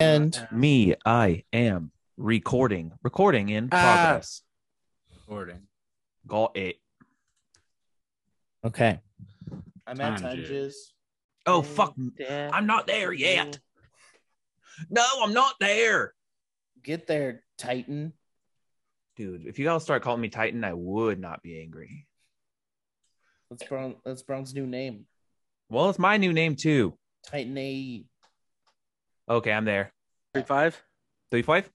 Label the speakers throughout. Speaker 1: and
Speaker 2: Me, I am recording. Recording in
Speaker 1: Ah.
Speaker 2: progress.
Speaker 3: recording.
Speaker 2: Got it.
Speaker 1: okay. I'm at
Speaker 3: Time, dude.
Speaker 1: Tunges.
Speaker 2: Oh fuck! I'm not there yet. No, I'm not there,
Speaker 1: Get there, Titan.
Speaker 2: dude. If you all start calling me Titan, I would not be angry.
Speaker 1: That's Brown. That's Brown's new name,
Speaker 2: Well, it's my new name too.
Speaker 1: Titan E. AE.
Speaker 2: Okay, I'm there.
Speaker 4: 35?
Speaker 2: Thirty-five.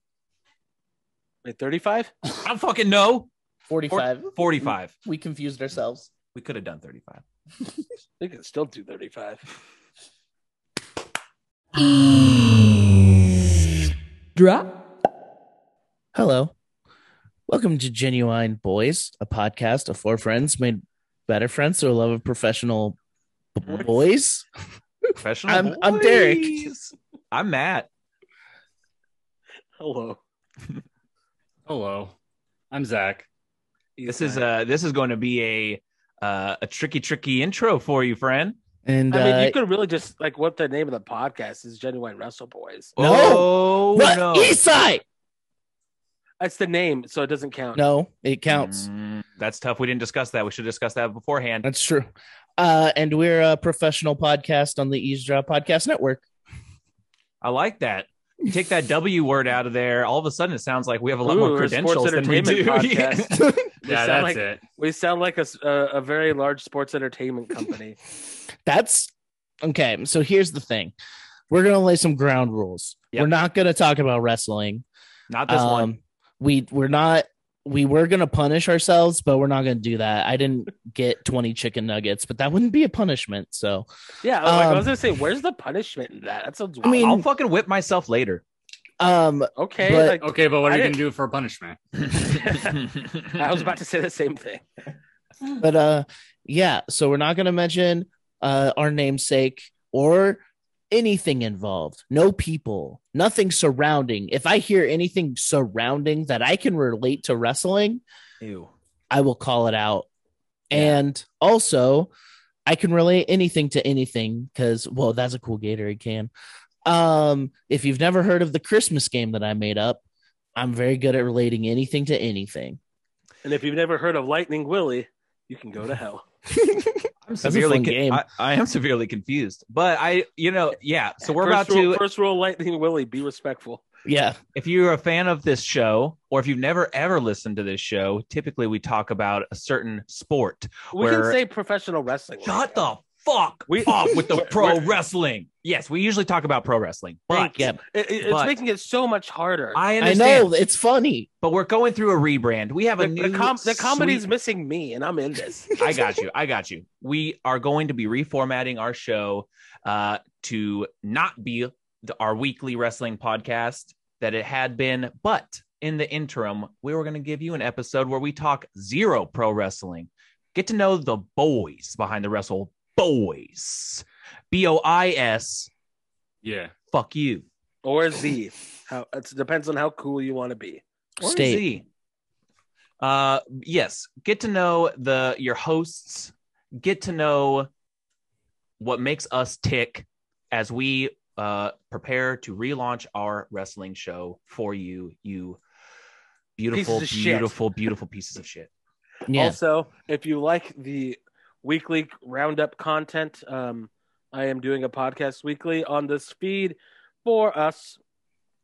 Speaker 4: Wait, 35?
Speaker 2: I don't fucking know.
Speaker 1: Forty-five.
Speaker 2: Forty-five.
Speaker 1: We confused ourselves.
Speaker 2: We could have done thirty-five.
Speaker 4: They can still do 35.
Speaker 1: Hello. Welcome to Genuine Boys, a podcast of four friends made better friends through a love of professional b- boys.
Speaker 2: Professional.
Speaker 1: I'm- I'm Derek.
Speaker 2: boys. I'm Matt.
Speaker 4: Hello.
Speaker 3: Hello, Oh, I'm Zach.
Speaker 2: This is uh, this is going to be a uh, a tricky, tricky intro for you, friend.
Speaker 1: And
Speaker 4: I mean,
Speaker 1: uh,
Speaker 4: you could really just, like, what the name of the podcast is Genuine Wrestle Boys.
Speaker 1: No.
Speaker 2: Oh
Speaker 1: what?
Speaker 2: no!
Speaker 1: Eastside?
Speaker 4: That's the name, so it doesn't count.
Speaker 1: No, it counts.
Speaker 2: Mm, that's tough. We didn't discuss that. We should discuss that beforehand.
Speaker 1: That's true. Uh, and we're a professional podcast on the Eavesdrop Podcast Network.
Speaker 2: I like that. You take that W word out of there. All of a sudden, it sounds like we have a lot
Speaker 4: Ooh,
Speaker 2: more
Speaker 4: we're a
Speaker 2: credentials
Speaker 4: sports
Speaker 2: than we do.
Speaker 4: entertainment
Speaker 2: Yeah.
Speaker 4: podcast. We
Speaker 3: yeah,
Speaker 4: sound
Speaker 3: that's
Speaker 4: like-
Speaker 3: it.
Speaker 4: We sound like a, s- a- a very large sports entertainment company.
Speaker 1: That's okay. So here's the thing we're going to lay some ground rules.
Speaker 2: Yep.
Speaker 1: We're not going to talk about wrestling.
Speaker 2: Not this
Speaker 1: Um,
Speaker 2: one.
Speaker 1: We we're not we were gonna punish ourselves, but we're not gonna do that. I didn't get 20 chicken nuggets, but that wouldn't be a punishment. So
Speaker 4: Yeah, I was, like, I
Speaker 1: Um,
Speaker 4: was gonna say, where's the punishment in that? That sounds.
Speaker 1: I mean-
Speaker 2: I'll
Speaker 4: wild.
Speaker 2: fucking whip myself later.
Speaker 1: um
Speaker 4: okay,
Speaker 1: but-
Speaker 4: like,
Speaker 3: Okay, but what
Speaker 4: I
Speaker 3: are you
Speaker 4: didn't-
Speaker 3: gonna do for punishment?
Speaker 4: I was about to say the same thing.
Speaker 1: but uh yeah, so we're not gonna mention uh our namesake or anything involved, no people, nothing surrounding. If I hear anything surrounding that I can relate to wrestling,
Speaker 2: Ew.
Speaker 1: I will call it out. And also, I can relate anything to anything because, well, that's a cool Gatorade can. Um, if you've never heard of the Christmas game that I made up, I'm very good at relating anything to anything.
Speaker 4: And if you've never heard of Lightning Willie, you can go to hell.
Speaker 2: I'm
Speaker 1: a
Speaker 2: severely
Speaker 1: fun game.
Speaker 2: I, I am severely confused. But I, you know, yeah. So we're
Speaker 4: First
Speaker 2: about
Speaker 4: rule-
Speaker 2: to.
Speaker 4: first rule, Lightning Willie, be respectful.
Speaker 1: Yeah.
Speaker 2: If you're a fan of this show, or if you've never ever listened to this show, typically we talk about a certain sport.
Speaker 4: We
Speaker 2: We're-
Speaker 4: can say professional wrestling.
Speaker 2: Shut the fuck
Speaker 4: We-
Speaker 2: up with the
Speaker 4: We're-
Speaker 2: pro
Speaker 4: we're-
Speaker 2: wrestling. Yes, we usually talk about pro wrestling, but
Speaker 1: Yeah.
Speaker 4: It, it- it's
Speaker 2: But-
Speaker 4: making it so much harder.
Speaker 2: I
Speaker 1: I
Speaker 2: understand.
Speaker 1: know. It's funny.
Speaker 2: but we're going through a rebrand. We have
Speaker 4: the,
Speaker 2: a
Speaker 4: the
Speaker 2: new
Speaker 4: com- the comedy's
Speaker 2: sweet-
Speaker 4: missing me, and I'm in this.
Speaker 2: I got you. I got you. We are going to be reformatting our show uh, to not be the, our weekly wrestling podcast that it had been, but in the interim, we were going to give you an episode where we talk zero pro wrestling, get to know the boys behind the wrestle boys, B O I S.
Speaker 3: Yeah,
Speaker 2: Fuck you.
Speaker 4: Or Z. How, it depends on how cool you want to be.
Speaker 2: Or
Speaker 1: State.
Speaker 2: Z. Uh, yes, get to know the your hosts. Get to know what makes us tick as we uh, prepare to relaunch our wrestling show for you. You beautiful,
Speaker 4: Pieces of shit.
Speaker 2: beautiful, beautiful pieces of shit.
Speaker 1: Yeah.
Speaker 4: Also, if you like the weekly roundup content, um, I am doing a podcast weekly on this feed for us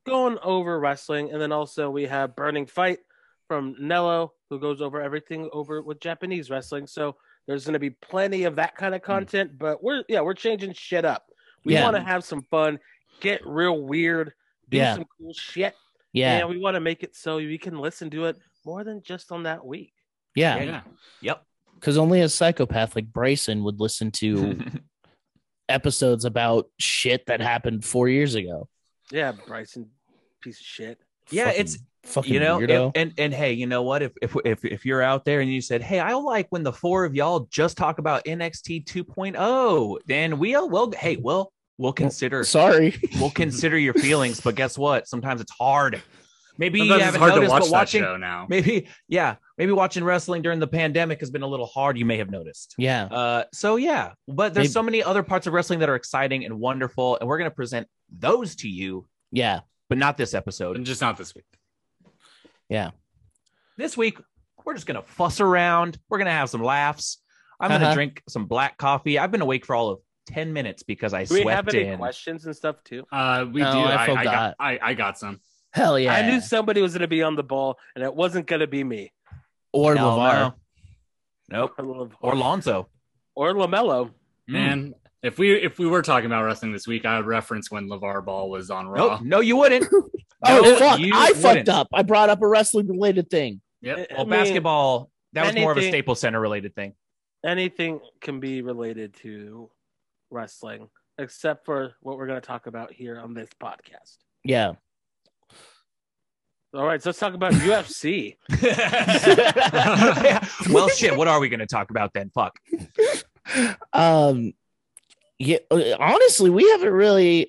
Speaker 4: going over wrestling. And then also we have Burning Fight from Nello, who goes over everything over with Japanese wrestling. So there's going to be plenty of that kind of content. But we're, yeah, we're changing shit up. We
Speaker 1: Hmm. Yeah.
Speaker 4: want to have some fun, get real weird, do
Speaker 1: Yeah.
Speaker 4: some cool shit.
Speaker 1: yeah.
Speaker 4: And we want to make it so you can listen to it more than just on that week.
Speaker 1: Yeah.
Speaker 3: yeah.
Speaker 2: Yep.
Speaker 1: Because only a psychopath like Bryson would listen to episodes about shit that happened four years ago.
Speaker 4: Yeah, Bryson, piece of shit.
Speaker 2: yeah,
Speaker 1: Fucking-
Speaker 2: it's
Speaker 1: fucking
Speaker 2: you know,
Speaker 1: weirdo.
Speaker 2: and, and and hey, you know what? If if if if you're out there and you said, hey, I like when the four of y'all just talk about NXT 2.0, oh," then we'll well, hey, well, we'll consider.
Speaker 1: Sorry.
Speaker 2: we'll consider your feelings, but guess what? Sometimes it's hard. Maybe you
Speaker 3: Sometimes it's
Speaker 2: haven't
Speaker 3: hard to
Speaker 2: noticed,
Speaker 3: watch
Speaker 2: but
Speaker 3: that
Speaker 2: watching
Speaker 3: show now.
Speaker 2: maybe yeah, maybe watching wrestling during the pandemic has been a little hard. You may have noticed.
Speaker 1: Yeah.
Speaker 2: Uh, so yeah, but there's
Speaker 1: Maybe-
Speaker 2: so many other parts of wrestling that are exciting and wonderful, and we're gonna present those to you
Speaker 1: Yeah.
Speaker 2: but not this episode.
Speaker 3: And just not this week.
Speaker 2: This week, we're just gonna fuss around. We're gonna have some laughs. I'm gonna
Speaker 1: Uh-huh.
Speaker 2: drink some black coffee. I've been awake for all of ten minutes because I
Speaker 4: Do we have
Speaker 2: swept
Speaker 4: any
Speaker 2: in.
Speaker 4: questions and stuff too?
Speaker 3: Uh, we
Speaker 1: No,
Speaker 3: do.
Speaker 1: I
Speaker 3: I, I,
Speaker 1: forgot.
Speaker 3: got, I, I got some.
Speaker 1: Hell yeah.
Speaker 4: I knew somebody was going to be on the ball, and it wasn't going to be me
Speaker 1: or
Speaker 2: Hell
Speaker 1: LeVar.
Speaker 2: no. Nope.
Speaker 4: or Lav-
Speaker 2: Or Lonzo.
Speaker 4: or Lamelo.
Speaker 2: Mm.
Speaker 3: Man, if we if we were talking about wrestling this week, I would reference when LeVar Ball was on Raw.
Speaker 2: Nope. No, you wouldn't.
Speaker 1: Oh,
Speaker 2: No,
Speaker 1: fuck.
Speaker 2: you
Speaker 1: I
Speaker 2: wouldn't.
Speaker 1: fucked up. I brought up a wrestling related thing.
Speaker 3: Yep.
Speaker 4: I
Speaker 2: Well,
Speaker 4: mean,
Speaker 2: basketball. That was more of a
Speaker 4: anything-
Speaker 2: Staples Center related thing.
Speaker 4: Anything can be related to wrestling, except for what we're going to talk about here on this podcast.
Speaker 1: Yeah.
Speaker 4: All right, so let's talk about UFC.
Speaker 2: Yeah. Well, shit. What are we going to talk about then? Fuck.
Speaker 1: Um yeah, uh, honestly, we haven't really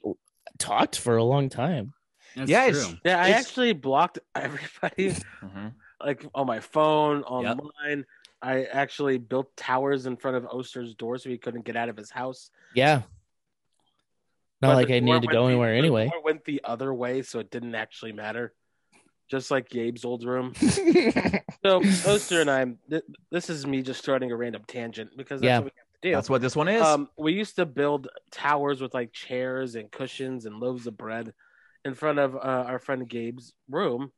Speaker 1: talked for a long time.
Speaker 3: That's
Speaker 2: Yeah,
Speaker 3: true.
Speaker 2: it's-
Speaker 4: Yeah, I
Speaker 1: It's-
Speaker 4: actually blocked everybody
Speaker 2: Mhm.
Speaker 4: like on my phone, online. I actually built towers in front of Oster's door so he couldn't get out of his house.
Speaker 1: Yeah. Not
Speaker 4: But
Speaker 1: like
Speaker 4: the
Speaker 1: I
Speaker 4: door
Speaker 1: needed to
Speaker 4: went
Speaker 1: go
Speaker 4: the-
Speaker 1: anywhere
Speaker 4: the
Speaker 1: anyway.
Speaker 4: door went the other way, so it didn't actually matter. Just like Gabe's old room. So Oster and I, th- this is me just starting a random tangent because that's
Speaker 1: Yeah.
Speaker 4: what we have to do.
Speaker 2: That's what this one is.
Speaker 4: Um, we used to build towers with like chairs and cushions and loaves of bread in front of uh, our friend Gabe's room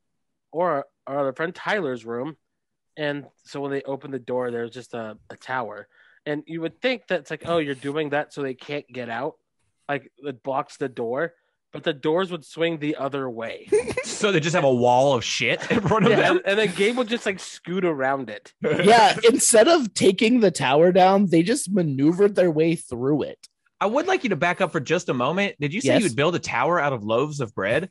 Speaker 4: or our other friend Tyler's room. And so when they opened the door, there's just a, a tower. And you would think that's like, oh, you're doing that so they can't get out. Like it blocks the door, but the doors would swing the other way.
Speaker 2: so they just have a wall of shit in front of
Speaker 4: Yeah,
Speaker 2: them.
Speaker 4: and, and then Gabe would just like scoot around it.
Speaker 1: yeah, instead of taking the tower down, they just maneuvered their way through it.
Speaker 2: I would like you to back up for just a moment. Did you say
Speaker 1: Yes.
Speaker 2: you would build a tower out of loaves of bread?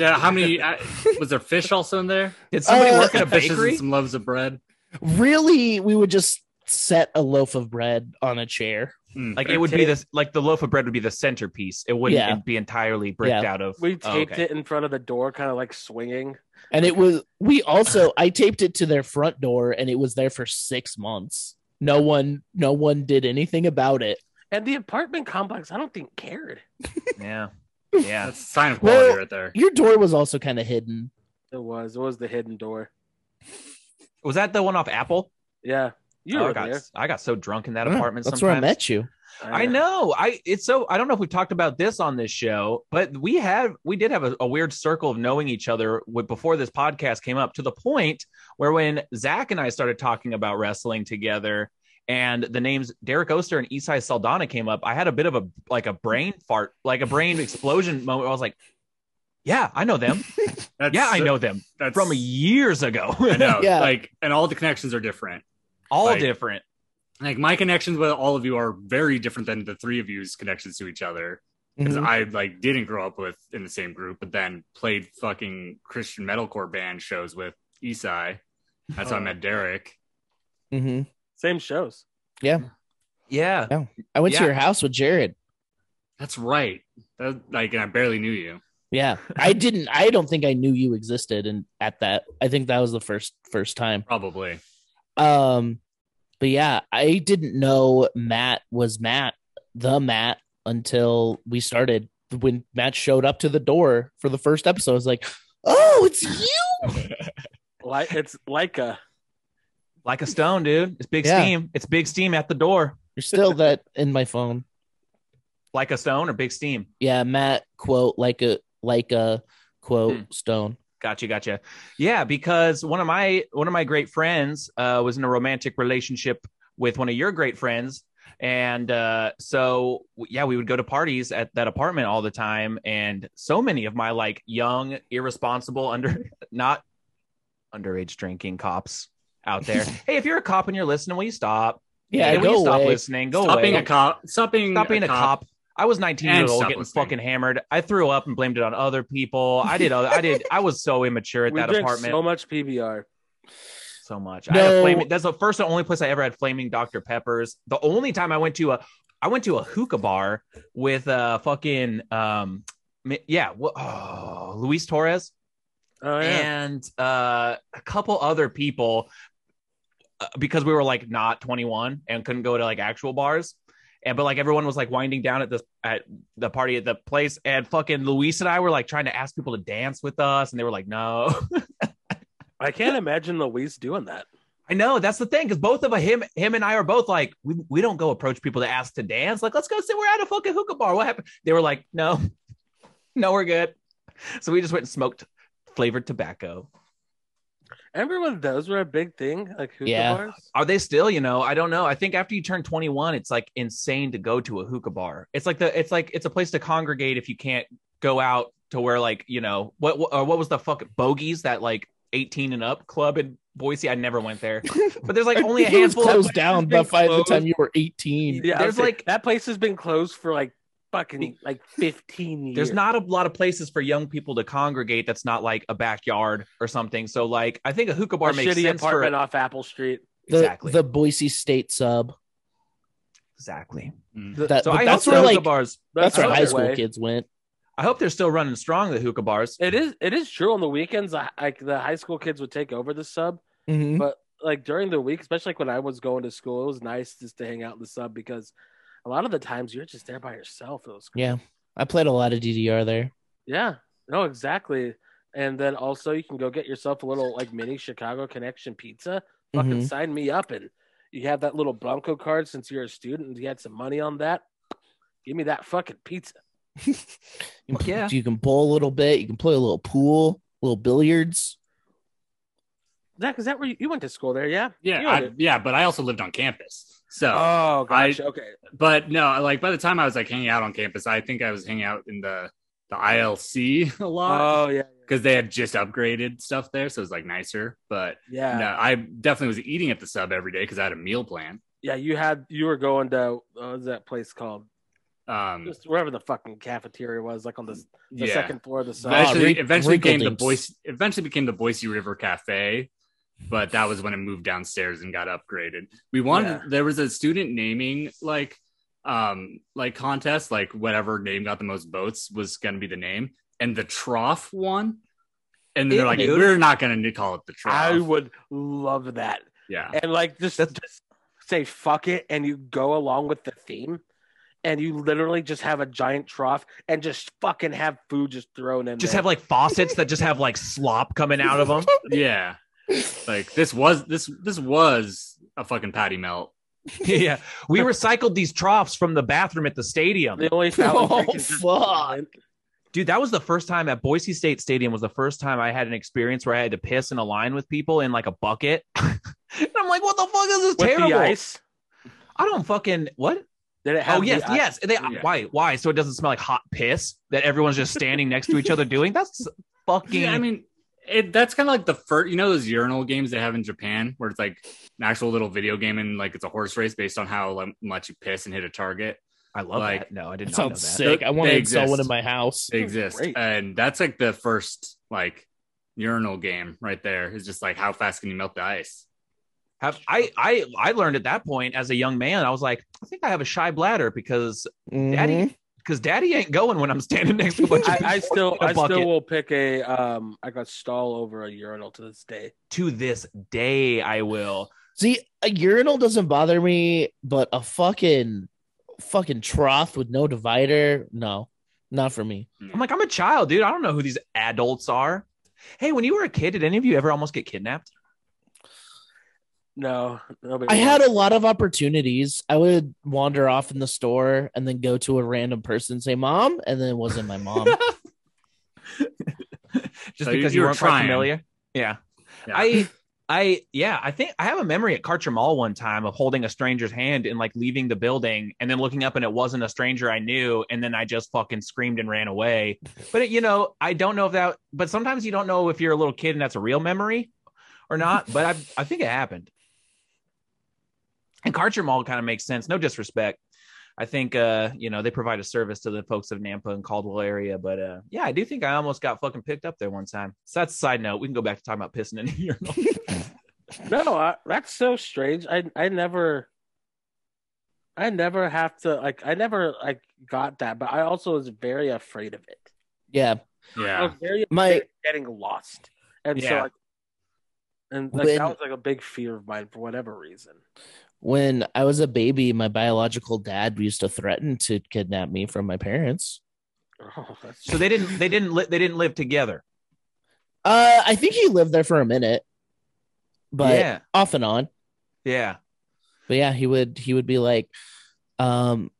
Speaker 3: Yeah, how many I, was there fish also in there?
Speaker 2: Did somebody
Speaker 1: Uh,
Speaker 2: work at a
Speaker 3: Fishes and
Speaker 2: bakery?
Speaker 3: some loaves of bread.
Speaker 1: Really, we would just set a loaf of bread on a chair.
Speaker 3: Mm.
Speaker 2: Like it would be this, like the loaf of bread would be the centerpiece. It wouldn't
Speaker 1: Yeah.
Speaker 2: be entirely bricked out of.
Speaker 4: We
Speaker 2: Oh,
Speaker 4: taped
Speaker 2: okay.
Speaker 4: it in front of the door, kind of like swinging.
Speaker 1: And it was we also I taped it to their front door and it was there for 6 months. No one no one did anything about it.
Speaker 4: And the apartment complex, I don't think cared.
Speaker 2: Yeah, yeah.
Speaker 3: That's a sign of quality
Speaker 1: Well-
Speaker 3: right there.
Speaker 1: Your door was also kind of hidden.
Speaker 4: It was. It was the hidden door.
Speaker 2: Was that the one off Apple?
Speaker 4: Yeah. You
Speaker 2: Oh,
Speaker 4: were
Speaker 2: I got
Speaker 4: there.
Speaker 2: I got so drunk in that
Speaker 1: Yeah,
Speaker 2: apartment.
Speaker 1: Mm, That's where I
Speaker 2: sometimes.
Speaker 1: met you.
Speaker 2: I know. I it's so I don't know if we've talked about this on this show, but we have we did have a, a weird circle of knowing each other with, before this podcast came up to the point where when Zach and I started talking about wrestling together and the names Derek Oster and Isai Saldana came up, I had a bit of a like a brain fart, like a brain explosion moment. I was like, Yeah, I know them.
Speaker 3: That's,
Speaker 2: Yeah, I know them
Speaker 3: That's
Speaker 2: from years ago.
Speaker 3: I know.
Speaker 1: Yeah.
Speaker 3: Like, and all the connections are different.
Speaker 2: All
Speaker 3: Like-
Speaker 2: different.
Speaker 3: Like my connections with all of you are very different than the three of you's connections to each other. Because
Speaker 1: Mhm.
Speaker 3: I like didn't grow up with in the same group, but then played fucking Christian metalcore band shows with Isai. That's how I
Speaker 4: Oh.
Speaker 3: met Derek.
Speaker 1: Mhm.
Speaker 4: Same shows.
Speaker 2: Yeah.
Speaker 1: I went to
Speaker 2: Yeah.
Speaker 1: your house with Jared.
Speaker 3: That's right. That, like, and I barely knew you.
Speaker 1: Yeah. I didn't I don't think I knew you existed and at that I think that was the first first time.
Speaker 3: Probably.
Speaker 1: Um, but yeah, I didn't know Matt was Matt, the Matt, until we started. When Matt showed up to the door for the first episode, I was like, "Oh, it's you!"
Speaker 4: Like it's like a
Speaker 2: Like a stone, dude. It's big
Speaker 1: Yeah.
Speaker 2: steam. It's big steam at the door.
Speaker 1: You're still that in my phone.
Speaker 2: Like a stone or big steam.
Speaker 1: Yeah, Matt quote like a like a quote
Speaker 2: Hmm.
Speaker 1: stone.
Speaker 2: Gotcha, gotcha. Yeah, because one of my one of my great friends uh, was in a romantic relationship with one of your great friends, and uh, so w- yeah, we would go to parties at that apartment all the time, and so many of my like young, irresponsible, under not underage drinking cops out there. hey, if you're a cop and you're listening, will you stop?
Speaker 1: Yeah,
Speaker 2: hey, will
Speaker 1: go
Speaker 2: you stop
Speaker 1: away.
Speaker 2: listening? Go
Speaker 3: stop
Speaker 2: away.
Speaker 3: being a cop. Stop being,
Speaker 2: Stop being a cop. I was 19
Speaker 3: And
Speaker 2: years old,
Speaker 3: stop
Speaker 2: getting
Speaker 3: listening.
Speaker 2: fucking hammered. I threw up and blamed it on other people. I did. I did. I was so immature at
Speaker 4: we
Speaker 2: that
Speaker 4: drink
Speaker 2: apartment
Speaker 4: so much PBR.
Speaker 2: so much. I had a
Speaker 1: No.
Speaker 2: flaming. That's the first and only place I ever had flaming Dr Peppers. The only time I went to a, I went to a hookah bar with a fucking um, mi- yeah, wha- oh, Luis Torres
Speaker 4: Oh yeah.
Speaker 2: and uh, a couple other people uh, because we were like not 21 and couldn't go to like actual bars. And but like everyone was like winding down at this at the party at the place, and fucking Luis and I were like trying to ask people to dance with us, and they were like, no.
Speaker 4: I can't imagine Luis doing that.
Speaker 2: I know that's the thing because both of him him and I are both like we, we don't go approach people to ask to dance. Like let's go sit. We're at a fucking hookah bar. What happened? They were like, no, no, we're good. So we just went and smoked flavored tobacco.
Speaker 4: Remember when those were a big thing? Like hookah
Speaker 1: Yeah.
Speaker 4: bars?
Speaker 2: Are they still? You know, I don't know. I think after you turn twenty one, it's like insane to go to a hookah bar. It's like the it's like it's a place to congregate if you can't go out to where like you know what what, or what was the fuck bogeys that like eighteen and up club in Boise. I never went there, but there's like only a
Speaker 1: It was
Speaker 2: handful. of
Speaker 1: closed down by by the time you were 18.
Speaker 4: Yeah,
Speaker 2: There's
Speaker 4: there's like
Speaker 2: like-
Speaker 4: that place has been closed for like fucking like 15 years.
Speaker 2: there's not a lot of places for young people to congregate that's not like a backyard or something. So like I think a hookah
Speaker 4: a
Speaker 2: bar makes
Speaker 4: shitty
Speaker 2: sense for
Speaker 4: apartment off Apple Street.
Speaker 1: The,
Speaker 2: exactly
Speaker 1: the Boise State sub.
Speaker 2: exactly.
Speaker 1: That,
Speaker 2: So
Speaker 1: Uh, but
Speaker 2: I
Speaker 1: that's
Speaker 2: that's
Speaker 1: where
Speaker 2: hope
Speaker 1: like
Speaker 2: hookah bars.
Speaker 1: that's where
Speaker 2: I hope
Speaker 1: high
Speaker 4: another
Speaker 1: school
Speaker 4: way.
Speaker 1: kids went.
Speaker 2: I hope they're still running strong the hookah bars.
Speaker 4: It is it is true on the weekends I- like the high school kids would take over the sub,
Speaker 1: Mm-hmm.
Speaker 4: but like during the week, especially like when I was going to school, it was nice just to hang out in the sub because a lot of the times you're just there by yourself. It was
Speaker 1: Yeah, I played a lot of DDR there.
Speaker 4: Yeah. No, exactly. And then also you can go get yourself a little like mini Chicago connection pizza. Fucking
Speaker 1: Mhm.
Speaker 4: sign me up and you have that little Bronco card since you're a student and you had some money on that. Give me that fucking pizza.
Speaker 1: you can,
Speaker 2: Fuck
Speaker 1: pl-
Speaker 2: yeah.
Speaker 1: You can bowl a little bit. You can play a little pool, little billiards.
Speaker 4: Zach, is that where you, you went to school there? Yeah. You
Speaker 3: Yeah,
Speaker 4: owned
Speaker 3: I,
Speaker 4: it.
Speaker 3: yeah, but I also lived on campus. So,
Speaker 4: oh,
Speaker 3: I-
Speaker 4: gosh. okay.
Speaker 3: but no, like by the time I was like hanging out on campus, I think I was hanging out in the the ILC a lot
Speaker 4: Oh yeah.
Speaker 3: because they had just upgraded stuff there, so it was like nicer. But
Speaker 4: Yeah.
Speaker 3: no, I definitely was eating at the sub every day because I had a meal plan.
Speaker 4: Yeah. You had you were going to what was that place called?
Speaker 2: Mm.
Speaker 3: Um,
Speaker 4: Just wherever the fucking cafeteria was, like on the, the
Speaker 3: yeah.
Speaker 4: second Ah, floor of the sub.
Speaker 1: That's-
Speaker 3: eventually,
Speaker 1: Wrinkle-
Speaker 3: eventually became the
Speaker 1: Wrinkle Dinks.
Speaker 3: Boise. Eventually became the Boise River Cafe, but that was when it moved downstairs and got upgraded. We wanted
Speaker 4: Yeah.
Speaker 3: there was a student naming like um like contest like whatever name got the most votes was going to be the name, and the trough won. And they're
Speaker 2: Ew,
Speaker 3: like,
Speaker 2: dude.
Speaker 3: we're not going to call it the trough.
Speaker 4: Oh, I would love that.
Speaker 3: yeah.
Speaker 4: and like just,
Speaker 2: That's-
Speaker 4: just say fuck it and you go along with the theme and you literally just have a giant trough and just fucking have food just thrown in
Speaker 2: Just
Speaker 4: there.
Speaker 2: have like faucets that just have like slop coming out of them.
Speaker 3: yeah. Like this was this this was a fucking patty melt.
Speaker 2: yeah, we recycled these troughs from the bathroom at the stadium.
Speaker 4: the only fountain
Speaker 1: Oh,
Speaker 4: drink is just
Speaker 1: fuck.
Speaker 4: wine.
Speaker 2: dude that was the first time at boise state stadium was the first time i had an experience where i had to piss in a line with people in like a bucket and i'm like what the fuck is this
Speaker 4: with the
Speaker 2: terrible
Speaker 4: ice
Speaker 2: i don't fucking what
Speaker 4: did it have
Speaker 2: oh
Speaker 4: the
Speaker 2: yes
Speaker 4: ice?
Speaker 2: yes they,
Speaker 3: Yeah.
Speaker 2: why why so it doesn't smell like hot piss that everyone's just standing next to each other doing that's fucking
Speaker 3: Yeah, I mean, it, that's kind of like the first, you know, those urinal games they have in Japan where it's like an actual little video game and like it's a horse race based on how lo- much you piss and hit a target.
Speaker 2: i love
Speaker 3: like-
Speaker 2: that no i did
Speaker 1: That
Speaker 2: not know that
Speaker 1: sounds sick. I want to
Speaker 3: They
Speaker 1: install one in
Speaker 3: exist.
Speaker 1: my house.
Speaker 3: They exist.
Speaker 4: great.
Speaker 3: And that's like the first like urinal game right there is just like how fast can you melt the ice?
Speaker 2: have i i i learned at that point as a young man i was like i think i have a shy bladder because daddy
Speaker 1: Mhm.
Speaker 2: because daddy ain't going when i'm standing next to a bunch of
Speaker 4: I,
Speaker 2: people
Speaker 4: I still
Speaker 2: in a
Speaker 4: i
Speaker 2: bucket.
Speaker 4: still will pick a um i got stall over a urinal to this day
Speaker 2: to this day i will
Speaker 1: See, a urinal doesn't bother me, but a fucking fucking trough with no divider, no, not for me.
Speaker 2: I'm like, I'm a child, dude. I don't know who these adults are. Hey, when you were a kid, did any of you ever almost get kidnapped?
Speaker 4: no nobody
Speaker 1: I had a lot of opportunities. I would wander off in the store and then go to a random person and say "mom," and then it wasn't my mom.
Speaker 2: Just
Speaker 3: So you-
Speaker 2: because you,
Speaker 3: you were
Speaker 2: weren't quite
Speaker 3: trying.
Speaker 2: familiar. Yeah.
Speaker 3: Yeah.
Speaker 2: I uh, I yeah, I think I have a memory at Karcher Mall one time of holding a stranger's hand and like leaving the building and then looking up and it wasn't a stranger I knew and then I just fucking screamed and ran away. But you know, I don't know if that but sometimes you don't know if you're a little kid and that's a real memory or not, but I I think it happened. And Karcher Mall kind of makes sense, no disrespect. I think uh, you know, they provide a service to the folks of Nampa and Caldwell area, but uh yeah, I do think I almost got fucking picked up there one time. So that's a side note. We can go back to talking about pissing in here.
Speaker 4: No, I, that's so strange. I I never, I never have to like. I never like got that, but I also was very afraid of it.
Speaker 1: yeah,
Speaker 4: I
Speaker 3: yeah.
Speaker 4: was very
Speaker 1: My-
Speaker 4: afraid of getting lost, and so
Speaker 2: Yeah.
Speaker 4: like, and like,
Speaker 1: When-
Speaker 4: that was like a big fear of mine for whatever reason.
Speaker 1: when I was a baby, my biological dad used to threaten to kidnap me from my parents.
Speaker 4: Oh, that's
Speaker 2: So they didn't they didn't li- they didn't live together.
Speaker 1: Uh, I think he lived there for a minute, but
Speaker 2: yeah,
Speaker 1: off and on.
Speaker 2: yeah.
Speaker 1: But yeah, he would he would be like, um,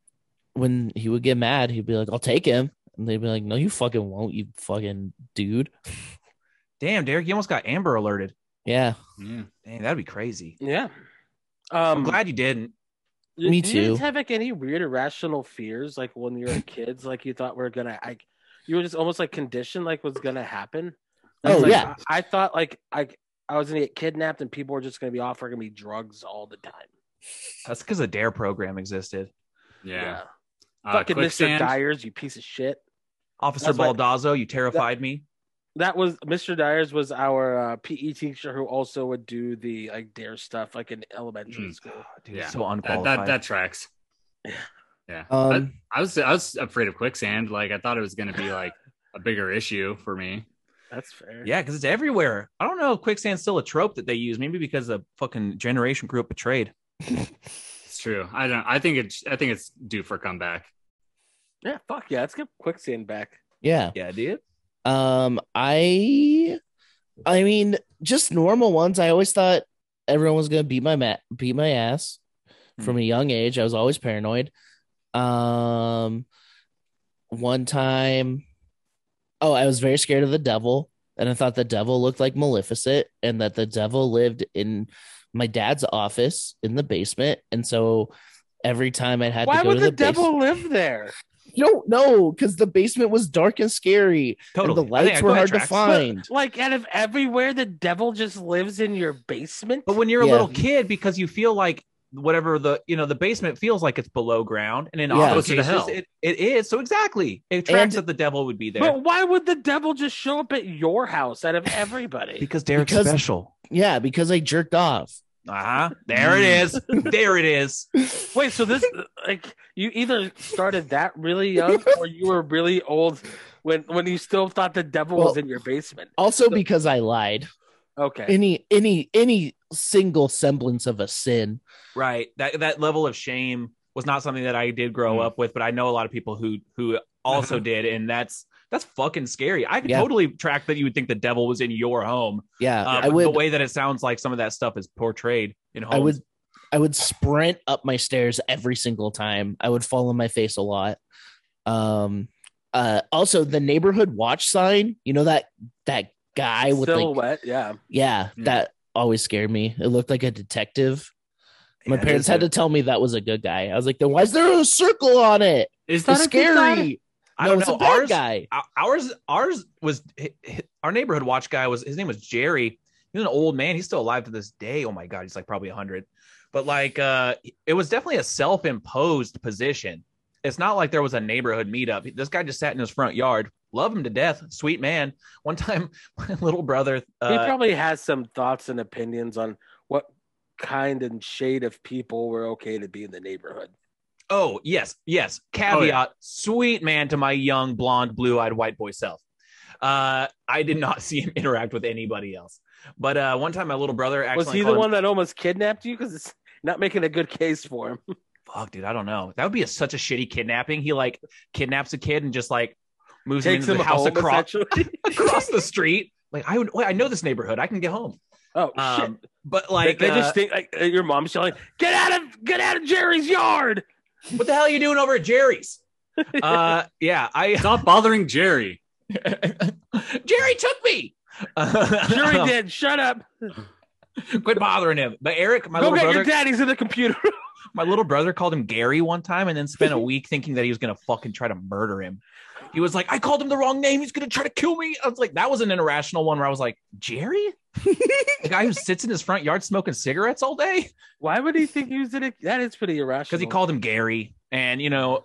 Speaker 1: when he would get mad, he'd be like, "I'll take him," and they'd be like, "No, you fucking won't, you fucking dude."
Speaker 2: Damn, Derek, you almost got Amber alerted.
Speaker 1: Yeah,
Speaker 3: Yeah.
Speaker 2: Dang, that'd be crazy.
Speaker 4: yeah.
Speaker 2: I'm
Speaker 4: Um,
Speaker 2: glad you didn't.
Speaker 4: d-
Speaker 1: me
Speaker 4: do you guys
Speaker 1: too.
Speaker 4: have like any weird irrational fears, like when you were kids, like you thought were gonna, like you were just almost like conditioned, like what's gonna happen. Like,
Speaker 1: Oh,
Speaker 4: like,
Speaker 1: yeah.
Speaker 4: I, I thought like I, I was gonna get kidnapped and people were just gonna be offering me drugs all the time.
Speaker 2: That's because the Dare program existed.
Speaker 3: Yeah. Uh,
Speaker 4: fucking Mr.
Speaker 3: quicksand.
Speaker 4: Dyers, you piece of shit.
Speaker 2: Officer
Speaker 4: That's what-
Speaker 2: Baldazzo, you terrified me.
Speaker 4: that was Mr. Dyers was our uh, PE teacher who also would do the like dare stuff like in elementary
Speaker 3: Mm.
Speaker 4: school.
Speaker 2: Dude,
Speaker 3: Yeah.
Speaker 2: so
Speaker 3: That,
Speaker 2: unqualified.
Speaker 3: that that tracks.
Speaker 4: Yeah.
Speaker 3: Yeah.
Speaker 1: um,
Speaker 3: I, I was I was afraid of quicksand. Like I thought it was gonna be like a bigger issue for me.
Speaker 4: That's fair.
Speaker 2: yeah, because it's everywhere. I don't know if quicksand's still a trope that they use. Maybe because the fucking generation grew up betrayed.
Speaker 3: It's true. I don't. I think it's. I think it's due for comeback.
Speaker 4: Yeah, fuck yeah. Let's get quicksand back.
Speaker 1: yeah.
Speaker 2: Yeah, dude.
Speaker 1: Um, I, I mean, just normal ones. I always thought everyone was gonna beat my mat, beat my ass
Speaker 4: Hmm.
Speaker 1: from a young age. I was always paranoid. Um, one time, oh, I was very scared of the devil, and I thought the devil looked like Maleficent, and that the devil lived in my dad's office in the basement, and so. Every time I had
Speaker 4: Why
Speaker 1: to go
Speaker 4: would
Speaker 1: to
Speaker 4: the,
Speaker 1: the,
Speaker 4: devil live there?
Speaker 1: basement, don't know because the basement was dark and scary,
Speaker 2: Totally.
Speaker 1: and the
Speaker 2: I think
Speaker 1: lights
Speaker 2: I-
Speaker 1: were
Speaker 2: that
Speaker 1: hard to
Speaker 2: tracks.
Speaker 1: find.
Speaker 4: Like out of everywhere, the devil just lives in your basement.
Speaker 2: But when you're a
Speaker 1: Yeah.
Speaker 2: little kid, because you feel like whatever the you know the basement feels like it's below ground, and in
Speaker 1: Yeah.
Speaker 2: all
Speaker 3: Close to the
Speaker 2: cases
Speaker 3: hell.
Speaker 2: it, it is. So exactly, it tracks
Speaker 1: And-
Speaker 2: that the devil would be there
Speaker 4: But why would the devil just show up at your house out of everybody?
Speaker 2: because Derek's
Speaker 1: Because-
Speaker 2: special.
Speaker 1: Yeah, because I jerked off.
Speaker 2: Uh huh. There it is. there it is.
Speaker 4: Wait, so this like you either started that really young or you were really old when when you still thought the devil was
Speaker 1: Well-
Speaker 4: in your basement.
Speaker 1: Also because I lied.
Speaker 4: Okay.
Speaker 1: Any any any single semblance of a sin.
Speaker 2: Right. That that level of shame was not something that I did grow
Speaker 3: Mhm.
Speaker 2: up with, but I know a lot of people who who also
Speaker 3: Uh-huh.
Speaker 2: did, and that's that's fucking scary. I could
Speaker 1: Yeah.
Speaker 2: totally track that you would think the devil was in your home.
Speaker 1: Yeah,
Speaker 2: Uh,
Speaker 1: I
Speaker 2: the
Speaker 1: would
Speaker 2: way that it sounds like some of that stuff is portrayed in homes.
Speaker 1: I would I would sprint up my stairs every single time. I would fall on my face a lot. Um uh also the neighborhood watch sign, you know that that guy with like
Speaker 4: silhouette. yeah.
Speaker 1: yeah,
Speaker 2: Hmm.
Speaker 3: Yeah.
Speaker 1: that always scared me. It looked like a detective. My
Speaker 2: Yeah, it
Speaker 1: parents
Speaker 2: is
Speaker 1: had
Speaker 2: a-
Speaker 1: to tell me that was a good guy. I was like, then why is there a circle on it?
Speaker 3: Is
Speaker 1: It's scary.
Speaker 2: I
Speaker 1: no,
Speaker 2: don't
Speaker 1: it's
Speaker 2: know.
Speaker 1: a bad
Speaker 2: Ours-
Speaker 1: guy.
Speaker 2: Ou- ours ours was hi- hi- our neighborhood watch guy was his name was jerry he was an old man he's still alive to this day oh my god he's like probably 100 but like uh it was definitely a self-imposed position it's not like there was a neighborhood meetup this guy just sat in his front yard love him to death sweet man one time my little brother
Speaker 4: he
Speaker 2: uh,
Speaker 4: probably has some thoughts and opinions on what kind and shade of people were okay to be in the neighborhood.
Speaker 2: Oh, yes, yes. Caveat,
Speaker 4: Oh,
Speaker 2: sweet man to my young blonde, blue-eyed white boy self. Uh, I did not see him interact with anybody else. But uh, one time my little brother actually
Speaker 4: Was he the one that almost kidnapped you? Because it's not making a good case for him.
Speaker 2: fuck dude, I don't know. That would be a, such a shitty kidnapping. He like kidnaps a kid and just like moves him
Speaker 4: Takes
Speaker 2: into
Speaker 4: him
Speaker 2: the house
Speaker 4: home,
Speaker 2: across,
Speaker 4: essentially.
Speaker 2: across the street. Like I would wait, I know this neighborhood. I can get home.
Speaker 4: Oh shit!
Speaker 2: Um, but
Speaker 4: They-
Speaker 2: like
Speaker 4: they,
Speaker 2: uh,
Speaker 4: just think like uh, your mom's yelling, "Get out of get out of Jerry's yard!"
Speaker 2: what the hell are you doing over at Jerry's? uh yeah, I
Speaker 3: Stop bothering Jerry.
Speaker 2: Jerry took me.
Speaker 4: Jerry did. Shut up.
Speaker 2: Quit bothering him. But Eric, my
Speaker 4: Go
Speaker 2: little
Speaker 4: get
Speaker 2: brother,
Speaker 4: your daddy's in the computer.
Speaker 2: my little brother called him Gary one time and then spent a week thinking that he was gonna fucking try to murder him. He was like, I called him the wrong name. He's gonna try to kill me. I was like, that was an irrational one where I was like, Jerry? the guy who sits in his front yard smoking cigarettes all day?
Speaker 4: Why would he think he was in a? That is pretty irrational.
Speaker 2: Because he called him Gary. And you know,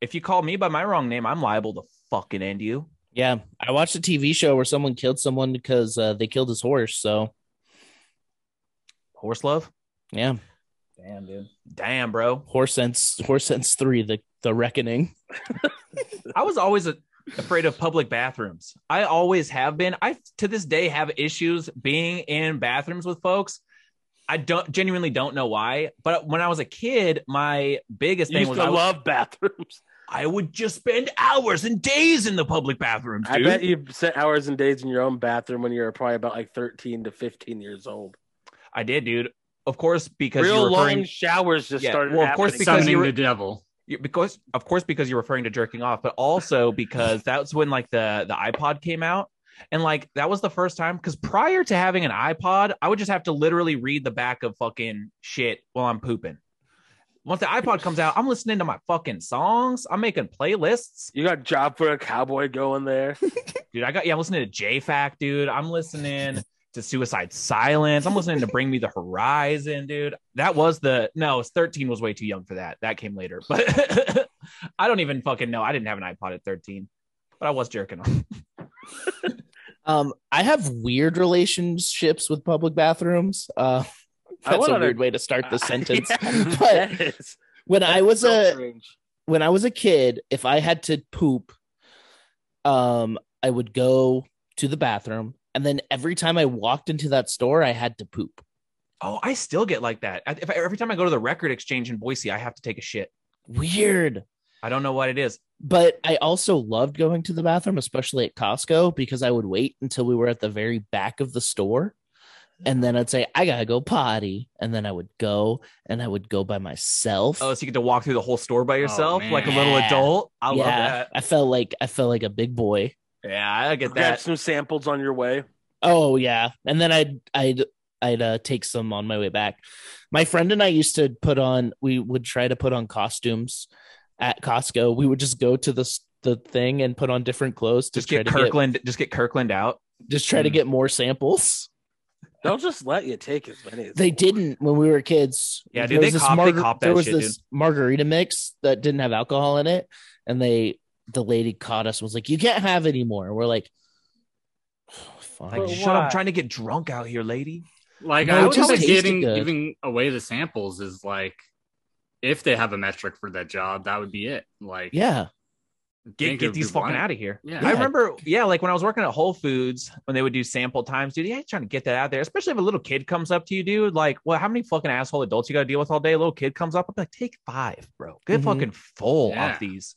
Speaker 2: if you call me by my wrong name, I'm liable to fucking end you.
Speaker 1: Yeah, I watched a TV show where someone killed someone because uh, they killed his horse. So
Speaker 2: Horse love?
Speaker 1: yeah,
Speaker 2: Damn, dude. Damn, bro.
Speaker 1: horse sense, horse sense three, the the reckoning.
Speaker 2: I was always a, afraid of public bathrooms. I always have been. I to this day have issues being in bathrooms with folks. I don't genuinely don't know why, but when I was a kid, my biggest
Speaker 4: You
Speaker 2: thing
Speaker 4: used
Speaker 2: was
Speaker 4: to
Speaker 2: I, would,
Speaker 4: love bathrooms.
Speaker 2: I would just spend hours and days in the public bathrooms,
Speaker 4: I
Speaker 2: dude.
Speaker 4: bet you spent hours and days in your own bathroom when you were probably about like 13 to 15 years old.
Speaker 2: I did, dude. Of course, because
Speaker 4: Real
Speaker 2: you're referring
Speaker 4: long showers just
Speaker 2: Yeah,
Speaker 4: started.
Speaker 2: well, of course,
Speaker 4: happening.
Speaker 2: because
Speaker 3: summoning
Speaker 2: you're-
Speaker 3: the devil.
Speaker 2: you- because of course because you're referring to jerking off but also because that's when like the the ipod came out and like that was the first time because prior to having an ipod i would just have to literally read the back of fucking shit while i'm pooping once the ipod comes out i'm listening to my fucking songs i'm making playlists
Speaker 4: you got job for a cowboy going there.
Speaker 2: dude i got yeah i'm listening to j-fac dude i'm listening to suicide silence i'm listening to bring me the horizon dude that was the no 13 was way too young for that that came later but i don't even fucking know i didn't have an ipod at 13 but i was jerking off
Speaker 1: Um, I have weird relationships with public bathrooms. Uh,
Speaker 4: I
Speaker 1: that's a
Speaker 4: wanna-
Speaker 1: weird way to start the sentence.
Speaker 4: Yeah,
Speaker 1: But
Speaker 4: that is-
Speaker 1: when I was uh,
Speaker 4: so
Speaker 1: a
Speaker 4: strange.
Speaker 1: when I was a kid, if I had to poop, um, I would go to the bathroom, and then every time I walked into that store, I had to poop.
Speaker 2: oh i still get like that I- if I, every time i go to the record exchange in boise i have to take a shit
Speaker 1: Weird.
Speaker 2: i don't know what it is
Speaker 1: But I also loved going to the bathroom, especially at Costco, because I would wait until we were at the very back of the store. And then I'd say, I gotta go potty. And then I would go and I would go by myself.
Speaker 2: oh so you get to walk through the whole store by yourself
Speaker 3: man.
Speaker 2: like a little
Speaker 1: Yeah.
Speaker 2: adult i love that
Speaker 1: I felt like I felt like a big boy.
Speaker 2: yeah i get
Speaker 4: Grab
Speaker 2: that
Speaker 4: some samples on your way.
Speaker 1: Oh yeah, and then I'd I'd I'd uh, take some on my way back. My friend and I used to put on. We would try to put on costumes at Costco. We would just go to the s- the thing and put on different clothes to
Speaker 2: just
Speaker 1: try
Speaker 2: get
Speaker 1: to
Speaker 2: kirkland Hmm. just get kirkland out
Speaker 1: get just try to get more samples.
Speaker 4: They'll just let you take as many. As
Speaker 1: They
Speaker 4: you want.
Speaker 1: didn't when we were kids.
Speaker 2: Yeah, dude,
Speaker 1: There was
Speaker 2: they
Speaker 1: this
Speaker 2: cop- they cop that
Speaker 1: There was
Speaker 2: shit,
Speaker 1: this margarita mix that didn't have alcohol in it, and they the lady caught us and was like, "You can't have it anymore." And we're like, "Fine."
Speaker 2: like
Speaker 4: But
Speaker 2: shut up
Speaker 4: why?
Speaker 2: i'm trying to get drunk out here lady
Speaker 3: Like
Speaker 1: No,
Speaker 3: I
Speaker 1: it
Speaker 3: would
Speaker 1: just
Speaker 3: always
Speaker 1: tasted
Speaker 3: getting
Speaker 1: good.
Speaker 3: giving away the samples is like if they have a metric for that job, that would be it. Like
Speaker 1: yeah.
Speaker 2: get, get these fucking out of here.
Speaker 3: Yeah.
Speaker 2: I
Speaker 1: Yeah.
Speaker 2: remember, yeah, like when I was working at Whole Foods when they would do sample times, dude, yeah, trying to get that out there, especially if a little kid comes up to you, dude. Like, well, how many fucking asshole adults you got to deal with all day? A little kid comes up, I'm like, take five, bro. Get
Speaker 1: Mhm.
Speaker 2: fucking full
Speaker 3: Mm-hmm. Yeah.
Speaker 2: off these.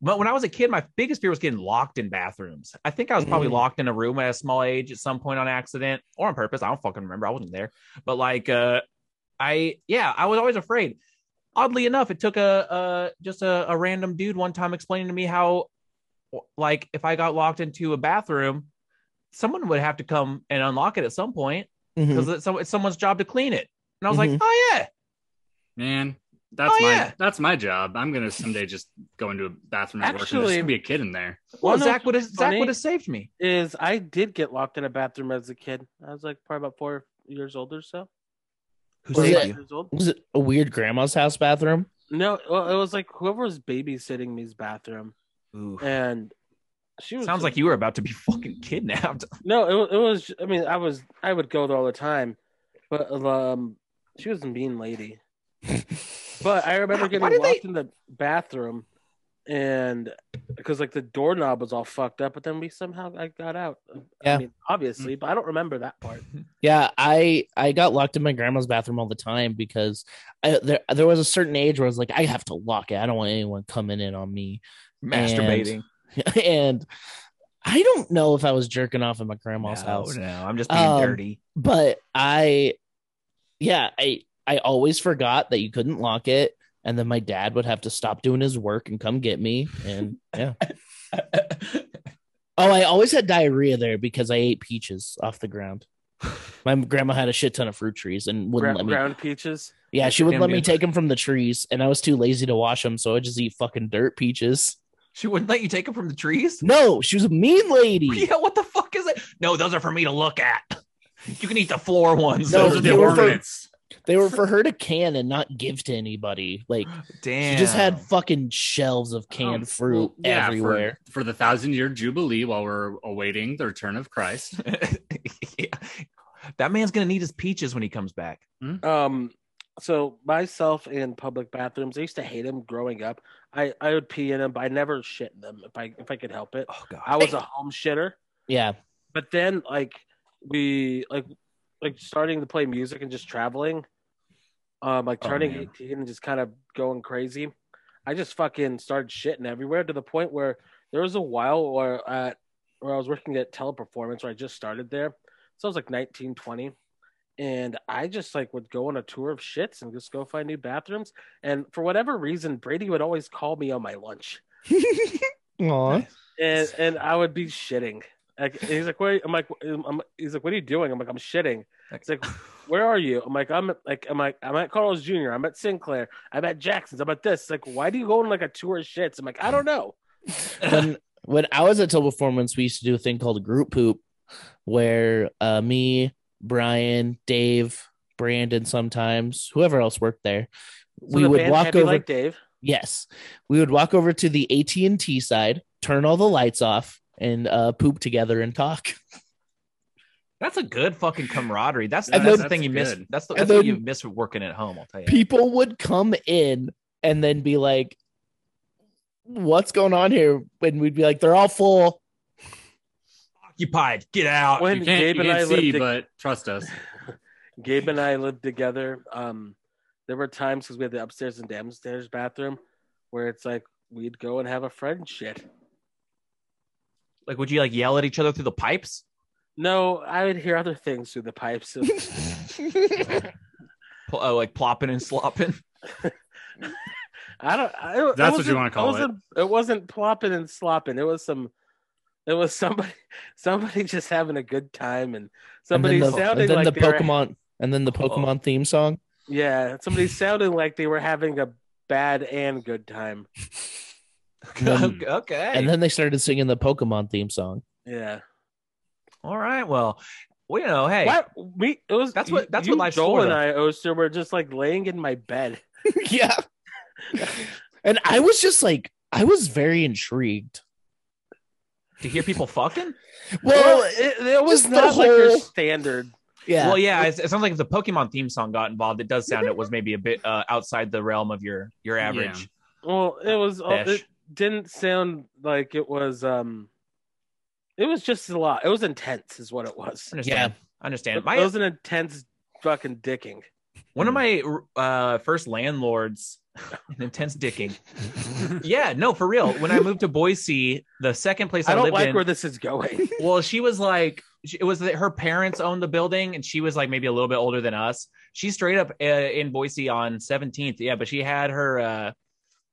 Speaker 2: But when I was a kid, my biggest fear was getting locked in bathrooms. I think I was probably
Speaker 1: Mm.
Speaker 2: locked in a room at a small age at some point on accident or on purpose. I don't fucking remember. I wasn't there. But like, uh, I, yeah, I was always afraid. Oddly enough, it took a, a just a, a random dude one time explaining to me how like if I got locked into a bathroom, someone would have to come and unlock it at some point
Speaker 4: Hmm.
Speaker 1: Mhm.
Speaker 2: because it's, some- it's someone's job to clean it. And I was
Speaker 4: Mm-hmm.
Speaker 2: like, oh yeah,
Speaker 3: Man, that's
Speaker 2: Oh,
Speaker 3: my
Speaker 2: yeah.
Speaker 3: that's my job. I'm gonna someday just go into a bathroom at work and
Speaker 4: Actually-
Speaker 3: there's gonna be a kid in there.
Speaker 2: well,
Speaker 4: Well, no,
Speaker 2: Zach would have Zach
Speaker 4: funny.
Speaker 2: would have saved me.
Speaker 4: Is I did get locked in a bathroom as a kid. I was like probably about four years old or so.
Speaker 2: Who
Speaker 1: Was
Speaker 4: Four or
Speaker 1: it-
Speaker 2: saved
Speaker 4: five
Speaker 2: you?
Speaker 4: years old.
Speaker 1: Was it a weird grandma's house bathroom?
Speaker 4: No, well, it was like whoever was babysitting me's bathroom,
Speaker 2: Ooh.
Speaker 4: and she was
Speaker 2: Sounds like you were about to be fucking kidnapped.
Speaker 4: No, it, wa- it was. I mean, I was. I would go there all the time, but um, she was a mean lady. But I remember
Speaker 2: Why
Speaker 4: getting
Speaker 2: did
Speaker 4: locked
Speaker 2: they-
Speaker 4: in the bathroom, and because like the doorknob was all fucked up, but then we somehow I got out. I
Speaker 1: Yeah.
Speaker 4: mean, obviously, but I don't remember that part.
Speaker 1: Yeah, I I got locked in my grandma's bathroom all the time because I, there there was a certain age where I was like, I have to lock it. I don't want anyone coming in on me.
Speaker 2: Masturbating.
Speaker 1: and I don't know if I was jerking off in my grandma's
Speaker 2: No,
Speaker 1: house,
Speaker 2: no, I'm just being
Speaker 1: Um,
Speaker 2: dirty.
Speaker 1: but I, yeah, I I always forgot that you couldn't lock it, and then my dad would have to stop doing his work and come get me, and yeah. Oh, I always had diarrhea there because I ate peaches off the ground. My grandma had a shit ton of fruit trees and wouldn't
Speaker 4: Gra-
Speaker 1: let me.
Speaker 4: ground peaches.
Speaker 1: Yeah, she would
Speaker 2: Damn
Speaker 1: let me
Speaker 2: good.
Speaker 1: take them from the trees, and I was too lazy to wash them, so I just eat fucking dirt peaches.
Speaker 2: she wouldn't let you take them from the trees.
Speaker 1: No, she was a mean lady.
Speaker 2: Yeah, what the fuck is that? No, those are for me to look at. You can eat the floor ones.
Speaker 1: No,
Speaker 3: Those are
Speaker 1: they
Speaker 3: the
Speaker 1: were for-
Speaker 3: ornaments.
Speaker 1: They were for her to can and not give to anybody. Like
Speaker 2: Damn.
Speaker 1: she just had fucking shelves of canned
Speaker 3: Um,
Speaker 1: fruit
Speaker 3: well, yeah, for-
Speaker 1: everywhere.
Speaker 3: For, the thousand year jubilee while we're awaiting the return of Christ.
Speaker 2: yeah. That man's gonna need his peaches when he comes back.
Speaker 4: Um, so myself in public bathrooms, I used to hate them growing up. I I would pee in them, but I never shit in them if I if I could help it.
Speaker 2: Oh god.
Speaker 4: I was a home shitter.
Speaker 1: Yeah,
Speaker 4: but then like we like like starting to play music and just traveling, um, like
Speaker 2: Oh,
Speaker 4: turning
Speaker 2: man.
Speaker 4: 18 and just kind of going crazy. I just fucking started shitting everywhere to the point where there was a while where at where I was working at Teleperformance where I just started there. So I was like 19, 20. And I just like would go on a tour of shits and just go find new bathrooms. And for whatever reason, Brady would always call me on my lunch
Speaker 1: Aw.
Speaker 4: and and I would be shitting. Like, and he's like, "Where?" I'm like, I'm, "He's like, what are you doing?" I'm like, "I'm shitting." It's like, "Where are you?" I'm like, "I'm at- like, I'm like, I'm at Carl's Jr. I'm at Sinclair. I'm at Jackson's. I'm at this." Like, why do you go on like a tour of shits? I'm like, I don't know.
Speaker 1: when when I was at Till Performance, we used to do a thing called a group poop, where uh, me, Brian, Dave, Brandon, sometimes whoever else worked there,
Speaker 4: So
Speaker 1: we
Speaker 4: the
Speaker 1: would
Speaker 4: band
Speaker 1: walk
Speaker 4: Happy
Speaker 1: over.
Speaker 4: like Dave.
Speaker 1: yes, we would walk over to the AT and T side, turn all the lights off, and uh, poop together and talk.
Speaker 2: That's a good fucking camaraderie. That's
Speaker 3: Yeah,
Speaker 2: that's,
Speaker 1: that's-
Speaker 2: the thing
Speaker 3: that's
Speaker 2: you miss.
Speaker 3: good.
Speaker 2: That's the
Speaker 1: And
Speaker 2: that's what
Speaker 1: then-
Speaker 2: you miss working at home. I'll tell you. that.
Speaker 1: people would come in and then be like, "What's going on here?" And we'd be like, "They're all full."
Speaker 2: Occupied. Get out.
Speaker 4: When
Speaker 3: You can't,
Speaker 4: Gabe
Speaker 3: you
Speaker 4: and I
Speaker 3: can't see,
Speaker 4: lived in-
Speaker 3: but trust us.
Speaker 4: Gabe and I lived together. Um, there were times because we had the upstairs and downstairs bathroom where it's like we'd go and have a friend shit.
Speaker 2: Like, would you like yell at each other through the pipes?
Speaker 4: No, I would hear other things through the pipes.
Speaker 2: Pl- Oh, like plopping and slopping.
Speaker 4: I don't. I, it
Speaker 3: That's what you
Speaker 4: wasn't-
Speaker 3: wanna call it.
Speaker 4: wasn't- It wasn't plopping and slopping. It was some. It was somebody. Somebody just having a good time, and
Speaker 1: And then
Speaker 4: somebody
Speaker 1: the,
Speaker 4: sounding
Speaker 1: and then
Speaker 4: like
Speaker 1: the
Speaker 4: they were-
Speaker 1: Pokemon, and then the Pokemon theme song.
Speaker 4: yeah, somebody sounding like they were having a bad and good time.
Speaker 1: Mm.
Speaker 2: okay.
Speaker 1: And then they started singing the Pokemon theme song.
Speaker 4: Yeah.
Speaker 2: All right. Well, well, you know, hey,
Speaker 4: Why we? It was.
Speaker 2: That's what-
Speaker 4: you-
Speaker 2: that's
Speaker 4: you,
Speaker 2: what life's
Speaker 4: Joel
Speaker 2: for,
Speaker 4: and
Speaker 2: though.
Speaker 4: I, Oster, were just like laying in my bed.
Speaker 1: yeah. And I was just like, I was very intrigued.
Speaker 2: to hear people fucking.
Speaker 1: Well,
Speaker 4: it, it was
Speaker 1: just the
Speaker 4: not like your
Speaker 1: whole-
Speaker 4: standard.
Speaker 1: yeah.
Speaker 2: Well, yeah. It, it sounds like if the Pokemon theme song got involved, it does sound it was maybe a bit uh, outside the realm of your your average.
Speaker 4: Well, it was. all-
Speaker 2: Fish.
Speaker 4: It didn't sound like it was. Um, it was just a lot. It was intense, is what it was.
Speaker 2: I understand. I understand.
Speaker 4: It
Speaker 2: My
Speaker 4: was an intense fucking dicking.
Speaker 2: one of my uh, first landlords, an intense dicking. yeah, no, for real. When I moved to Boise, the second place I,
Speaker 4: I don't
Speaker 2: lived
Speaker 4: like
Speaker 2: in,
Speaker 4: where this is going.
Speaker 2: well, she was like, she- it was that her parents owned the building, and she was like maybe a little bit older than us. She's straight up uh, in Boise on 17th. Yeah, but she had her uh,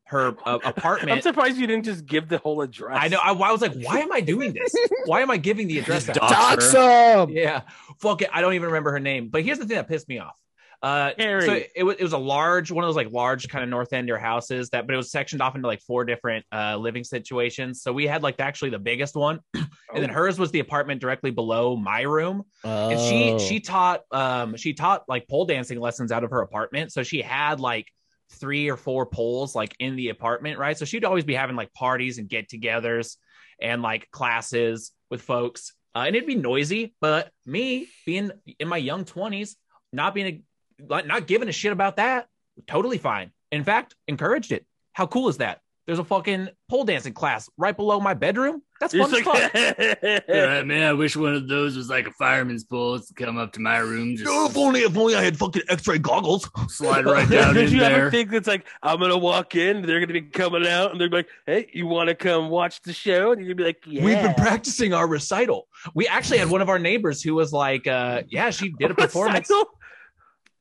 Speaker 2: her uh,
Speaker 4: I'm
Speaker 2: apartment.
Speaker 4: surprised you didn't just give the whole address.
Speaker 2: I know. I, I was like, why am I doing this? Why am I giving the address? out?
Speaker 1: Doxum.
Speaker 2: Yeah. Fuck it. I don't even remember her name. But here's the thing that pissed me off. Uh,
Speaker 4: Harry.
Speaker 2: so it was it was a large one of those like large kind of north ender houses that, but it was sectioned off into like four different uh, living situations. So we had like actually the biggest one, and
Speaker 4: Oh.
Speaker 2: then hers was the apartment directly below my room. And
Speaker 1: Oh.
Speaker 2: she she taught um she taught like pole dancing lessons out of her apartment. So she had like three or four poles like in the apartment, right? So she'd always be having like parties and get-togethers and like classes with folks. Uh, and it'd be noisy, but me being in my young 20s, not being a, like, not giving a shit about that, totally fine. In fact, encouraged it. How cool is that? There's a fucking pole dancing class right below my bedroom. That's
Speaker 4: You're
Speaker 2: fun as
Speaker 4: just
Speaker 2: fuck.
Speaker 4: like-
Speaker 3: Alright, man, I wish one of those was like a fireman's pole to come up to my room, just
Speaker 2: only if only I had fucking x-ray goggles.
Speaker 3: slide right down
Speaker 4: Did
Speaker 3: in
Speaker 4: you
Speaker 3: there.
Speaker 4: ever think it's like I'm gonna walk in, they're gonna be coming out, and they're gonna be like, "Hey, you want to come watch the show?" And you're gonna be like, "Yeah."
Speaker 2: We've been practicing our recital. We actually had one of our neighbors who was like, uh, yeah, she did a performance.
Speaker 4: Recital?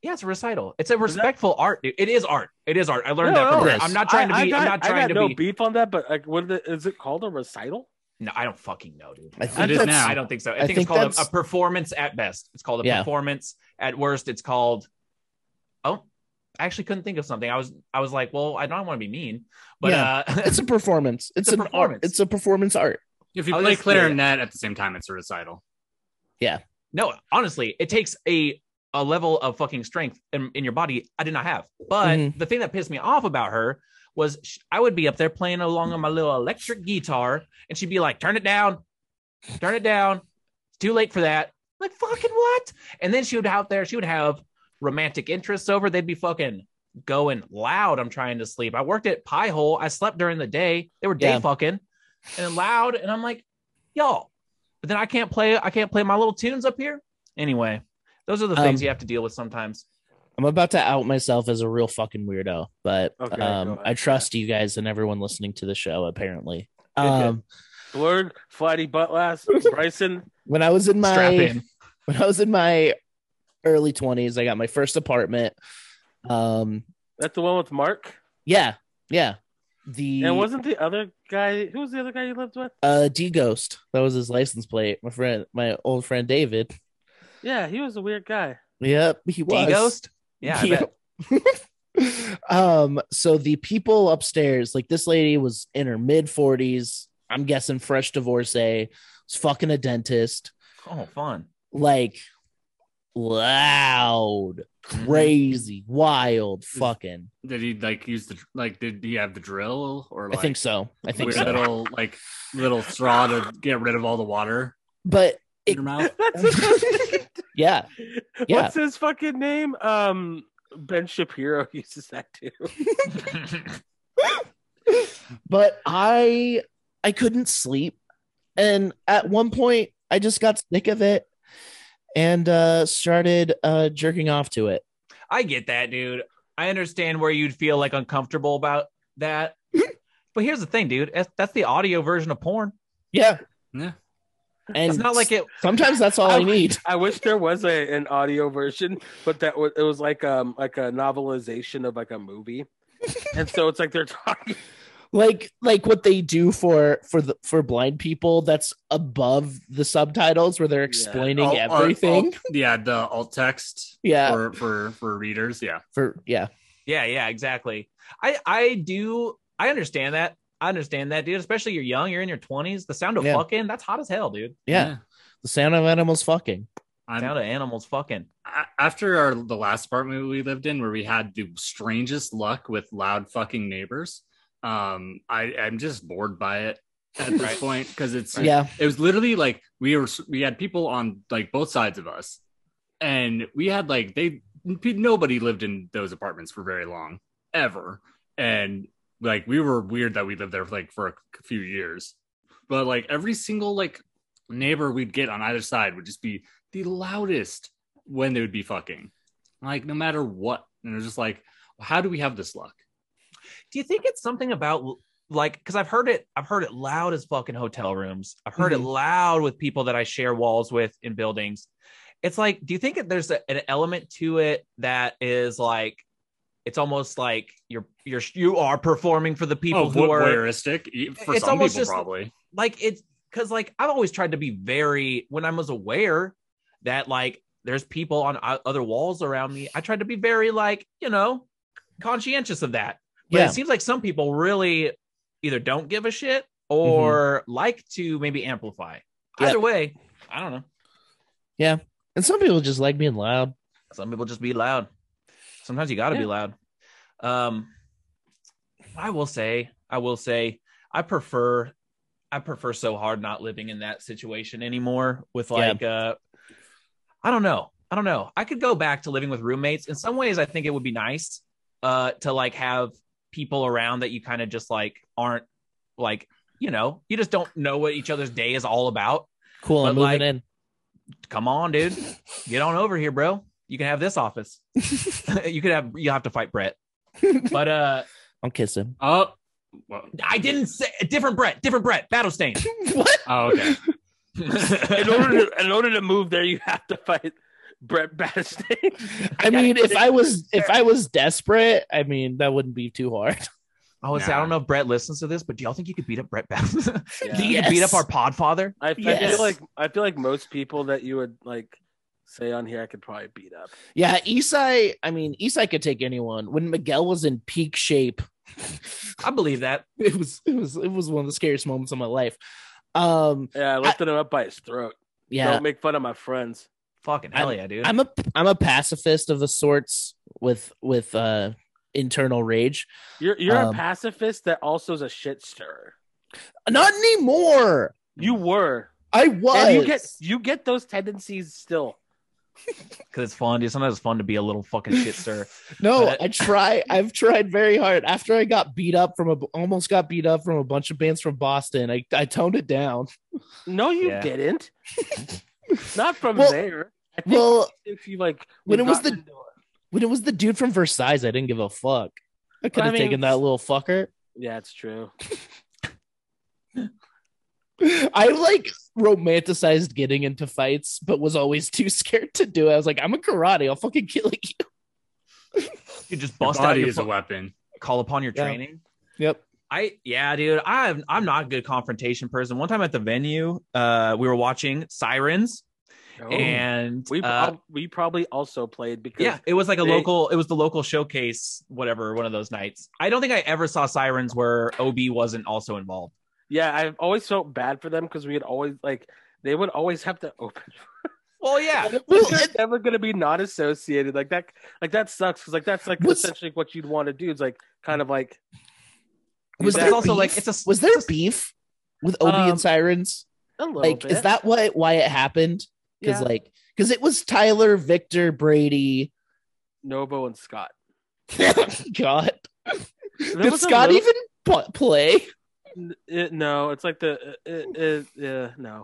Speaker 2: Yeah, it's a recital. It's a respectful art, dude. It is art. It is art. I learned
Speaker 4: No,
Speaker 2: that from
Speaker 1: no,
Speaker 2: her.
Speaker 1: yes.
Speaker 2: I'm not trying to
Speaker 4: I- I
Speaker 2: be,
Speaker 4: got-
Speaker 2: I'm not
Speaker 4: I
Speaker 2: trying to
Speaker 4: got no
Speaker 2: be,
Speaker 4: beef on that, but like, what is it- is it called a recital?
Speaker 2: no, I don't fucking know, dude.
Speaker 1: I
Speaker 3: It
Speaker 1: think
Speaker 3: is
Speaker 1: that's,
Speaker 3: now.
Speaker 2: I don't think so. I,
Speaker 1: I think
Speaker 2: think, it's called a- a,
Speaker 1: that's-
Speaker 2: performance at best. It's called a
Speaker 1: Yeah.
Speaker 2: performance at worst. It's called, oh, I actually couldn't think of something. I was, I was like, well, I don't want to be mean, but
Speaker 1: Yeah.
Speaker 2: uh,
Speaker 1: it's a performance. It's,
Speaker 2: a
Speaker 1: an
Speaker 2: performance.
Speaker 1: Art. It's a performance art.
Speaker 3: If you
Speaker 2: I'll
Speaker 3: play
Speaker 2: just-
Speaker 3: clarinet at the same time, it's a recital.
Speaker 2: no, honestly, it takes a a level of fucking strength in, in your body I did not have. But
Speaker 1: Mhm.
Speaker 2: the thing that pissed me off about her was sh I would be up there playing along on my little electric guitar, and she'd be like, "Turn it down, turn it down. It's too late for that." Like fucking what? And then she would out there, she would have romantic interests over. They'd be fucking going loud. I'm trying to sleep. I worked at Pie Hole. I slept during the day. They were day
Speaker 1: Yeah.
Speaker 2: fucking and loud. And I'm like, y'all. But then I can't play. I can't play my little tunes up here. Anyway, Those are the
Speaker 1: Um,
Speaker 2: things you have to deal with sometimes.
Speaker 1: I'm about to out myself as a real fucking weirdo, but
Speaker 4: Okay, go
Speaker 1: um,
Speaker 4: ahead.
Speaker 1: I trust you guys and everyone listening to the show. Apparently,
Speaker 4: Yeah.
Speaker 1: um,
Speaker 4: Blurred, flighty butt last, Bryson.
Speaker 1: when I was in my
Speaker 2: Strap in.
Speaker 1: when I was in my early 20s, I got my first apartment. Um,
Speaker 4: That's the one with Mark.
Speaker 1: yeah, yeah. The
Speaker 4: And wasn't the other guy who was the other guy you lived with?
Speaker 1: uh D Ghost that was his license plate. My friend, my old friend David.
Speaker 4: Yeah, he was a weird guy.
Speaker 1: Yep, he was.
Speaker 2: D Ghost? Yeah. I bet.
Speaker 1: um so the people upstairs like this lady was in her mid 40s i'm guessing fresh divorcee was fucking a dentist
Speaker 2: Oh, fun.
Speaker 1: like loud crazy wild
Speaker 2: Mm.
Speaker 1: fucking
Speaker 3: Did he like use the like? Did he have the drill or like
Speaker 1: i think so i think
Speaker 3: weird
Speaker 1: so
Speaker 3: little like little straw to get rid of all the water
Speaker 1: but
Speaker 3: in
Speaker 1: It-
Speaker 3: your mouth?
Speaker 4: That's his
Speaker 1: yeah Yeah.
Speaker 4: What's his fucking name? Um, Ben Shapiro uses that too.
Speaker 1: but i i couldn't sleep and at one point i just got sick of it and uh started uh jerking off to it
Speaker 2: I get that, dude. I understand where you'd feel like uncomfortable about that. but here's the thing, dude. That's- That's the audio version of porn.
Speaker 1: yeah
Speaker 3: Yeah.
Speaker 1: and
Speaker 2: It's not like it.
Speaker 1: Sometimes that's all I need.
Speaker 4: I wish there was a, an audio version, but that was it was like um like a novelization of like a movie, and so it's like they're talking.
Speaker 1: Like like what they do for for the for blind people that's above the subtitles where they're
Speaker 2: Oh,
Speaker 1: explaining
Speaker 3: Alt- alt-
Speaker 1: everything.
Speaker 3: alt- yeah, the alt text
Speaker 1: yeah.
Speaker 3: for for for readers. Yeah,
Speaker 1: for yeah.
Speaker 2: Yeah, yeah, exactly. I I do. I understand that. I understand that, dude. Especially you're young. You're in your 20s. The sound of
Speaker 1: Yeah.
Speaker 2: fucking. That's hot as hell, dude.
Speaker 1: Yeah. The sound of animals fucking.
Speaker 3: I'm-
Speaker 2: sound of animals fucking.
Speaker 3: a- after our the last apartment we lived in where we had the strangest luck with loud fucking neighbors um i i'm just bored by it at this
Speaker 2: Right.
Speaker 3: point because it's
Speaker 1: Yeah.
Speaker 3: it was literally like we were we had people on like both sides of us and we had like they pe- nobody lived in those apartments for very long ever and like we were weird that we lived there like for a few years but like every single like neighbor we'd get on either side would just be the loudest when they would be fucking like no matter what and it was just like how do we have this luck
Speaker 2: Do you think it's something about like because I've heard it. I've heard it loud as fucking hotel rooms. I've heard it loud with people that I share walls with in buildings. It's like, do you think that there's a, an element to it that is like, it's almost like you're you're you are performing for the people
Speaker 3: oh,
Speaker 2: who are
Speaker 3: voyeuristic e- for
Speaker 2: It's
Speaker 3: some
Speaker 2: almost
Speaker 3: people
Speaker 2: just-
Speaker 3: probably
Speaker 2: like it's because like I've always tried to be very when I was aware that like there's people on o- other walls around me. I tried to be very like you know conscientious of that. But
Speaker 1: Yeah.
Speaker 2: it seems like some people really either don't give a shit or like to maybe amplify.
Speaker 1: Mm-hmm. Yeah.
Speaker 2: Either way, I don't know.
Speaker 1: And some people just like being loud.
Speaker 2: Some people just be loud. Sometimes you got to be
Speaker 4: Yeah.
Speaker 2: loud. Um, I will say, I will say, I prefer, I prefer so hard not living in that situation anymore. With
Speaker 1: Yeah.
Speaker 2: like, uh, I don't know, I don't know. I could go back to living with roommates. In some ways, I think it would be nice uh, to like have people around that you kind of just like aren't like you know you just don't know what each other's day is all about
Speaker 1: Cool, I'm
Speaker 2: But,
Speaker 1: moving
Speaker 2: like-
Speaker 1: in.
Speaker 2: come on, dude, get on over here, bro. You can have this office. you could have you have to fight Brett. But uh
Speaker 1: I'll kiss him.
Speaker 3: oh well,
Speaker 2: I didn't say different Brett, different Brett, battle stain.
Speaker 1: what?
Speaker 3: oh okay
Speaker 4: In order to in order to move there, you have to fight Brett Battistay.
Speaker 1: I mean, if I was if I was desperate, I mean that wouldn't be too hard.
Speaker 2: I would say I
Speaker 3: Nah.
Speaker 2: don't know if Brett listens to this, but do y'all think you could beat up Brett Battle? do you
Speaker 4: Yeah.
Speaker 2: think you could beat
Speaker 1: Yes.
Speaker 2: up our podfather?
Speaker 4: I, I
Speaker 1: Yes.
Speaker 4: feel like I feel like most people that you would like say on here, I could probably beat up.
Speaker 1: Yeah, Isai, I mean, Isai could take anyone. When Miguel was in peak shape,
Speaker 2: I believe that.
Speaker 1: it was it was it was one of the scariest moments of my life. Um
Speaker 4: Yeah, I lifted him up by his throat.
Speaker 1: yeah.
Speaker 4: Don't make fun of my friends.
Speaker 2: Fucking hell yeah, dude.
Speaker 1: I'm a I'm a pacifist of the sorts with with uh internal rage.
Speaker 4: You're you're
Speaker 1: Um,
Speaker 4: a pacifist that also is a shit stirrer.
Speaker 1: Not anymore.
Speaker 4: You were.
Speaker 1: I was.
Speaker 4: And you get you get those tendencies still.
Speaker 2: Because it's fun, dude. Sometimes it's fun to be a little fucking shit sir.
Speaker 1: no,
Speaker 2: but-
Speaker 1: I try. I've tried very hard. After I got beat up from a almost got beat up from a bunch of bands from Boston, I I toned it down.
Speaker 4: No, you
Speaker 2: Yeah.
Speaker 4: didn't. Not from
Speaker 1: Well-
Speaker 4: there. I think
Speaker 1: Well,
Speaker 4: if you like
Speaker 1: when
Speaker 4: we've
Speaker 1: it was the-
Speaker 4: gotten into it-
Speaker 1: when it was the dude from Versailles, I didn't give a fuck. I could
Speaker 4: I
Speaker 1: have
Speaker 4: mean,
Speaker 1: taken that
Speaker 4: it's-
Speaker 1: little fucker.
Speaker 4: yeah, it's true.
Speaker 1: I like romanticized getting into fights, but was always too scared to do it. I was like, I'm a karate, I'll fucking kill you.
Speaker 2: You just
Speaker 3: Your
Speaker 2: bust out
Speaker 3: body
Speaker 2: your
Speaker 3: is a
Speaker 2: fu-
Speaker 3: weapon.
Speaker 2: call upon your
Speaker 1: Yeah.
Speaker 2: training.
Speaker 1: Yep.
Speaker 2: I yeah, dude. I'm I'm not a good confrontation person. One time at the venue, uh, we were watching Sirens,
Speaker 4: Oh.
Speaker 2: and
Speaker 4: we
Speaker 2: uh,
Speaker 4: prob- we probably also played because
Speaker 2: yeah, it was like a
Speaker 4: they-
Speaker 2: local. It was the local showcase, whatever. One of those nights. I don't think I ever saw Sirens where Ob wasn't also involved.
Speaker 4: yeah, I've always felt bad for them because we had always like they would always have to open.
Speaker 2: Well, yeah.
Speaker 1: Well,
Speaker 4: They're
Speaker 1: and-
Speaker 4: never gonna be not associated like that. Like that sucks because like that's like
Speaker 1: What's-
Speaker 4: essentially what you'd want to do is like kind of like
Speaker 1: Was
Speaker 2: It's
Speaker 1: there
Speaker 2: also
Speaker 1: beef?
Speaker 2: like it's a
Speaker 1: Was there beef with Obi
Speaker 4: Um,
Speaker 1: and Sirens?
Speaker 4: a little
Speaker 1: Like,
Speaker 4: bit.
Speaker 1: is that what why it happened? Because
Speaker 4: Yeah.
Speaker 1: like, because it was Tyler, Victor, Brady.
Speaker 4: Novo and Scott?
Speaker 1: God,
Speaker 4: There
Speaker 1: did
Speaker 4: was a
Speaker 1: Scott
Speaker 4: little-
Speaker 1: even pu- play?
Speaker 4: N- uh, no, it's like the uh, uh, uh, uh, no.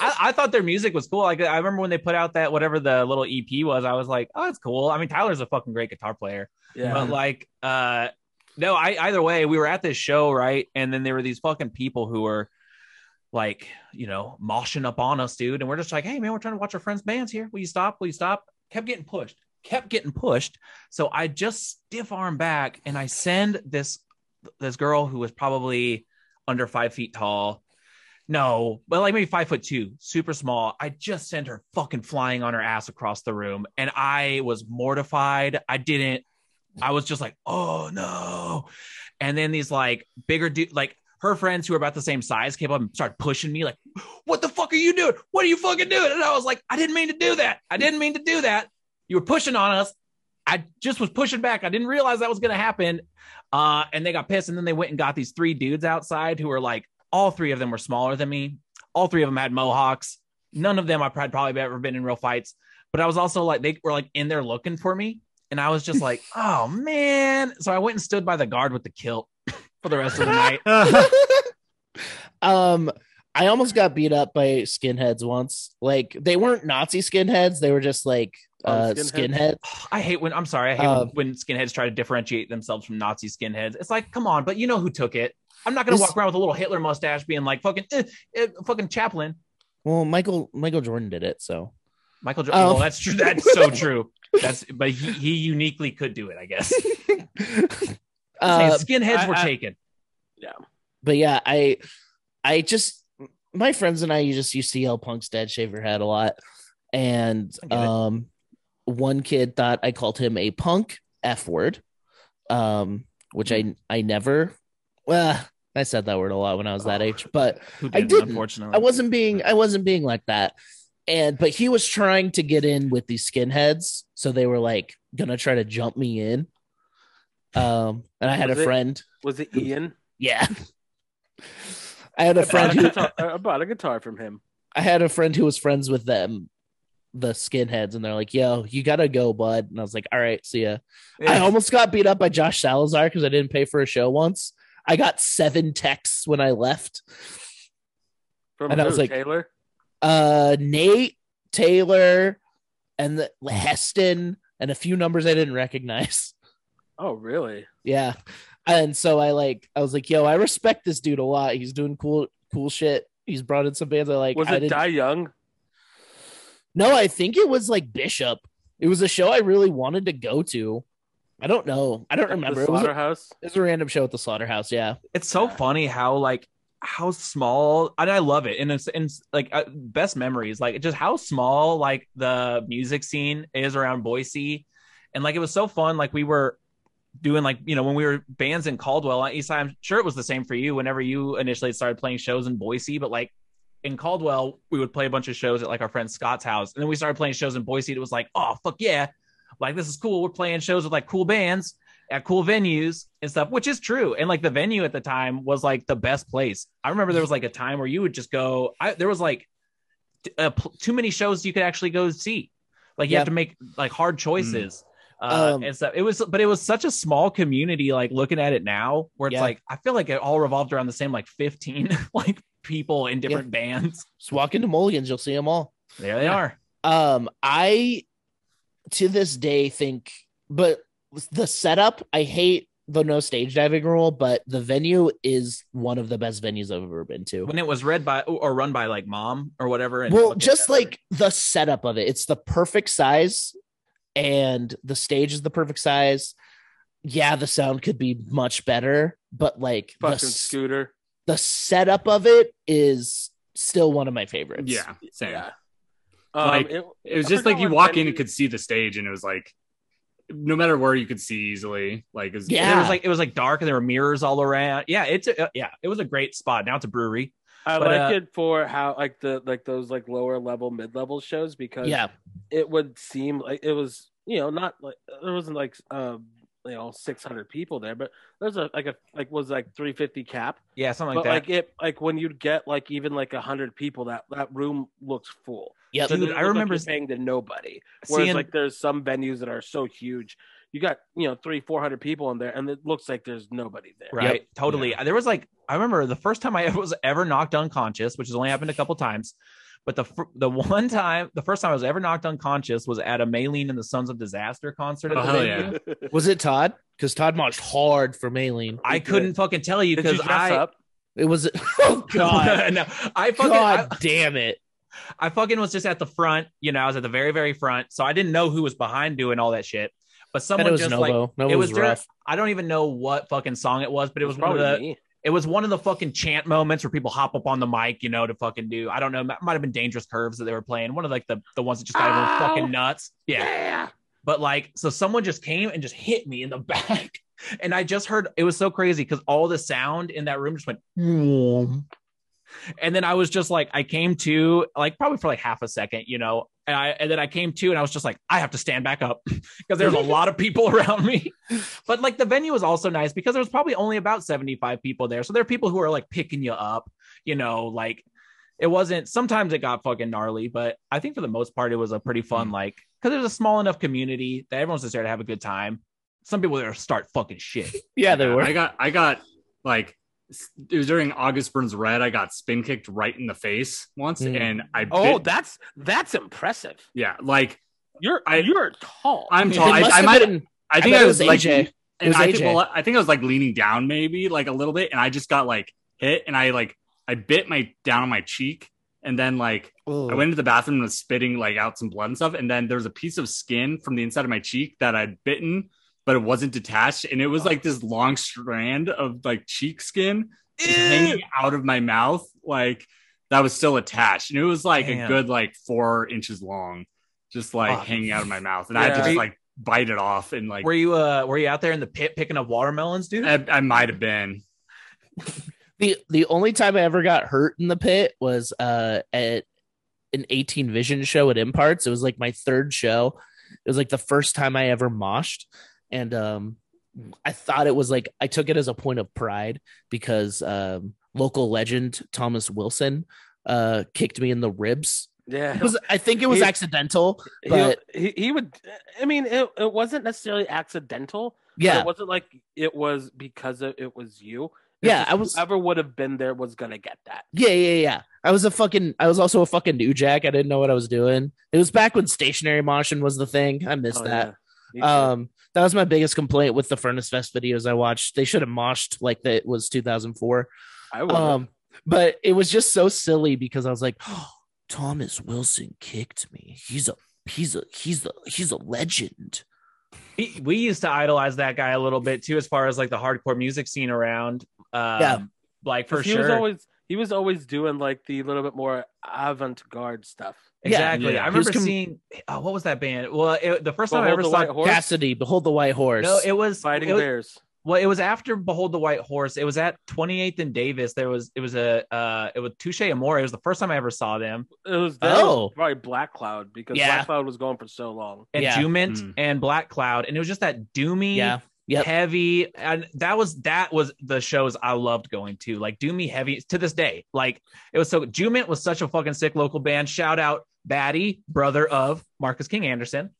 Speaker 2: I, I thought their music was cool. Like I remember when they put out that whatever the little EP was, I was like, oh, it's cool. I mean, Tyler's a fucking great guitar player,
Speaker 4: Yeah,
Speaker 2: but like, uh, no. I either way, we were at this show, right? And then there were these fucking people who were like, you know, moshing up on us, dude. And we're just like, hey, man, we're trying to watch our friends' bands here. Will you stop? Will you stop? Kept getting pushed. Kept getting pushed. So I just stiff arm back and I send this this girl who was probably under five feet tall. No, but like maybe five foot two, super small. I just sent her fucking flying on her ass across the room. And I was mortified. I didn't, I was just like, oh no. And then these like bigger dude, like her friends who were about the same size came up and started pushing me, like, what the fuck are you doing? What are you fucking doing? And I was like, I didn't mean to do that. I didn't mean to do that. You were pushing on us. I just was pushing back. I didn't realize that was going to happen. Uh, and they got pissed. And then they went and got these three dudes outside who were like, all three of them were smaller than me. All three of them had mohawks. None of them I had probably ever been in real fights. But I was also like, they were like in there looking for me. And I was just like, oh man. So I went and stood by the guard with the kilt for the rest of the night.
Speaker 1: um i almost got beat up by skinheads once like they weren't nazi skinheads they were just like
Speaker 4: Oh,
Speaker 1: uh
Speaker 4: skinheads?
Speaker 1: skinheads
Speaker 2: I hate when I'm sorry. I hate
Speaker 1: Uh,
Speaker 2: when skinheads try to differentiate themselves from Nazi skinheads. It's like, come on, but you know who took it. I'm not gonna
Speaker 1: This-
Speaker 2: walk around with a little Hitler mustache being like fucking eh, eh, fucking Chaplin.
Speaker 1: well michael michael jordan did it so
Speaker 2: Michael
Speaker 1: Oh.
Speaker 2: Jordan. Well, that's true. That's so true. That's but he, he uniquely could do it, I guess.
Speaker 1: uh,
Speaker 2: Saying skinheads
Speaker 4: I-
Speaker 2: were
Speaker 4: I-
Speaker 2: taken.
Speaker 1: but yeah i i just my friends and i you just used to yell punk's dead shave your head a lot and
Speaker 2: I get it.
Speaker 1: um one kid thought i called him a punk f word um which i i never well i said that word a lot when i was that
Speaker 2: Oh.
Speaker 1: age but
Speaker 2: Who
Speaker 1: I
Speaker 2: didn't,
Speaker 1: didn't.
Speaker 2: unfortunately.
Speaker 1: I wasn't being I wasn't being like that. And but he was trying to get in with these skinheads, so they were like gonna try to jump me in. Um, and I had
Speaker 4: Was
Speaker 1: a
Speaker 4: it-
Speaker 1: friend.
Speaker 4: was it Ian?
Speaker 1: Yeah, I had a
Speaker 4: I
Speaker 1: friend
Speaker 4: bought a
Speaker 1: who
Speaker 4: guitar- I bought a guitar from him.
Speaker 1: I had a friend who was friends with them, the skinheads, and they're like, "Yo, you gotta go, bud." And I was like, "All right, see ya." I almost got beat up by Josh Salazar because I didn't pay for a show once. I got seven texts when I left.
Speaker 4: From
Speaker 1: And I
Speaker 4: who,
Speaker 1: was like-
Speaker 4: Taylor.
Speaker 1: uh Nate Taylor and the, Heston and a few numbers I didn't recognize.
Speaker 4: Oh, really?
Speaker 1: Yeah. And so I like I was like, yo, I respect this dude a lot. He's doing cool cool shit. He's brought in some bands I like.
Speaker 4: was
Speaker 1: I
Speaker 4: it
Speaker 1: didn't-
Speaker 4: Die Young?
Speaker 1: no, I think it was like Bishop. It was a show I really wanted to go to. I don't know. I don't remember.
Speaker 4: The
Speaker 1: It was, a,
Speaker 4: slaughterhouse.
Speaker 1: it was a random show at the slaughterhouse. Yeah.
Speaker 2: it's so funny how like how small and i love it and it's and it's, like uh, best memories like just how small like the music scene is around boise and like it was so fun like we were doing like you know when we were bands in caldwell on east side i'm sure it was the same for you whenever you initially started playing shows in boise but like in caldwell we would play a bunch of shows at like our friend scott's house and then we started playing shows in boise and it was like oh fuck yeah like this is cool we're playing shows with like cool bands at cool venues and stuff, which is true. And like the venue at the time was like the best place. I remember there was like a time where you would just go. I, there was like t- uh, pl- too many shows you could actually go see. Like you
Speaker 1: Yeah.
Speaker 2: have to make like hard choices uh,
Speaker 1: Um,
Speaker 2: and stuff. It was, but it was such a small community. Like looking at it now, where it's
Speaker 1: Yeah.
Speaker 2: like I feel like it all revolved around the same like fifteen like people in different bands.
Speaker 1: Just walk into Mulligan's, you'll see them all.
Speaker 2: There they
Speaker 3: Yeah.
Speaker 2: are.
Speaker 1: Um, I to this day think, but the setup, I hate the no stage diving rule, but the venue is one of the best venues I've ever been to.
Speaker 2: when it was read by or run by like mom or whatever. And
Speaker 1: Well,
Speaker 2: looked at
Speaker 1: just
Speaker 2: that.
Speaker 1: like the setup of it, it's the perfect size, and the stage is the perfect size. Yeah, the sound could be much better, but like the,
Speaker 4: Fucking
Speaker 1: s-
Speaker 4: scooter.
Speaker 1: the setup of it is still one of my favorites.
Speaker 3: Yeah, same.
Speaker 4: Yeah.
Speaker 3: Like,
Speaker 4: Um, it,
Speaker 3: It was
Speaker 4: I
Speaker 3: just
Speaker 4: forgot
Speaker 3: like you
Speaker 4: what
Speaker 3: walk in
Speaker 4: venue-
Speaker 3: and could see the stage, and it was like, no matter where you could see easily. Like, it was,
Speaker 1: Yeah.
Speaker 2: And There was like it was like dark and there were mirrors all around. Yeah, it's a, uh, yeah, it was a great spot. Now it's a brewery.
Speaker 4: I
Speaker 2: but,
Speaker 4: like
Speaker 2: uh,
Speaker 4: it for how like the like those like lower level mid level shows because
Speaker 1: yeah,
Speaker 4: it would seem like it was you know not like there wasn't like uh you know 600 people there but there's a like a like was like 350 cap
Speaker 2: Yeah, something
Speaker 4: but
Speaker 2: like that.
Speaker 4: like it like when you'd get like even like 100 people that that room looks full
Speaker 1: yep.
Speaker 4: So
Speaker 2: Dude, I
Speaker 4: it looked like
Speaker 2: remember
Speaker 4: you're paying to nobody whereas
Speaker 2: Seeing
Speaker 4: like there's some venues that are so huge you got you know three 400 people in there and it looks like there's nobody there
Speaker 2: right, totally. There was like I remember the first time I was ever knocked unconscious, which has only happened a couple times. But the fir- the one time, the first time I was ever knocked unconscious was at a Maylene and the Sons of Disaster concert. At the
Speaker 3: Oh, hell
Speaker 2: venue.
Speaker 1: Was it Todd? Because Todd marched hard for Maylene.
Speaker 2: I couldn't fucking tell you
Speaker 4: Did you
Speaker 2: because
Speaker 4: dress
Speaker 2: I
Speaker 4: up?
Speaker 1: It was oh god,
Speaker 2: no, I fucking I,
Speaker 1: god damn it.
Speaker 2: I fucking was just at the front, you know, I was at the very, very front. So I didn't know who was behind doing all that shit. But
Speaker 1: That
Speaker 2: someone
Speaker 1: was
Speaker 2: just
Speaker 1: Novo.
Speaker 2: like
Speaker 1: Novo
Speaker 2: it
Speaker 1: was,
Speaker 2: was during-
Speaker 1: rough.
Speaker 2: I don't even know what fucking song it was, but it was one of
Speaker 4: probably
Speaker 2: the
Speaker 4: me.
Speaker 2: it was one of the fucking chant moments where people hop up on the mic, you know, to fucking do. I don't know, it might have been dangerous curves that they were playing. One of like the the ones that just got everyone
Speaker 4: Ow.
Speaker 2: fucking nuts. Yeah.
Speaker 4: yeah
Speaker 2: But like, so someone just came and just hit me in the back. And I just heard it was so crazy because all the sound in that room just went. "Whoom." And then I was just like, I came to like probably for like half a second, you know. And I and then I came to and I was just like, I have to stand back up because there's a lot of people around me. But like the venue was also nice because there was probably only about 75 people there. So there are people who are like picking you up, you know, like it wasn't sometimes it got fucking gnarly, but I think for the most part it was a pretty
Speaker 1: Mm.
Speaker 2: fun, like because there's a small enough community that everyone's just there to have a good time. Some people there start fucking shit.
Speaker 1: Yeah, they were.
Speaker 3: I got, I got like, s- it was during August Burns Red. I got spin kicked right in the face once,
Speaker 1: Mm.
Speaker 3: and I
Speaker 4: oh
Speaker 3: bit-
Speaker 4: that's that's impressive
Speaker 3: yeah, like
Speaker 4: you're
Speaker 3: I-
Speaker 4: you're tall
Speaker 3: I'm
Speaker 1: It
Speaker 3: tall. I,
Speaker 1: must
Speaker 3: I
Speaker 1: have
Speaker 3: might,
Speaker 1: been-
Speaker 3: I think
Speaker 1: bet
Speaker 3: I,
Speaker 1: it
Speaker 3: was,
Speaker 1: was
Speaker 3: like,
Speaker 1: AJ. It
Speaker 3: and
Speaker 1: was
Speaker 3: I think,
Speaker 1: AJ.
Speaker 3: well, I think I was like leaning down maybe like a little bit, and I just got like hit, and I like I bit my down on my cheek, and then like I went into the bathroom and was spitting like out some blood and stuff, and then there was a piece of skin from the inside of my cheek that I'd bitten, but it wasn't detached, and it was like this long strand of like cheek skin just hanging out of my mouth, like that was still attached, and it was like
Speaker 2: Damn.
Speaker 3: a good like four inches long, just like
Speaker 2: Fuck.
Speaker 3: hanging out of my mouth, and I had to
Speaker 4: Yeah.
Speaker 3: just like bite it off and like.
Speaker 2: were you uh were you out there in the pit picking up watermelons,
Speaker 4: Uh,
Speaker 2: dude?
Speaker 3: I, I might have been.
Speaker 1: the the only time I ever got hurt in the pit was uh at an 18 Vision show at Imparts. It was like my third show. It was like the first time I ever moshed, and um, I thought it was like I took it as a point of pride because um, local legend Thomas Wilson uh kicked me in the ribs.
Speaker 4: yeah
Speaker 1: It was I think it was
Speaker 4: He-
Speaker 1: accidental,
Speaker 4: He-
Speaker 1: but
Speaker 4: he, he would i mean it, it wasn't necessarily accidental but
Speaker 1: yeah,
Speaker 4: it wasn't like it was because of, it was you It's
Speaker 1: yeah,
Speaker 4: just
Speaker 1: I was
Speaker 4: whoever would have been there was gonna get that
Speaker 1: Yeah, yeah, yeah. I was a fucking. I was also a fucking new jack. I didn't know what I was doing. It was back when stationary motion was the thing. I missed
Speaker 4: Oh,
Speaker 1: that.
Speaker 4: yeah. Me too.
Speaker 1: Um, that was my biggest complaint with the Furnace Fest videos I watched. They should have moshed like that it was 2004.
Speaker 4: I would
Speaker 1: Um, but it was just so silly because I was like, oh, Thomas Wilson kicked me. He's a he's a he's a he's a legend.
Speaker 2: we, we used to idolize that guy a little bit too, as far as like the hardcore music scene around. Um,
Speaker 1: Yeah.
Speaker 2: like for
Speaker 4: he
Speaker 2: sure.
Speaker 4: was always he was always doing like the little bit more avant-garde stuff
Speaker 2: exactly.
Speaker 3: Yeah.
Speaker 2: I
Speaker 1: He was
Speaker 2: remember
Speaker 1: com-
Speaker 2: seeing. Oh, what was that band? Well, it, the first
Speaker 4: Well,
Speaker 2: time I
Speaker 4: Hold
Speaker 2: ever
Speaker 4: the
Speaker 2: saw.
Speaker 4: White Horse
Speaker 1: Cassidy, behold the white horse.
Speaker 2: no, it was
Speaker 4: fighting
Speaker 2: it was-
Speaker 4: bears
Speaker 2: Well, it was after Behold the White Horse. It was at 28th and Davis. There was it was a uh it was Touche Amore. It was the first time I ever saw them.
Speaker 4: it was that was
Speaker 1: Oh.
Speaker 4: probably black cloud because
Speaker 1: Yeah.
Speaker 4: black cloud was going for so long
Speaker 2: And
Speaker 1: Yeah.
Speaker 2: Jument
Speaker 3: Mm.
Speaker 2: and Black Cloud. And it was just that doomy,
Speaker 1: yeah, yep.
Speaker 2: heavy. And that was that was the shows I loved going to. Like doomy heavy to this day. Like it was so Jument was such a fucking sick local band. Shout out Batty, brother of Marcus King Anderson.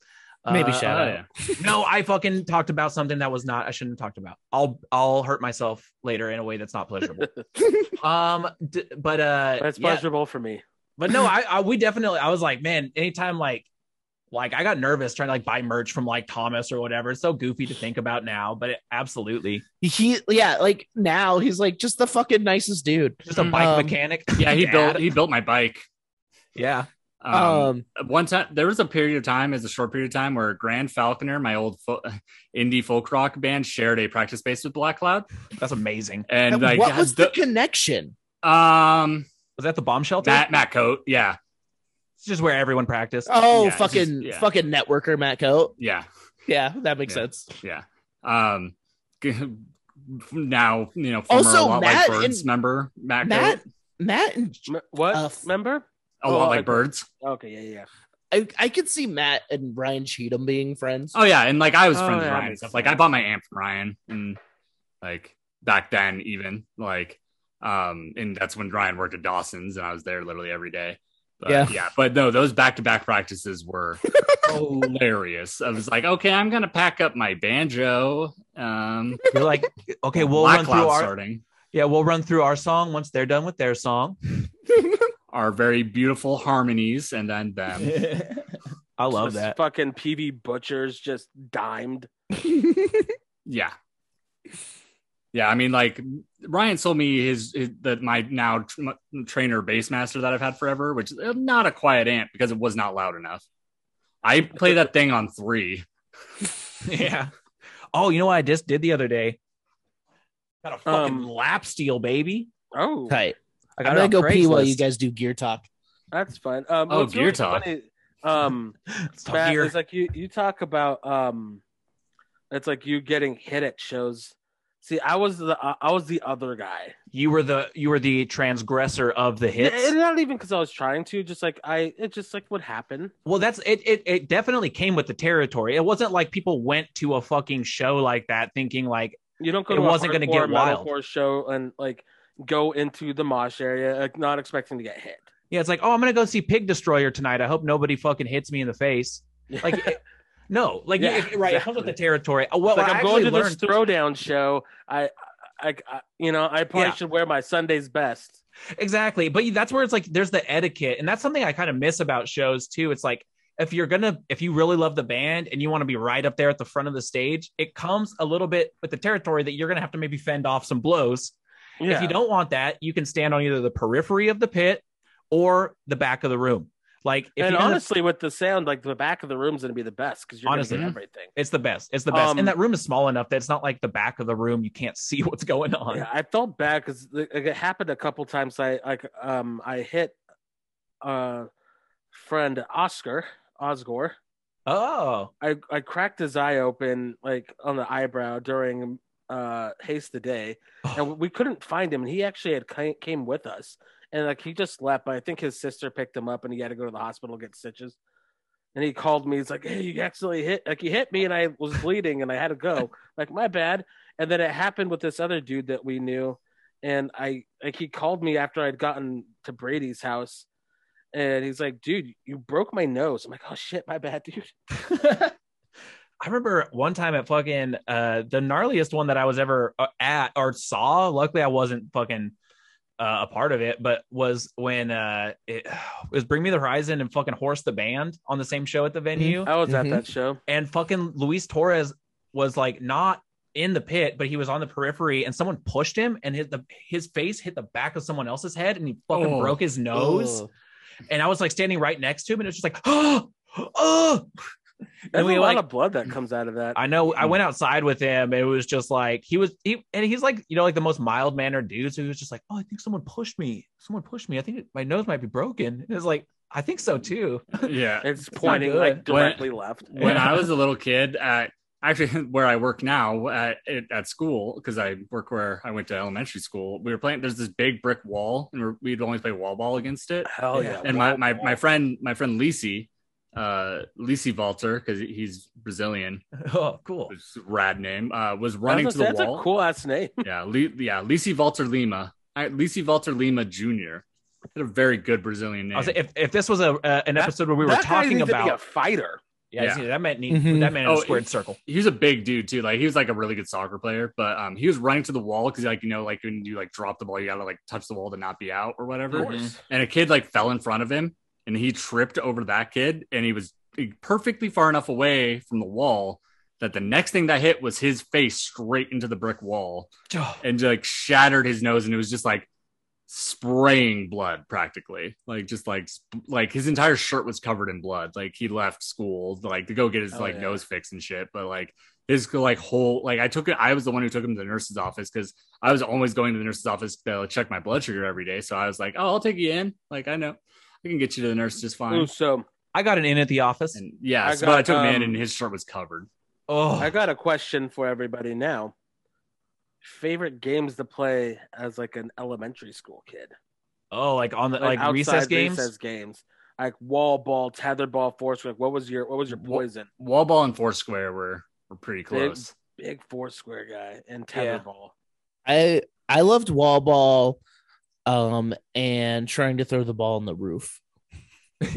Speaker 1: Maybe
Speaker 2: Uh,
Speaker 1: shout
Speaker 3: oh,
Speaker 1: out.
Speaker 3: yeah.
Speaker 2: no, I fucking talked about something that was not I shouldn't have talked about. I'll I'll hurt myself later in a way that's not pleasurable. um, d- but uh,
Speaker 4: But it's
Speaker 2: yeah,
Speaker 4: pleasurable for me
Speaker 2: But no, I, I we definitely I was like, man, anytime like like I got nervous trying to like buy merch from like Thomas or whatever. It's so goofy to think about now, but it, absolutely.
Speaker 1: He yeah, like now he's like just the fucking nicest dude.
Speaker 2: Just a bike
Speaker 1: Um,
Speaker 2: mechanic.
Speaker 3: Yeah, he
Speaker 2: Dad. Oh,
Speaker 3: built he built my bike.
Speaker 2: Yeah.
Speaker 3: Um,
Speaker 1: Um,
Speaker 3: one time there was a period of time, as a short period of time, where Grand Falconer, my old fo- indie folk rock band, shared a practice space with Black Cloud,
Speaker 2: That's amazing.
Speaker 3: and like
Speaker 1: what was the
Speaker 3: the-
Speaker 1: connection?
Speaker 3: um
Speaker 2: Was that the bomb shelter?
Speaker 3: Matt Matt Coat, yeah,
Speaker 2: it's just where everyone practiced.
Speaker 1: Oh,
Speaker 3: Yeah, it's just-
Speaker 1: fucking
Speaker 3: yeah.
Speaker 1: fucking networker Matt Coat.
Speaker 3: yeah,
Speaker 1: Yeah, that makes
Speaker 3: Yeah.
Speaker 1: sense.
Speaker 3: yeah. Um, g- now you know former
Speaker 1: Also,
Speaker 3: a lot
Speaker 1: Matt
Speaker 3: like birds
Speaker 1: and-
Speaker 3: member Matt,
Speaker 1: Matt,
Speaker 3: Coat,
Speaker 1: Matt, and
Speaker 4: M- what?
Speaker 1: Uh, f-
Speaker 4: Remember?
Speaker 3: a
Speaker 4: oh,
Speaker 3: lot
Speaker 4: I-
Speaker 3: like birds.
Speaker 4: Okay, yeah, yeah, yeah.
Speaker 1: I, I could see Matt and Brian Cheatham being friends.
Speaker 3: Oh yeah, and like I was
Speaker 4: Oh,
Speaker 3: friends with
Speaker 4: yeah, that
Speaker 3: Ryan and
Speaker 4: makes
Speaker 3: stuff. Like
Speaker 4: sense.
Speaker 3: I bought my amp from Ryan, and like back then, even like, um, and that's when Ryan worked at Dawson's, and I was there literally every day. But,
Speaker 1: Yeah.
Speaker 3: But no, those back to back practices were hilarious. I was like, okay, I'm gonna pack up my banjo. Um,
Speaker 2: You're like, okay, we'll
Speaker 3: Black
Speaker 2: run through
Speaker 3: Cloud
Speaker 2: our
Speaker 3: starting
Speaker 2: yeah, we'll run through our song once they're done with their song.
Speaker 3: our very beautiful harmonies, and then them.
Speaker 2: I love
Speaker 4: Just
Speaker 2: that.
Speaker 4: Fucking PB Butchers just dimed.
Speaker 3: Yeah. Yeah, I mean, like Ryan sold me his, his that my now tr- my trainer Bassmaster that I've had forever, which is uh, not a quiet amp because it was not loud enough. I play that thing on three.
Speaker 2: yeah. Oh, you know what I just did the other day? Got a fucking
Speaker 4: Um,
Speaker 2: lap steel, baby.
Speaker 4: Oh,
Speaker 1: Tight.
Speaker 2: I got
Speaker 1: I'm
Speaker 2: it
Speaker 1: gonna go
Speaker 2: on
Speaker 1: pee while
Speaker 2: Craigslist.
Speaker 1: you guys do gear talk.
Speaker 4: that's fun. Um,
Speaker 3: Oh,
Speaker 4: what's
Speaker 3: gear
Speaker 4: really
Speaker 3: talk.
Speaker 4: funny, um,
Speaker 2: It's tough
Speaker 4: Matt,
Speaker 2: here.
Speaker 4: it's like you you talk about um, it's like you getting hit at shows. See, I was the uh, I I was the other guy.
Speaker 2: you were the you were the transgressor of the hits.
Speaker 4: And not even because I was trying to. Just like I, it just like would happen.
Speaker 2: Well, that's it, it. It definitely came with the territory. It wasn't like people went to a fucking show like that thinking like,
Speaker 4: You don't go
Speaker 2: It
Speaker 4: to
Speaker 2: wasn't
Speaker 4: a
Speaker 2: gonna
Speaker 4: hardcore
Speaker 2: get wild.
Speaker 4: metalcore show and like go into the mosh area like, not expecting to get hit.
Speaker 2: yeah, it's like, oh, I'm gonna go see Pig Destroyer tonight. I hope nobody fucking hits me in the face. Like, it- no, like
Speaker 4: Yeah,
Speaker 2: it- right. It comes with the
Speaker 4: exactly.
Speaker 2: territory. Uh, Well,
Speaker 4: It's like
Speaker 2: I
Speaker 4: I'm going
Speaker 2: actually
Speaker 4: to
Speaker 2: learned.
Speaker 4: this throwdown show. I, I, I- you know, I probably
Speaker 2: Yeah.
Speaker 4: should wear my Sunday's best.
Speaker 2: exactly but that's where it's like there's the etiquette and that's something i kind of miss about shows too it's like if you're gonna if you really love the band and you want to be right up there at the front of the stage it comes a little bit with the territory that you're gonna have to maybe fend off some blows if you don't want that you can stand on either the periphery of the pit or the back of the room like if
Speaker 4: and
Speaker 2: you honestly
Speaker 4: honestly, with the sound, like the back of the room's gonna be the best because you're
Speaker 2: Honestly.
Speaker 4: gonna get everything.
Speaker 2: it's the best it's the best
Speaker 4: Um,
Speaker 2: and that room is small enough that it's not like the back of the room you can't see what's going on
Speaker 4: Yeah, I felt bad because like, it happened a couple times. I like um I hit uh friend Oscar Osgore.
Speaker 2: oh
Speaker 4: I I cracked his eye open like on the eyebrow during uh Haste the Day, and we couldn't find him. And he actually had ca- came with us, and like he just left. But I think his sister picked him up, and he had to go to the hospital to get stitches. And he called me. He's like, "Hey, you accidentally hit like you hit me, and I was bleeding, and I had to go. Like my bad." And then it happened with this other dude that we knew, and I like he called me after I'd gotten to Brady's house. And he's like, dude, you broke my nose. I'm like, oh shit, my bad, dude.
Speaker 2: I remember one time at fucking uh the gnarliest one that I was ever uh, at or saw. Luckily, I wasn't fucking uh, a part of it, but was when uh it, it was Bring Me the Horizon and fucking Horse the Band on the same show at the venue,
Speaker 4: I was
Speaker 1: Mhm.
Speaker 4: at that show.
Speaker 2: and fucking Luis Torres was like not in the pit, but he was on the periphery, and someone pushed him, and his the, his face hit the back of someone else's head, and he fucking
Speaker 3: Oh.
Speaker 2: broke his nose. And I was like standing right next to him, and it was just like, oh, oh.
Speaker 4: There's
Speaker 2: we,
Speaker 4: a
Speaker 2: like-
Speaker 4: lot of blood that comes out of that.
Speaker 2: I know I went outside with him. It was just like he was he and he's like, you know, like the most mild mannered dude. So he was just like, Oh, I think someone pushed me. Someone pushed me. I think my nose might be broken. And it's like, I think so too.
Speaker 3: Yeah.
Speaker 4: it's
Speaker 2: not
Speaker 4: pointing
Speaker 2: good.
Speaker 4: like
Speaker 3: When-
Speaker 4: directly left.
Speaker 3: when I was a little kid, at actually where I work now at, at school, because I work where I went to elementary school, we were playing. There's this big brick wall, and we're, we'd always play wall ball against it.
Speaker 4: Hell yeah.
Speaker 3: and my, my my friend my friend Lisi, uh Lisi Valter because he's Brazilian,
Speaker 2: oh, cool.
Speaker 3: which is a rad name. Uh, was
Speaker 4: I was
Speaker 3: running
Speaker 4: gonna
Speaker 3: to
Speaker 4: say,
Speaker 3: the
Speaker 4: that's
Speaker 3: wall.
Speaker 4: a cool ass name.
Speaker 3: yeah, Le- yeah, Lisi Valter Lima, I, Lisi Valter Lima Jr. Had a very good Brazilian name.
Speaker 2: I was like, if, if this was a uh, an episode where we were
Speaker 4: That guy
Speaker 2: talking
Speaker 4: needs to be a Mm-hmm.
Speaker 2: about
Speaker 4: fighter.
Speaker 2: Yeah, I
Speaker 3: Yeah.
Speaker 2: see that man need,
Speaker 1: Mhm.
Speaker 2: that man in a
Speaker 3: Oh,
Speaker 2: squared circle.
Speaker 3: he was a big dude too. Like he was like a really good soccer player, but um, he was running to the wall because like you know like when you like drop the ball, you gotta like touch the wall to not be out or whatever.
Speaker 2: course.
Speaker 3: And a kid like fell in front of him, and he tripped over that kid, and he was perfectly far enough away from the wall that the next thing that hit was his face straight into the brick wall and like shattered his nose, and it was just like spraying blood practically like just like sp- like his entire shirt was covered in blood like he left school like to go get his
Speaker 4: Oh,
Speaker 3: like
Speaker 4: yeah.
Speaker 3: nose fixed and shit but like his like whole like i took it i was the one who took him to the nurse's office because i was always going to the nurse's office to check my blood sugar every day so i was like oh i'll take you in like i know i can get you to the nurse just fine
Speaker 4: Ooh, so
Speaker 2: I got an in at the office.
Speaker 3: and yeah
Speaker 4: I
Speaker 3: so but i
Speaker 4: got,
Speaker 3: took him in
Speaker 4: um,
Speaker 3: and his shirt was covered
Speaker 2: Oh,
Speaker 4: I got a question for everybody now. Favorite games to play as like an elementary school kid?
Speaker 2: oh, like on the like,
Speaker 4: outside
Speaker 2: recess games.
Speaker 4: recess games, like wall ball, tether ball, foursquare. Like, what was your what was your
Speaker 3: Wha-
Speaker 4: poison?
Speaker 3: wall ball and foursquare were were pretty
Speaker 4: They-
Speaker 3: close
Speaker 4: Big foursquare guy and tether
Speaker 2: Yeah.
Speaker 4: ball.
Speaker 1: I I loved wall ball, um, and trying to throw the ball on the roof.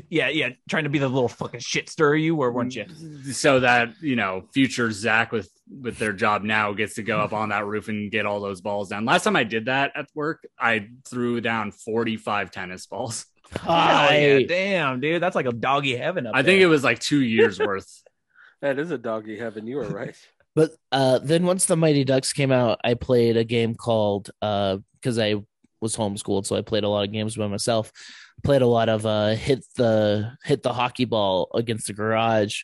Speaker 2: Yeah, yeah, trying to be the little fucking shit stirrer you were, weren't
Speaker 4: Mm.
Speaker 2: you?
Speaker 3: Mm-hmm. so that you know future zach with with their job now gets to go up on that roof and get all those balls down last time i did that at work i threw down 45 tennis balls
Speaker 2: Hell yeah,
Speaker 1: I-
Speaker 2: damn, dude, that's like a doggy heaven up
Speaker 3: i
Speaker 2: there.
Speaker 3: think it was like two years worth
Speaker 4: That is a doggy heaven. You were right.
Speaker 1: But uh, then once the Mighty Ducks came out, I played a game called because I was homeschooled, so I played a lot of games by myself. Played a lot of uh, hit the hit the hockey ball against the garage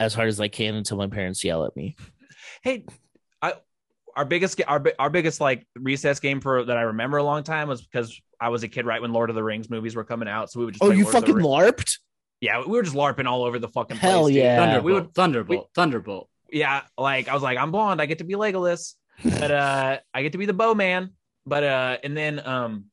Speaker 1: as hard as I can until my parents yell at me.
Speaker 2: hey, I our biggest ga- our bi- our biggest like recess game for that I remember a long time was because I was a kid right when Lord of the Rings movies were coming out, so we would just
Speaker 1: Oh,
Speaker 2: play
Speaker 1: you
Speaker 2: Lord of the
Speaker 1: fucking
Speaker 2: Ring-
Speaker 1: larped!
Speaker 2: yeah, we were just larping all over the fucking
Speaker 1: Hell
Speaker 2: place, dude.
Speaker 1: yeah.
Speaker 3: thunderbolt
Speaker 2: we would-
Speaker 3: thunderbolt thunderbolt
Speaker 2: yeah, like I was like, I'm blonde, I get to be Legolas, but uh, I get to be the bowman, but uh, and then um,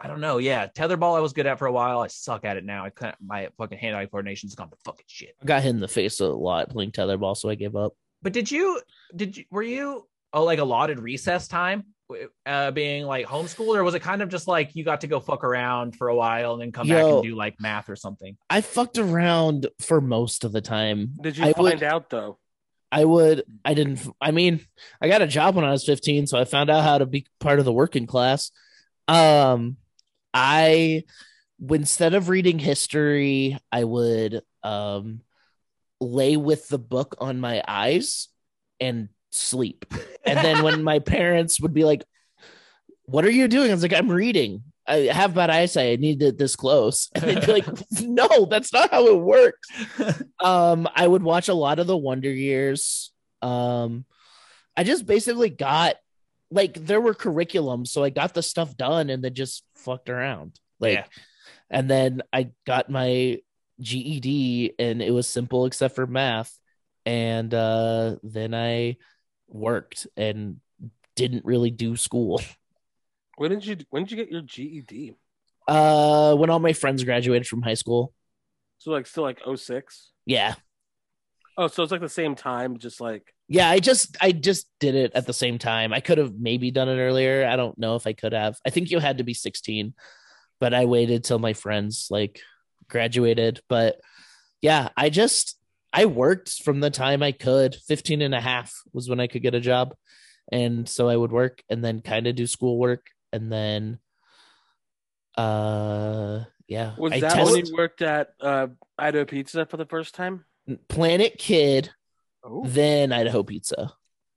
Speaker 2: I don't know, yeah, tetherball I was good at for a while. I suck at it now. I can't, my fucking hand-eye coordination's gone to fucking shit.
Speaker 1: I got hit in the face a lot playing tetherball, so I gave up.
Speaker 2: But did you did you were you oh like allotted recess time? Uh, being like homeschooled, or was it kind of just like you got to go fuck around for a while and then come back
Speaker 1: Yo.
Speaker 2: and do like math or something?
Speaker 1: I fucked around for most of the time.
Speaker 4: Did you
Speaker 1: I
Speaker 4: find
Speaker 1: would-
Speaker 4: out though?
Speaker 1: I would. I didn't. I mean, I got a job when I was 15, so I found out how to be part of the working class. Um, I instead of reading history, I would um lay with the book on my eyes and sleep. And then when my parents would be like, "What are you doing?" I was like, "I'm reading. I have bad eyesight. I need it this close." And they'd be like, "No, that's not how it works." um i would watch a lot of the wonder years um i just basically got like there were curriculums so i got the stuff done and then just fucked around like
Speaker 2: Yeah.
Speaker 1: and then i got my ged and it was simple except for math and uh then i worked and didn't really do school
Speaker 4: When did you when did you get your E GED?
Speaker 1: uh when all my friends graduated from high school
Speaker 4: So like still like 06?
Speaker 1: yeah
Speaker 4: Oh, so it's like the same time, just like
Speaker 1: Yeah, I just I just did it at the same time. I could have maybe done it earlier. I don't know if I could have. I think you had to be 16, but I waited till my friends like graduated, but yeah, I just I worked from the time I could. 15 and a half was when I could get a job. And so I would work and then kind of do school work and then uh yeah.
Speaker 4: was
Speaker 1: I
Speaker 4: that
Speaker 1: test-
Speaker 4: when you worked at uh Idaho Pizza for the first time?
Speaker 1: Planet Kid,
Speaker 4: Oh.
Speaker 1: then Idaho Pizza.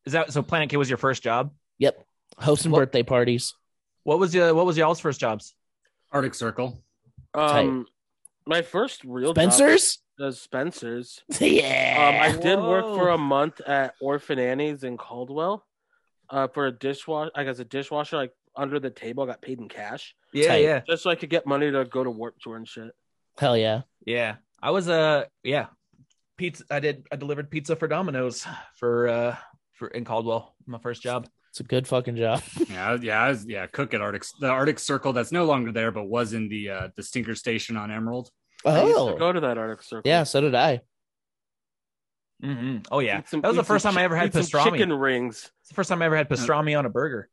Speaker 2: Is that so? Planet Kid was your first job.
Speaker 1: Yep. Hosting
Speaker 2: What-
Speaker 1: birthday parties.
Speaker 2: What was your what was y'all's first jobs?
Speaker 3: arctic circle
Speaker 4: Um my first real job
Speaker 1: Spencer's?
Speaker 4: was Spencer's. Um, I
Speaker 1: yeah.
Speaker 4: did work
Speaker 2: Whoa.
Speaker 4: for a month at Orphan Annie's in Caldwell, uh, for a dishwasher. Like as a dishwasher, like under the table, I got paid in cash
Speaker 2: Yeah,
Speaker 1: Tight.
Speaker 2: yeah,
Speaker 4: just so I could get money to go to Warped Tour and shit.
Speaker 1: Hell yeah.
Speaker 2: yeah. I was uh yeah, pizza. I did I delivered pizza for Domino's for uh for in Caldwell. My first job.
Speaker 1: It's a good fucking job.
Speaker 3: yeah I was- yeah I was, yeah cook at arctic the arctic circle that's no longer there but was in the uh the stinker station on emerald
Speaker 4: I used to
Speaker 1: Oh.
Speaker 4: go to that Arctic Circle.
Speaker 1: Yeah, so did I.
Speaker 2: hmm Oh yeah,
Speaker 4: Eat some-
Speaker 2: that was the
Speaker 4: eat some
Speaker 2: first time I
Speaker 4: chi-
Speaker 2: ever had
Speaker 4: eat some
Speaker 2: pastrami.
Speaker 4: Chicken
Speaker 2: It's
Speaker 4: rings.
Speaker 2: the first time I ever had pastrami on a burger.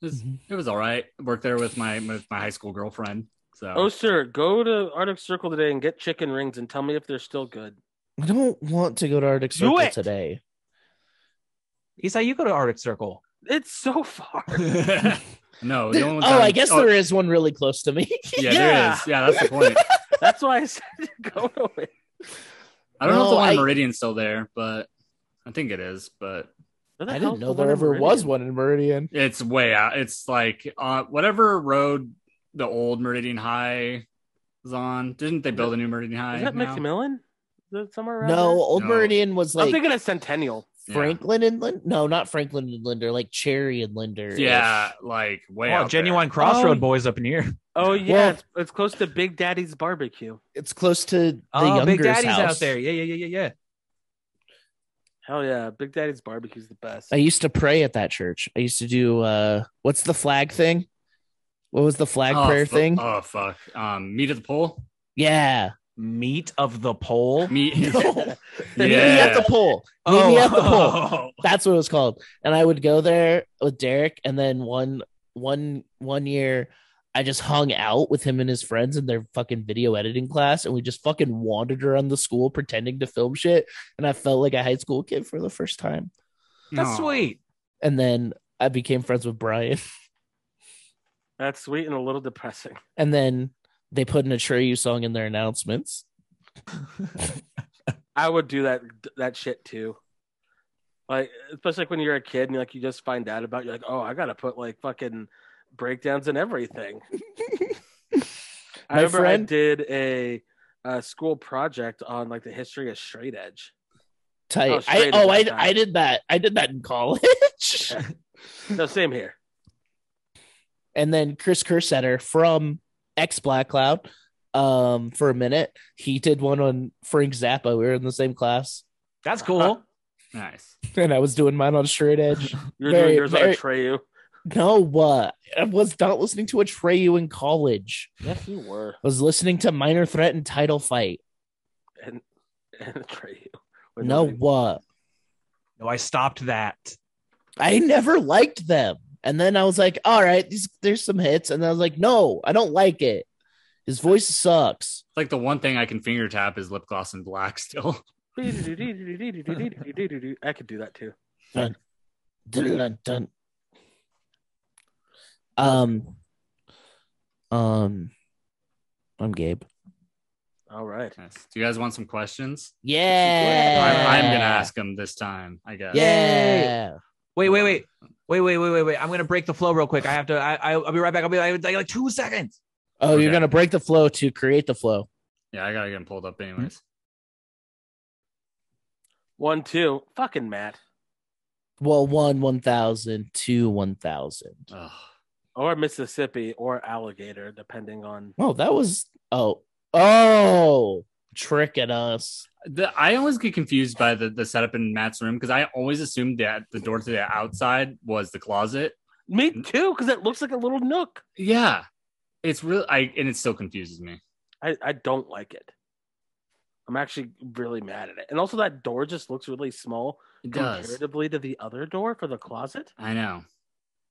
Speaker 3: it was,
Speaker 1: Mhm.
Speaker 3: it was all right worked there with my with my high school girlfriend So
Speaker 4: Oh, sir, go to Arctic Circle today and get chicken rings and tell me if they're still good.
Speaker 1: I don't want to go to Arctic
Speaker 2: Do
Speaker 1: Circle
Speaker 2: it!
Speaker 1: today.
Speaker 2: Isai, you go to Arctic Circle.
Speaker 4: It's so far.
Speaker 3: no, the only
Speaker 1: Oh,
Speaker 3: time-
Speaker 1: I guess there is one really close to me.
Speaker 3: Yeah,
Speaker 4: Yeah.
Speaker 3: there is. Yeah, that's the point.
Speaker 4: That's why I said to go to it.
Speaker 3: I don't know if the
Speaker 1: No,
Speaker 3: one
Speaker 1: I-
Speaker 3: in Meridian's still there, but I think it is. But
Speaker 4: Where the
Speaker 1: I
Speaker 4: hell's
Speaker 1: didn't know
Speaker 4: the
Speaker 1: there
Speaker 4: one in
Speaker 1: ever was
Speaker 4: Meridian?
Speaker 1: one in Meridian.
Speaker 3: it's way out. It's like uh, whatever road the old Meridian High is on. Didn't they build a new Meridian High?
Speaker 4: Is that
Speaker 3: now?
Speaker 4: McMillan? Is that somewhere around?
Speaker 1: No,
Speaker 4: there?
Speaker 1: Old
Speaker 3: No.
Speaker 1: Meridian was
Speaker 4: I'm
Speaker 1: like
Speaker 4: thinking of Centennial.
Speaker 3: Yeah.
Speaker 1: Franklin and Lind. No, not Franklin and Linder. Like Cherry and Linder.
Speaker 3: Yeah, like way
Speaker 2: Wow,
Speaker 3: out.
Speaker 2: Oh, genuine crossroad
Speaker 1: Oh.
Speaker 2: boys up in here.
Speaker 4: Oh yeah,
Speaker 1: Well-
Speaker 4: it's, it's close to Big Daddy's barbecue.
Speaker 1: it's close to the
Speaker 2: oh,
Speaker 1: Younger's
Speaker 2: Big Daddy's
Speaker 1: house.
Speaker 2: out there. Yeah, yeah, yeah, yeah, yeah.
Speaker 4: Hell yeah, Big Daddy's barbecue's the best.
Speaker 1: I used to pray at that church. I used to do uh what's the flag thing? What was the
Speaker 3: There.
Speaker 1: flag
Speaker 3: Oh,
Speaker 1: prayer
Speaker 3: fu-
Speaker 1: thing?
Speaker 3: Oh fuck. Um, meet at the pole.
Speaker 1: Yeah.
Speaker 2: Meat of the pole.
Speaker 3: Meet.
Speaker 1: No.
Speaker 3: yeah.
Speaker 1: Meet me at the pole. Meet me at the pole. That's what it was called. And I would go there with Derek, and then one one one year I just hung out with him and his friends in their fucking video editing class, and we just fucking wandered around the school pretending to film shit. And I felt like a high school kid for the first time.
Speaker 2: That's
Speaker 3: No.
Speaker 2: sweet.
Speaker 1: And then I became friends with Brian.
Speaker 4: That's sweet and a little depressing.
Speaker 1: And then they put an Atreyu song in their announcements.
Speaker 4: I would do that that shit too. Like especially like when you're a kid and like you just find out about you're like, oh, I gotta put like fucking breakdowns and everything. I
Speaker 1: My
Speaker 4: remember I
Speaker 1: friend-
Speaker 4: did a, a school project on like the history of straight edge.
Speaker 1: Tight.
Speaker 4: Oh,
Speaker 1: I,
Speaker 4: straight
Speaker 1: oh, I,
Speaker 4: at that
Speaker 1: I
Speaker 4: time.
Speaker 1: did that. I did that in college.
Speaker 4: No, same here.
Speaker 1: and then Chris Kersetter from X Black Cloud um for a minute. He did one on Frank Zappa. We were in the same class
Speaker 2: That's
Speaker 3: Uh,
Speaker 2: cool.
Speaker 3: Nice.
Speaker 1: and I was doing mine on straight edge.
Speaker 4: You're doing
Speaker 1: Very-
Speaker 4: yours
Speaker 1: very-
Speaker 4: on Atreyu.
Speaker 1: no, what? I was not listening to Atreyu in college.
Speaker 4: Yes, you were.
Speaker 1: I was listening to Minor Threat and Title Fight.
Speaker 4: And and Atreyu. With
Speaker 1: No,
Speaker 4: nobody-
Speaker 1: what?
Speaker 2: No, I stopped that.
Speaker 1: I never liked them. And then I was like, all right, these, there's some hits. And I was like, no, I don't like it. His voice sucks.
Speaker 3: It's like the one thing I can finger tap is lip gloss and black still.
Speaker 4: I could do that too.
Speaker 1: Dun, dun. Um, um, I'm Gabe.
Speaker 4: All right.
Speaker 3: Nice. Do you guys want some questions?
Speaker 1: Yeah.
Speaker 3: I'm, I'm gonna ask them this time. I guess.
Speaker 1: Yeah.
Speaker 2: Wait, wait, wait. Wait, wait, wait, wait, wait. I'm gonna break the flow real quick. I have to. I, I I'll be right back. I'll be like, like, like two seconds.
Speaker 1: Oh, you're
Speaker 3: Okay.
Speaker 1: gonna break the flow to create the flow.
Speaker 3: Yeah, I gotta get them pulled up anyways.
Speaker 4: One, two. Fucking Matt.
Speaker 1: Well, one one thousand, two one thousand.
Speaker 3: Ugh.
Speaker 4: Or Mississippi or alligator, depending on
Speaker 1: Oh, that was oh oh tricking us.
Speaker 3: The, I always get confused by the, the setup in Matt's room because I always assumed that the door to the outside was the closet.
Speaker 4: me
Speaker 1: Mm.
Speaker 4: too, because it looks like a little nook.
Speaker 3: Yeah, it's really I and it still confuses me.
Speaker 4: I, I don't like it. I'm actually really mad at it. And also that door just looks really small
Speaker 3: It does.
Speaker 4: comparatively to the other door for the closet.
Speaker 3: I know.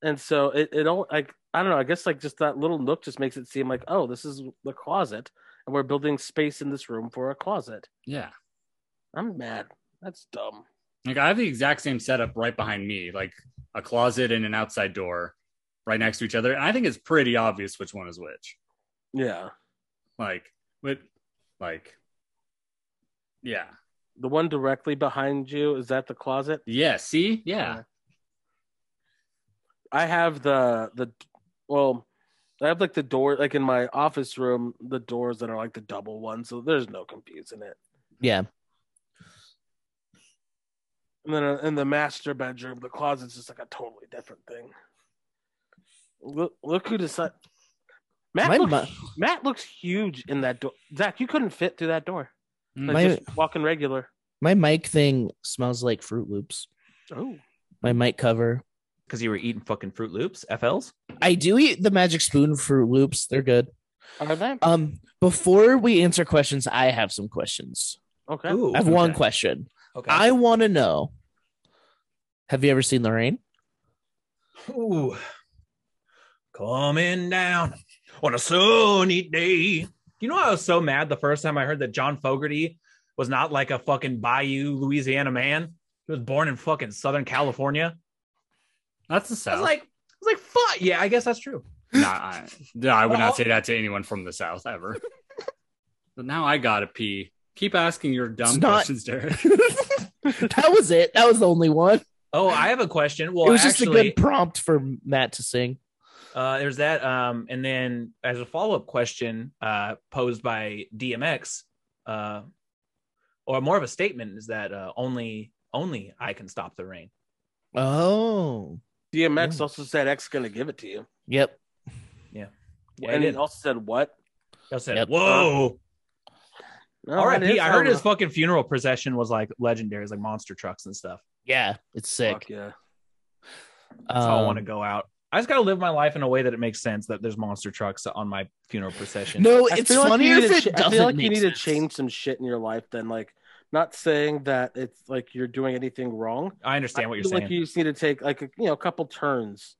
Speaker 4: And so it, it all like I don't know, I guess like just that little nook just makes it seem like, oh, this is the closet and we're building space in this room for a closet.
Speaker 3: Yeah.
Speaker 4: I'm mad. That's dumb.
Speaker 3: Like I have the exact same setup right behind me, like a closet and an outside door right next to each other. And I think it's pretty obvious which one is which.
Speaker 4: Yeah.
Speaker 3: Like with like yeah.
Speaker 4: The one directly behind you, is that the closet?
Speaker 3: Yeah, see? Yeah.
Speaker 4: I have the the well, I have like the door like in my office room, the doors that are like the double one, so there's no confusing it.
Speaker 1: Yeah.
Speaker 4: And then uh, in the master bedroom, the closet's just like a totally different thing. Look, look who decided.
Speaker 1: My
Speaker 4: Matt looks,
Speaker 1: mo-
Speaker 4: Matt looks huge in that door. Zach, you couldn't fit through that door. Like
Speaker 1: My-
Speaker 4: just walking regular.
Speaker 1: My mic thing smells like Fruit Loops.
Speaker 4: Oh,
Speaker 1: My mic cover.
Speaker 2: Because you were eating fucking Fruit Loops, FLs.
Speaker 1: I do eat the Magic Spoon Fruit Loops. They're good.
Speaker 4: are they?
Speaker 1: Um, before we answer questions, I have some questions.
Speaker 4: Okay.
Speaker 2: Ooh.
Speaker 1: I have one
Speaker 3: okay.
Speaker 1: question.
Speaker 2: Okay.
Speaker 1: I want to know. Have you ever seen the rain?
Speaker 2: Ooh. Coming down. on a sunny day. You know, I was so mad the first time I heard that John Fogerty was not like a fucking Bayou, Louisiana man. He was born in fucking Southern California.
Speaker 3: That's the
Speaker 2: I
Speaker 3: South.
Speaker 2: was like, I was like, fuck. Yeah, I guess that's true.
Speaker 3: nah, I, no, I would not say that to anyone from the South ever. but now I gotta pee. Keep asking your dumb
Speaker 1: It's not-
Speaker 3: questions, Derek.
Speaker 1: that was it. That was the only one.
Speaker 2: Oh, I have a question. Well,
Speaker 1: it was just a
Speaker 2: actually,
Speaker 1: good prompt for Matt to sing.
Speaker 2: uh, there's that. Um, and then as a follow up question uh, posed by DMX, uh, or more of a statement, is that uh, only only I can stop the rain.
Speaker 1: Oh,
Speaker 4: DMX
Speaker 1: Ooh.
Speaker 4: also said X gonna give it to you,
Speaker 1: yep.
Speaker 2: Yeah,
Speaker 4: and
Speaker 2: it
Speaker 4: it
Speaker 2: is.
Speaker 4: also said what?
Speaker 2: I said,
Speaker 1: Yep.
Speaker 2: "Whoa!"
Speaker 4: No,
Speaker 2: All right,
Speaker 4: that is
Speaker 2: I heard
Speaker 4: how-
Speaker 2: his fucking funeral procession was like legendary, it's like monster trucks and stuff.
Speaker 1: Yeah, it's
Speaker 4: Fuck
Speaker 1: sick.
Speaker 4: yeah.
Speaker 2: That's how I want to
Speaker 1: Um,
Speaker 2: go out. I just gotta live my life in a way that it makes sense that there's monster trucks on my funeral procession.
Speaker 1: No,
Speaker 4: I
Speaker 1: it's
Speaker 4: feel like you
Speaker 1: funnier
Speaker 4: need
Speaker 1: if
Speaker 4: to
Speaker 1: it
Speaker 4: cha-
Speaker 1: doesn't
Speaker 4: I feel like you
Speaker 1: make
Speaker 4: need
Speaker 1: sense.
Speaker 4: to change some shit in your life than like not saying that it's like you're doing anything wrong.
Speaker 2: I understand what
Speaker 4: I
Speaker 2: you're
Speaker 4: feel
Speaker 2: saying.
Speaker 4: Like you just need to take like a, you know a couple turns.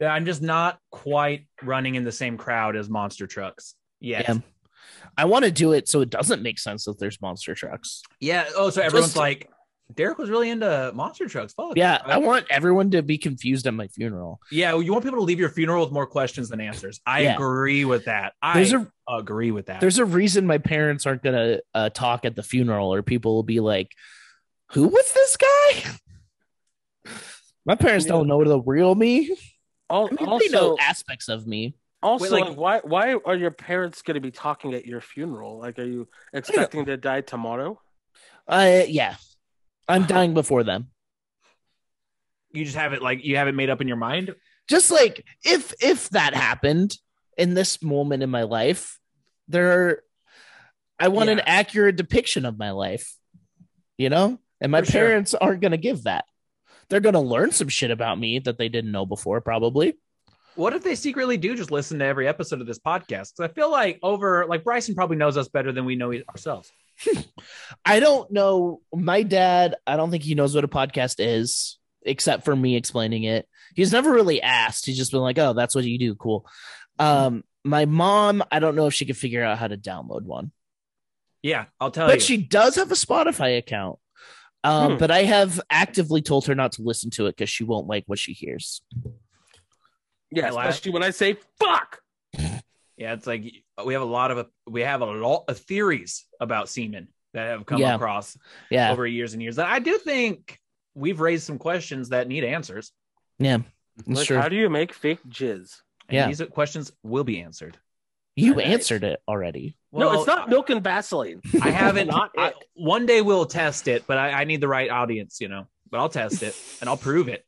Speaker 2: Yeah, I'm just not quite running in the same crowd as monster trucks. Yes.
Speaker 1: Yeah. I want to do it so it doesn't make sense that there's monster trucks.
Speaker 2: Yeah. Oh, so everyone's
Speaker 1: Just-
Speaker 2: like, Derek was really into monster trucks. Fuck.
Speaker 1: Yeah,
Speaker 2: Uh,
Speaker 1: I want everyone to be confused at my funeral.
Speaker 2: yeah. You want people to leave your funeral with more questions than answers. I
Speaker 1: Yeah.
Speaker 2: agree with that. I
Speaker 1: There's a
Speaker 2: agree with that.
Speaker 1: there's a reason my parents aren't gonna uh, talk at the funeral, or people will be like, "Who was this guy?" My parents
Speaker 4: Yeah.
Speaker 1: don't know the real me.
Speaker 4: Al-
Speaker 1: I mean, they
Speaker 4: also,
Speaker 1: know aspects of me.
Speaker 4: also,
Speaker 2: like-
Speaker 4: like, why why are your parents going to be talking at your funeral? Like, are you expecting to die tomorrow?
Speaker 1: Uh, yeah, I'm dying before them.
Speaker 2: you just have it like you have it made up in your mind.
Speaker 1: just like if if that happened in this moment in my life there are, i want an
Speaker 2: Yeah.
Speaker 1: accurate depiction of my life you know and my
Speaker 2: For sure.
Speaker 1: parents aren't going to give that they're going to learn some shit about me that they didn't know before probably
Speaker 2: What if they secretly do just listen to every episode of this podcast? 'Cause I feel like over like Bryson probably knows us better than we know e-, ourselves.
Speaker 1: i don't know my dad i don't think he knows what a podcast is except for me explaining it he's never really asked he's just been like oh that's what you do cool um my mom i don't know if she could figure out how to download one
Speaker 2: Oh, Yeah, I'll tell
Speaker 1: but
Speaker 2: you.
Speaker 1: she does have a Spotify account. Um,
Speaker 4: Hmm.
Speaker 1: But I have actively told her not to listen to it because she won't like what she hears.
Speaker 4: Yeah,
Speaker 2: I laugh.
Speaker 4: especially when I say fuck.
Speaker 2: yeah, it's like we have a lot of uh, we have a lot of theories about semen that have come
Speaker 1: Yeah.
Speaker 2: across
Speaker 1: Yeah,
Speaker 2: over years and years. I do think we've raised some questions that need answers.
Speaker 1: it's
Speaker 4: Like,
Speaker 1: true.
Speaker 4: how do you make fake jizz?
Speaker 2: And
Speaker 1: Yeah.
Speaker 2: these questions will be answered.
Speaker 1: you
Speaker 4: Right.
Speaker 1: answered it already.
Speaker 4: no, it's not milk and Vaseline.
Speaker 2: I haven't.
Speaker 4: Not it.
Speaker 2: I- one day we'll test it, but I, I need the right audience, you know. But I'll test it and I'll prove it.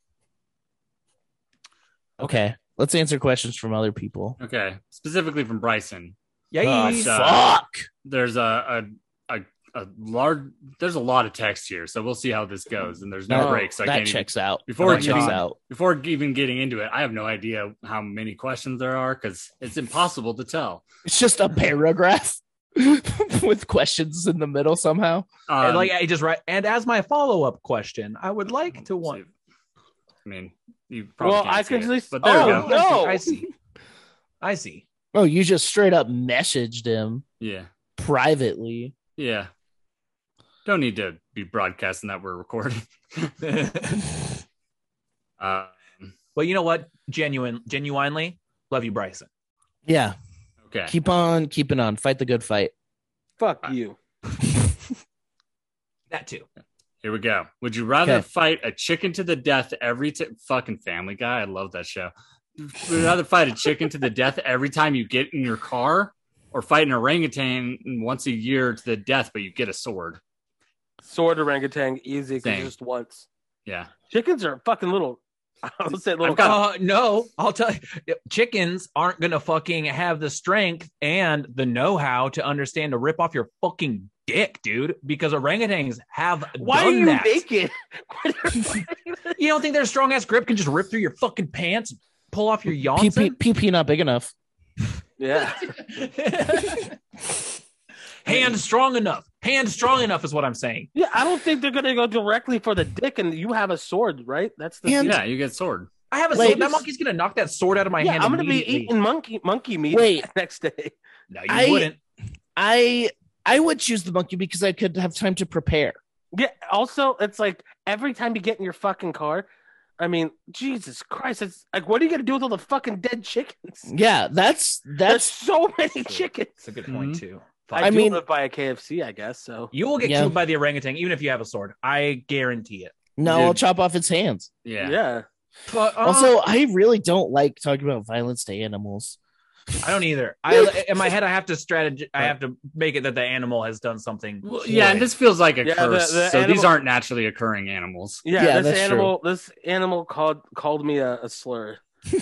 Speaker 1: Okay, let's answer questions from other people.
Speaker 3: okay, specifically from Bryson.
Speaker 2: Yeah,
Speaker 1: Oh,
Speaker 2: yeah, yeah.
Speaker 3: so-
Speaker 1: fuck.
Speaker 3: there's a a, a a large there's a lot of text here, so we'll see how this goes. And there's
Speaker 1: No,
Speaker 3: no breaks. I
Speaker 1: that
Speaker 3: can't even,
Speaker 1: checks out.
Speaker 3: Before
Speaker 1: that
Speaker 3: it
Speaker 1: checks
Speaker 3: even-
Speaker 1: out.
Speaker 3: before even getting into it. I have no idea how many questions there are because it's impossible to tell.
Speaker 1: It's just a paragraph with questions in the middle somehow.
Speaker 3: Um,
Speaker 2: And like I just right. And as my follow up question, I would
Speaker 3: Oh,
Speaker 2: like to want.
Speaker 3: I mean, you probably
Speaker 4: Well,
Speaker 3: can't
Speaker 4: I
Speaker 3: see
Speaker 4: can
Speaker 3: it,
Speaker 4: just-
Speaker 3: but there we
Speaker 4: Oh,
Speaker 3: go.
Speaker 4: no.
Speaker 2: I see. I see.
Speaker 1: Oh, you just straight up messaged him
Speaker 3: Yeah,
Speaker 1: privately.
Speaker 3: yeah. Don't need to be broadcasting that we're recording. Uh,
Speaker 2: But you know what? Genuine, genuinely love you, Bryson.
Speaker 1: Yeah,
Speaker 3: okay.
Speaker 1: keep on keeping on. Fight the good fight.
Speaker 4: Fuck
Speaker 3: I-
Speaker 4: you.
Speaker 2: That too.
Speaker 3: Here we go. Would you rather
Speaker 1: Okay.
Speaker 3: fight a chicken to the death every t- fucking Family Guy? I love that show. Would you rather fight a chicken to the death every time you get in your car, or fight an orangutan once a year to the death, but you get a sword?
Speaker 4: Sword orangutan, easy 'cause
Speaker 3: Same.
Speaker 4: just once.
Speaker 3: Yeah,
Speaker 4: Chickens are fucking little. I'll say little.
Speaker 3: I've got-
Speaker 2: Uh, no, I'll tell you, chickens aren't gonna fucking have the strength and the know-how to understand to rip off your fucking dick, dude. Because orangutans have
Speaker 4: Why
Speaker 2: done
Speaker 4: are you
Speaker 2: that.
Speaker 4: naked? Why are you-
Speaker 2: You don't think their strong ass grip can just rip through your fucking pants, and pull off your
Speaker 1: PP
Speaker 2: yonson?
Speaker 1: PP not big enough.
Speaker 4: yeah.
Speaker 2: hand strong enough. Hand strong enough is what I'm saying.
Speaker 4: Yeah, I don't think they're gonna go directly for the dick, and you have a sword, right? That's the
Speaker 1: And-
Speaker 3: yeah, you get sword.
Speaker 2: I have a
Speaker 1: Wait.
Speaker 2: sword. That monkey's gonna knock that sword out of my
Speaker 4: yeah,
Speaker 2: hand.
Speaker 4: I'm gonna be
Speaker 2: immediately.
Speaker 4: eating monkey monkey meat
Speaker 1: Wait.
Speaker 4: next day.
Speaker 2: No, you
Speaker 1: I-
Speaker 2: wouldn't.
Speaker 1: I I would choose the monkey because I could have time to prepare.
Speaker 4: Yeah. Also, it's like every time you get in your fucking car, I mean, Jesus Christ! It's like, what are you gonna do with all the fucking dead chickens?
Speaker 1: Yeah, that's
Speaker 4: There's
Speaker 1: that's
Speaker 4: so many
Speaker 2: That's true.
Speaker 4: chickens.
Speaker 2: That's a good point too. Fuck.
Speaker 4: Mm-hmm. I,
Speaker 1: I
Speaker 4: do
Speaker 1: mean-
Speaker 4: live by a KFC, I guess. So
Speaker 2: you will get
Speaker 1: Yeah.
Speaker 2: killed by the orangutan even if you have a sword. I guarantee it.
Speaker 1: no,
Speaker 3: Dude.
Speaker 1: I'll chop off its hands.
Speaker 4: yeah,
Speaker 3: Yeah.
Speaker 2: But, uh,
Speaker 1: Also, I really don't like talking about violence to animals.
Speaker 2: I don't either. I in my head I have to strategy. I have to make it that the animal has done something.
Speaker 3: Well, yeah, and
Speaker 2: horrid.
Speaker 3: this feels like a
Speaker 4: Yeah, the-
Speaker 3: curse.
Speaker 4: the
Speaker 3: so these
Speaker 4: animal-
Speaker 3: aren't naturally occurring animals.
Speaker 4: yeah.
Speaker 1: Yeah,
Speaker 4: this
Speaker 1: that's
Speaker 4: animal, this animal called called me a, a slur.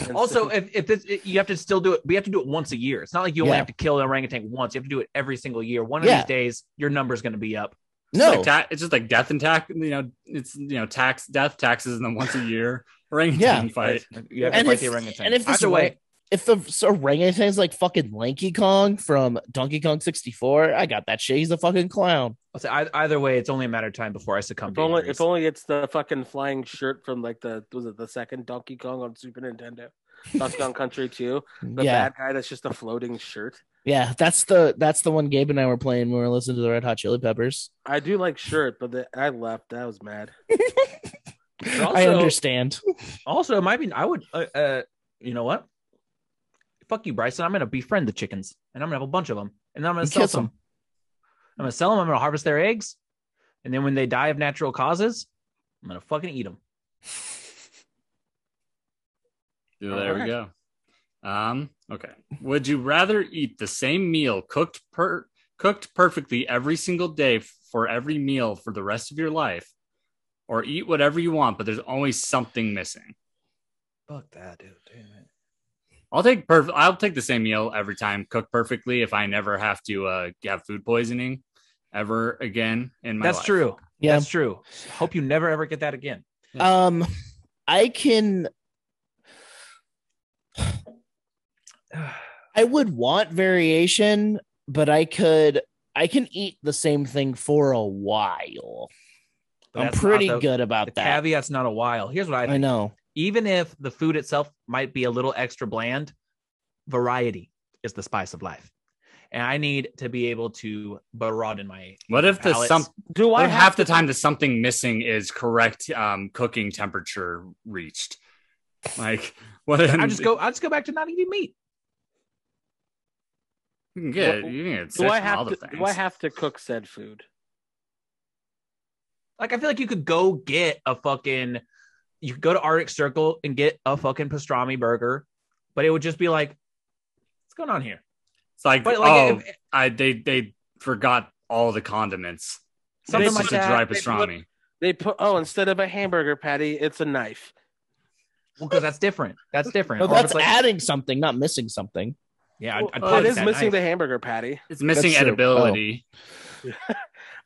Speaker 4: And
Speaker 2: Also,
Speaker 4: so-
Speaker 2: if, if this you have to still do it, we have to do it once a year. It's not like you only
Speaker 1: Yeah.
Speaker 2: have to kill an orangutan once. You have to do it every single year. One of
Speaker 1: Yeah.
Speaker 2: these days, your number's going to be up.
Speaker 3: It's
Speaker 1: No,
Speaker 3: like ta- it's just like death and tax. You know, it's you know tax, death, taxes, and then once a year orangutan
Speaker 1: Yeah.
Speaker 3: fight.
Speaker 2: You have to
Speaker 1: And
Speaker 2: fight
Speaker 1: if-
Speaker 2: the orangutan.
Speaker 1: and if this
Speaker 2: Either way,
Speaker 1: if the so orangutan is like fucking Lanky Kong from Donkey Kong sixty four, I got that shit. He's a fucking clown.
Speaker 2: I'll say, ei- either way, it's only a matter of time before I succumb.
Speaker 4: if
Speaker 2: to
Speaker 4: only
Speaker 2: injuries.
Speaker 4: if only it's the fucking flying shirt from like the was it the second Donkey Kong on Super Nintendo, Donkey Kong Country Two, the
Speaker 1: yeah,
Speaker 4: bad guy that's just a floating shirt.
Speaker 1: yeah, that's the that's the one Gabe and I were playing when we were listening to the Red Hot Chili Peppers.
Speaker 4: I do like shirt, but the, I left. I was mad.
Speaker 1: I
Speaker 2: also-
Speaker 1: understand.
Speaker 2: Also, it might be. I would. Uh, uh, you know what? Fuck you, Bryson. I'm going to befriend the chickens, and I'm going to have a bunch of them, and I'm going
Speaker 1: And
Speaker 2: to sell
Speaker 1: kiss
Speaker 2: some.
Speaker 1: 'em.
Speaker 2: I'm going to sell them. I'm going to harvest their eggs, and then when they die of natural causes, I'm going to fucking eat them.
Speaker 3: Yeah, there we
Speaker 2: Alright.
Speaker 3: go. Um, okay. Would you rather eat the same meal cooked per cooked perfectly every single day for every meal for the rest of your life, or eat whatever you want, but there's always something missing?
Speaker 2: Fuck that, dude. Damn it.
Speaker 3: I'll take perfect. I'll take the same meal every time, cooked perfectly. If I never have to uh, have food poisoning ever again in my
Speaker 2: That's
Speaker 3: life.
Speaker 2: true.
Speaker 1: Yeah,
Speaker 2: That's true. Hope you never ever get that again.
Speaker 1: um, I can I would want variation, but I could I can eat the same thing for a while. I'm
Speaker 2: That's not
Speaker 1: pretty
Speaker 2: the-
Speaker 1: good
Speaker 2: The
Speaker 1: about that.
Speaker 2: caveat's not a while. Here's what I
Speaker 1: I
Speaker 2: think.
Speaker 1: know.
Speaker 2: Even if the food itself might be a little extra bland, variety is the spice of life. And I need to be able to broaden my
Speaker 3: What if the
Speaker 2: Alex.
Speaker 3: some?
Speaker 4: Do
Speaker 3: What
Speaker 4: I
Speaker 3: if
Speaker 4: have,
Speaker 3: half the time the something missing is correct um, cooking temperature reached? Like what? If,
Speaker 2: I just go. I just go back to not eating meat.
Speaker 3: You can get,
Speaker 4: What-
Speaker 3: you can get
Speaker 4: do I have
Speaker 3: all
Speaker 4: to
Speaker 3: the things.
Speaker 4: do I have to cook said food?
Speaker 2: Like I feel like you could go get a fucking. You could go to Arctic Circle and get a fucking pastrami burger, but it would just be like, what's going on here?
Speaker 3: it's like,
Speaker 2: But like
Speaker 3: oh,
Speaker 2: if-
Speaker 3: I they they forgot all the condiments.
Speaker 2: Something
Speaker 3: it's
Speaker 2: like
Speaker 3: just
Speaker 2: that.
Speaker 3: a dry
Speaker 4: They put-
Speaker 3: pastrami.
Speaker 4: They put oh instead of a hamburger patty, it's a knife.
Speaker 2: well, because that's different. That's different.
Speaker 1: No,
Speaker 2: Or if
Speaker 1: that's
Speaker 2: it's like,
Speaker 1: adding something, not missing something.
Speaker 2: yeah, I'd, I'd
Speaker 3: Well,
Speaker 4: Well, it
Speaker 2: probably
Speaker 4: Oh, is
Speaker 2: say
Speaker 4: missing
Speaker 2: knife.
Speaker 4: the hamburger patty.
Speaker 3: It's missing
Speaker 1: That's true. Oh.
Speaker 3: edibility.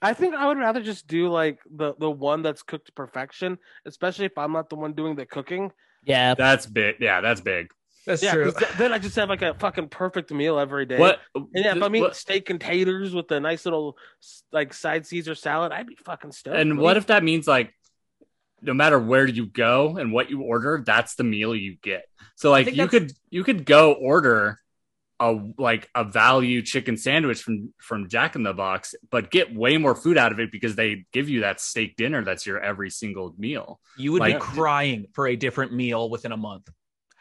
Speaker 4: I think I would rather just do like the the one that's cooked to perfection, especially if I'm not the one doing the cooking.
Speaker 1: Yeah.
Speaker 3: That's big. Yeah, that's big.
Speaker 2: That's
Speaker 4: yeah,
Speaker 2: true.
Speaker 4: 'cause th- then I just have like a fucking perfect meal every day.
Speaker 3: What?
Speaker 4: And yeah, if I'm eating
Speaker 3: what-
Speaker 4: steak and taters with a nice little s- like side Caesar salad, I'd be fucking stoked.
Speaker 3: and what if that means like, no matter where you go and what you order, that's the meal you get. So like,
Speaker 2: think
Speaker 3: you
Speaker 2: that's-
Speaker 3: could you could go order a like a value chicken sandwich from from Jack in the Box, but get way more food out of it because they give you that steak dinner that's your every single meal.
Speaker 2: You would
Speaker 3: Like-
Speaker 2: be crying for a different meal within a month.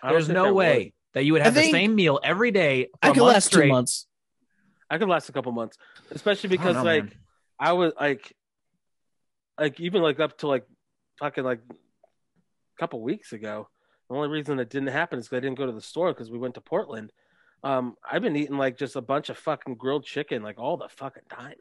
Speaker 4: I don't
Speaker 2: There's
Speaker 4: think
Speaker 2: no
Speaker 4: I would.
Speaker 2: way that you would
Speaker 1: I
Speaker 2: have the
Speaker 1: think-
Speaker 2: same meal every day. For
Speaker 1: I
Speaker 2: a
Speaker 1: could
Speaker 2: month
Speaker 1: last
Speaker 2: straight.
Speaker 1: two months.
Speaker 4: I could last a couple months, especially
Speaker 2: I don't
Speaker 4: because
Speaker 2: know,
Speaker 4: like
Speaker 2: man.
Speaker 4: I was like, like even like up to like fucking like a couple weeks ago. The only reason it didn't happen is because I didn't go to the store because we went to Portland. Um, I've been eating like just a bunch of fucking grilled chicken like all the fucking time,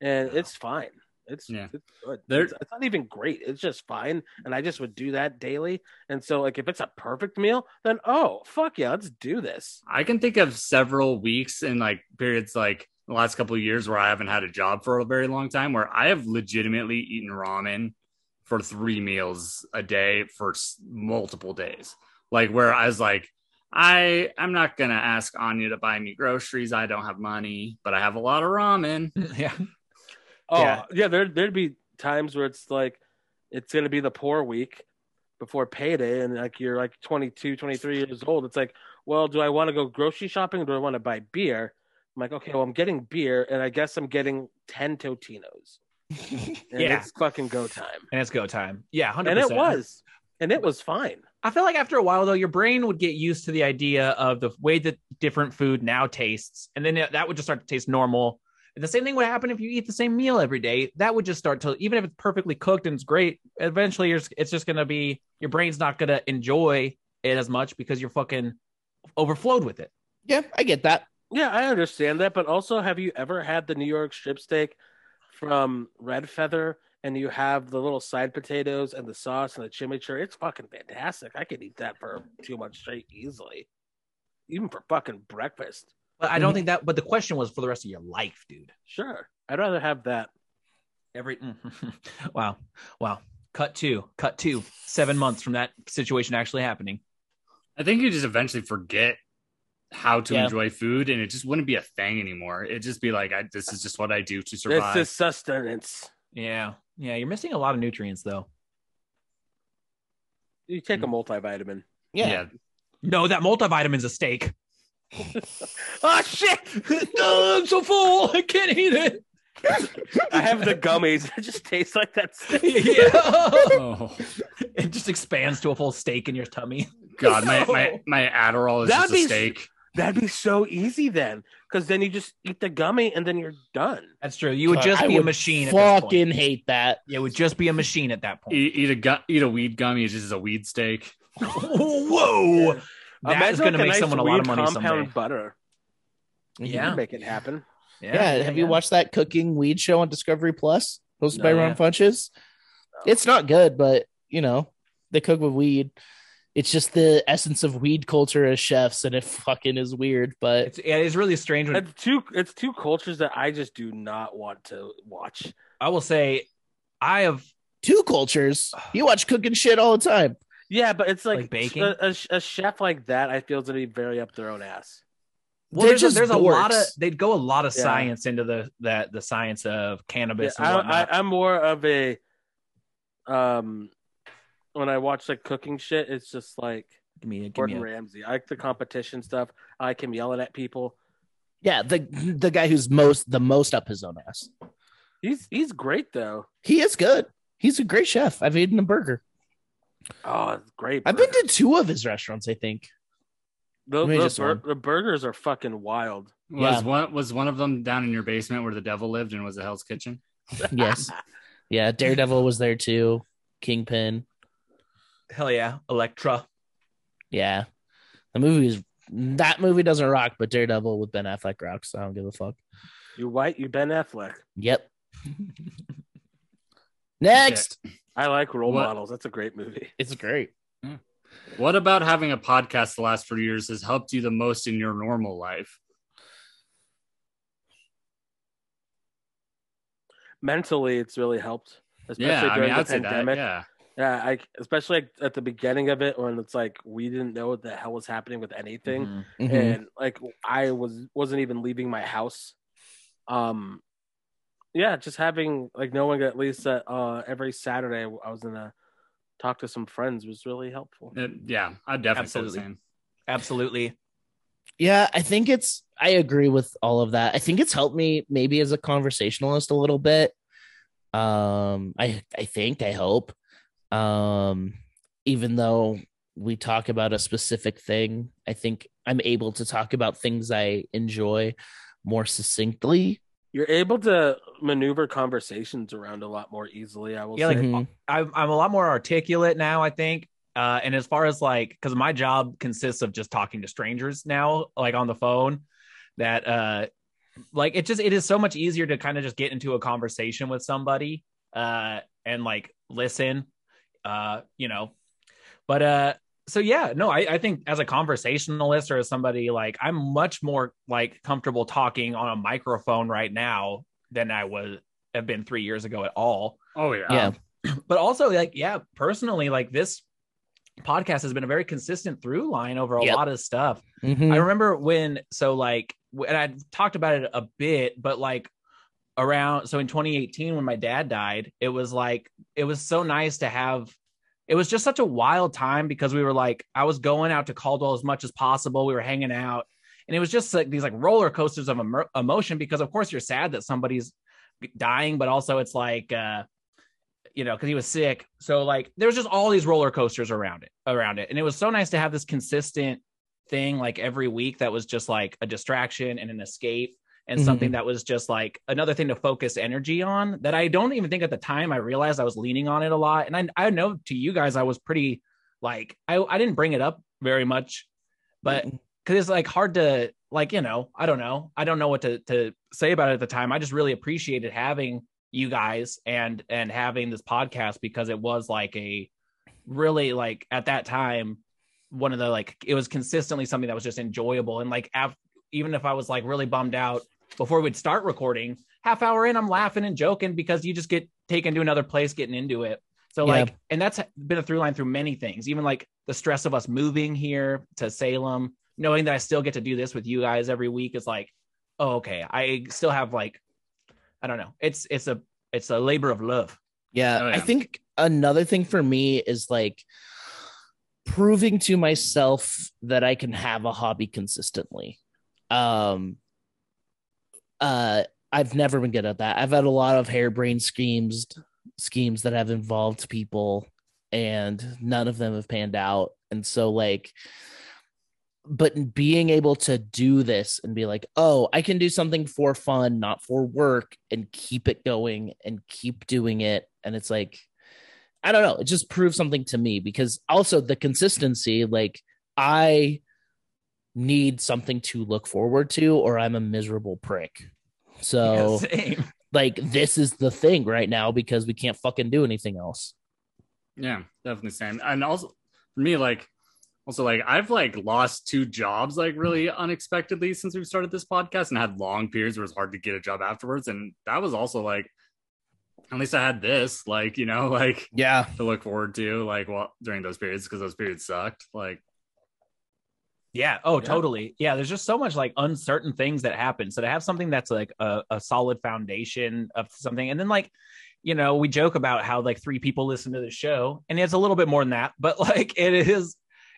Speaker 4: and it's fine. It's
Speaker 3: Yeah.
Speaker 4: it's good.
Speaker 3: There-
Speaker 4: It's, it's not even great. It's just fine, and I just would do that daily. And so like if it's a perfect meal, then oh fuck yeah, let's do this.
Speaker 3: I can think of several weeks and like periods like the last couple of years where I haven't had a job for a very long time where I have legitimately eaten ramen for three meals a day for s- multiple days. Like where I was like, I I'm not gonna ask Anya to buy me groceries. I don't have money, but I have a lot of ramen.
Speaker 2: yeah.
Speaker 4: Oh
Speaker 2: Yeah.
Speaker 4: yeah, there there'd be times where it's like it's gonna be the poor week, before payday and like you're like 22 23 years old it's like well do i want to go grocery shopping or do i want to buy beer i'm like okay well i'm getting beer and i guess i'm getting 10 totinos and
Speaker 2: Yeah.
Speaker 4: it's fucking go time
Speaker 2: and it's go time. Yeah, 100%.
Speaker 4: and it was and it was fine
Speaker 2: I feel like after a while, though, your brain would get used to the idea of the way that different food now tastes, and then that would just start to taste normal. And the same thing would happen if you eat the same meal every day. That would just start to, even if it's perfectly cooked and it's great, eventually you're, it's just going to be, your brain's not going to enjoy it as much because you're fucking overflowed with it.
Speaker 1: Yeah, I get that.
Speaker 4: Yeah, I understand that, but also, have you ever had the New York strip steak from Red Feather, and you have the little side potatoes and the sauce and the chimichurri? It's fucking fantastic. I could eat that for two months straight easily, even for fucking breakfast.
Speaker 2: But I don't
Speaker 1: Mm-hmm.
Speaker 2: think that, but the question was for the rest of your life, dude.
Speaker 4: Sure, I'd rather have that.
Speaker 2: Every, wow, wow. Cut two, cut two, seven months from that situation actually happening.
Speaker 3: I think you just eventually forget how to
Speaker 1: Yeah.
Speaker 3: enjoy food, and it just wouldn't be a thing anymore. It'd just be like, I, this is just what I do to survive.
Speaker 4: This is sustenance.
Speaker 2: Yeah. Yeah. You're missing a lot of nutrients though.
Speaker 4: You take a
Speaker 2: Mm.
Speaker 4: multivitamin.
Speaker 1: Yeah.
Speaker 2: No, that multivitamin's a steak.
Speaker 4: Oh shit!
Speaker 2: no, Oh, I'm so full. I can't eat it.
Speaker 4: I have the gummies. It just tastes like that. steak.
Speaker 2: yeah.
Speaker 3: Oh
Speaker 2: It just expands to a full steak in your tummy.
Speaker 3: God, my my, my Adderall is
Speaker 4: That'd
Speaker 3: just a
Speaker 4: be-
Speaker 3: steak.
Speaker 4: That'd be so easy then, because then you just eat the gummy and then you're done.
Speaker 2: That's true. You would
Speaker 1: God,
Speaker 2: just
Speaker 1: I
Speaker 2: be a
Speaker 1: would
Speaker 2: machine at this point.
Speaker 1: Fucking hate that.
Speaker 2: You would just be a machine at that point.
Speaker 3: E, Eat, eat a gu- eat a weed gummy is just a weed steak.
Speaker 2: Whoa. That
Speaker 4: Imagine,
Speaker 2: is going
Speaker 4: like,
Speaker 2: to make
Speaker 4: nice
Speaker 2: someone a lot of
Speaker 4: weed
Speaker 2: money
Speaker 4: Compound
Speaker 2: someday.
Speaker 4: butter.
Speaker 2: Yeah.
Speaker 4: Make it happen.
Speaker 1: Yeah. Have you watched that cooking weed show on Discovery Plus hosted
Speaker 2: No.
Speaker 1: by
Speaker 2: Yeah.
Speaker 1: Ron Funches? It's not good, but you know, they cook with weed. It's just the essence of weed culture as chefs, and it fucking is weird. But
Speaker 2: It's, yeah, it's really strange. When,
Speaker 4: It's two. It's two cultures that I just do not want to watch.
Speaker 2: I will say, I have
Speaker 1: two cultures, you watch cooking shit all the time.
Speaker 4: Yeah, but it's like,
Speaker 2: Like baking?
Speaker 4: A, a, a chef like that, I feel is gonna be very up their own ass.
Speaker 2: well,
Speaker 1: They're
Speaker 2: there's, a,
Speaker 1: just
Speaker 2: there's a lot of
Speaker 1: dorks.
Speaker 2: they'd go a lot of
Speaker 4: Yeah.
Speaker 2: science into the that the science of
Speaker 4: Yeah,
Speaker 2: cannabis and whatnot.
Speaker 4: I, I, I'm more of a, um, when I watch like cooking shit, it's just like
Speaker 2: give me, give me
Speaker 4: Gordon
Speaker 2: a,
Speaker 4: Ramsay. I like the competition stuff. I like him yelling at people.
Speaker 1: Yeah, the the guy who's most the most up his own ass.
Speaker 4: He's he's great though.
Speaker 1: He is good. He's a great chef. I've eaten a burger.
Speaker 4: Oh, it's great.
Speaker 1: I've been
Speaker 4: burger.
Speaker 1: to two of his restaurants, I think.
Speaker 4: Those-
Speaker 1: maybe
Speaker 4: those
Speaker 1: just
Speaker 4: bur-
Speaker 1: one.
Speaker 4: the burgers are fucking wild.
Speaker 1: Yeah.
Speaker 3: Was one was one of them down in your basement where the devil lived and was a Hell's Kitchen?
Speaker 1: yes. Yeah, Daredevil was there too. Kingpin.
Speaker 2: hell yeah, Electra.
Speaker 1: Yeah. The movie is that movie doesn't rock, but Daredevil with Ben Affleck rocks. I don't give a fuck.
Speaker 4: You white, you Ben Affleck.
Speaker 1: Yep. Next.
Speaker 4: I like role
Speaker 3: What-
Speaker 4: models. That's a great movie.
Speaker 1: It's great.
Speaker 3: What about having a podcast the last four years has helped you the most in your normal life?
Speaker 4: mentally it's really helped especially
Speaker 3: yeah, I
Speaker 4: during
Speaker 3: mean,
Speaker 4: the
Speaker 3: I'd say that.
Speaker 4: pandemic
Speaker 3: Yeah,
Speaker 4: yeah. i especially like, at the beginning of it when it's like we didn't know what the hell was happening with anything
Speaker 3: Mm-hmm.
Speaker 2: Mhm.
Speaker 1: Mhm.
Speaker 4: and like i was wasn't even leaving my house um yeah just having like knowing at least that uh every saturday i was gonna talk to some friends was really helpful
Speaker 3: Uh, yeah, I definitely say the
Speaker 2: Absolutely.
Speaker 3: same.
Speaker 2: Absolutely.
Speaker 1: Yeah, I think it's I agree with all of that. I think it's helped me maybe as a conversationalist a little bit. Um I I think I hope um even though we talk about a specific thing, I think I'm able to talk about things I enjoy more succinctly.
Speaker 4: you're able to maneuver conversations around a lot more easily i will
Speaker 2: Yeah,
Speaker 4: say
Speaker 2: like- um,
Speaker 1: Mhm.
Speaker 2: I'm, I'm a lot more articulate now, I think. Uh, and as far as like, because my job consists of just talking to strangers now, like on the phone, that uh, like it just it is so much easier to kind of just get into a conversation with somebody uh, and like listen, uh, you know. But uh, so yeah, no, I, I think as a conversationalist or as somebody like I'm much more like comfortable talking on a microphone right now than I was have been three years ago at all
Speaker 3: Oh yeah,
Speaker 1: yeah.
Speaker 2: but also like yeah personally like this podcast has been a very consistent through line over a
Speaker 1: Yep.
Speaker 2: lot of stuff
Speaker 1: Mhm.
Speaker 2: i remember when so like w- and i talked about it a bit but like around so in 2018 when my dad died it was like it was so nice to have it was just such a wild time because we were like, I was going out to Caldwell as much as possible. We were hanging out. And it was just like these like roller coasters of emo- emotion because, of course, you're sad that somebody's dying, but also it's like, uh, you know, because he was sick. So like there was just all these roller coasters around it, around it. And it was so nice to have this consistent thing like every week that was just like a distraction and an escape and something that was just like another thing to focus energy on that I don't even think at the time I realized I was leaning on it a lot. And I, I know to you guys, I was pretty like, I, I didn't bring it up very much, but because it's like hard to, like, you know, I don't know. I don't know what to, to say about it at the time. I just really appreciated having you guys and and having this podcast because it was like a really like at that time one of the like it was consistently something that was just enjoyable and like af- even if I was like really bummed out before we'd start recording, half hour in, I'm laughing and joking because you just get taken to another place, getting into it. So
Speaker 1: Yeah.
Speaker 2: like, and that's been a through line through many things, even like the stress of us moving here to Salem, knowing that I still get to do this with you guys every week is like, oh, okay. I still have like, I don't know. It's, it's a, it's a labor of love.
Speaker 1: Yeah,
Speaker 3: Oh,
Speaker 1: I
Speaker 3: yeah.
Speaker 1: think another thing for me is like proving to myself that I can have a hobby consistently. Um uh I've never been good at that. I've had a lot of harebrained schemes schemes that have involved people and none of them have panned out. And so like but being able to do this and be like, oh, I can do something for fun, not for work, and keep it going and keep doing it. And it's like, I don't know, it just proves something to me because also the consistency, like, I need something to look forward to, or I'm a miserable prick. So,
Speaker 2: Yeah, same.
Speaker 1: like, this is the thing right now because we can't fucking do anything else.
Speaker 3: Yeah, definitely same. And also for me, like also like I've like lost two jobs like really unexpectedly since we've started this podcast and had long periods where it's hard to get a job afterwards. And that was also like at least I had this, like, you know, like
Speaker 1: Yeah.
Speaker 3: to look forward to, like well during those periods, because those periods sucked. Like
Speaker 2: Yeah. Oh,
Speaker 3: Yeah.
Speaker 2: totally. Yeah. There's just so much like uncertain things that happen. So to have something that's like a, a solid foundation of something, and then like, you know, we joke about how like three people listen to the show, and it's a little bit more than that, but like it is,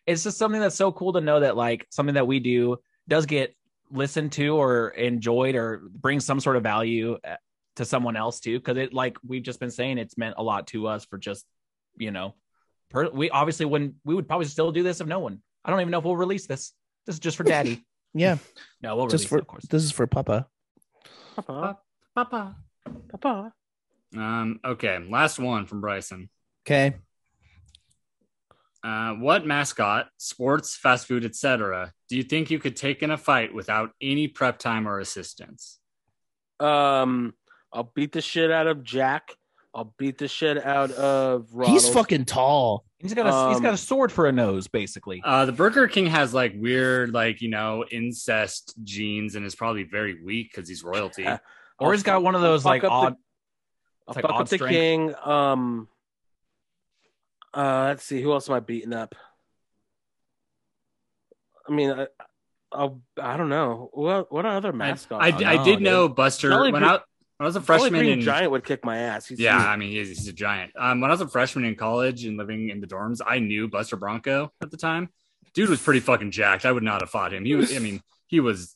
Speaker 2: it's just something that's so cool to know that like something that we do does get listened to or enjoyed or brings some sort of value uh, to someone else too. Cause it like we've just been saying, it's meant a lot to us for just, you know, per- we obviously wouldn't, we would probably still do this if no one. I don't even know if we'll release this. This is just for daddy.
Speaker 1: Yeah.
Speaker 2: no, we'll
Speaker 1: Just
Speaker 2: release
Speaker 1: for,
Speaker 2: it, of course.
Speaker 1: this is for Papa.
Speaker 4: Papa,
Speaker 3: Papa.
Speaker 4: papa.
Speaker 3: Um, okay, last one from Bryson.
Speaker 1: Okay.
Speaker 3: Uh, what mascot, sports, fast food, etc., do you think you could take in a fight without any prep time or assistance?
Speaker 4: Um, I'll beat the shit out of Jack. I'll beat the shit out of Ronald.
Speaker 1: He's fucking tall.
Speaker 2: He's got a he's
Speaker 4: Um,
Speaker 2: got a sword for a nose, basically.
Speaker 3: Uh, the Burger King has like weird, like you know, incest genes, and is probably very weak because he's royalty.
Speaker 4: Yeah.
Speaker 2: or he's got one of those
Speaker 4: Fuck
Speaker 2: like
Speaker 4: up the-
Speaker 2: odd.
Speaker 4: I'll
Speaker 2: It's like
Speaker 4: fuck
Speaker 2: odd
Speaker 4: up the
Speaker 2: strength.
Speaker 4: king. Um, uh, let's see, who else am I beating up? I mean, I, I'll, I don't know. What what other
Speaker 3: I,
Speaker 4: mascot?
Speaker 3: I,
Speaker 2: don't
Speaker 3: I
Speaker 2: know,
Speaker 3: did
Speaker 2: dude.
Speaker 3: know Buster
Speaker 4: Jolly
Speaker 3: when
Speaker 4: Green-
Speaker 3: I, when I was a
Speaker 4: Jolly
Speaker 3: freshman.
Speaker 4: Green
Speaker 3: In,
Speaker 4: Giant would kick my ass. He's
Speaker 3: yeah, I mean he's, he's a giant. Um, when I was a freshman in college and living in the dorms, I knew Buster Bronco at the time. Dude was pretty fucking jacked. I would not have fought him. He was, I mean, he was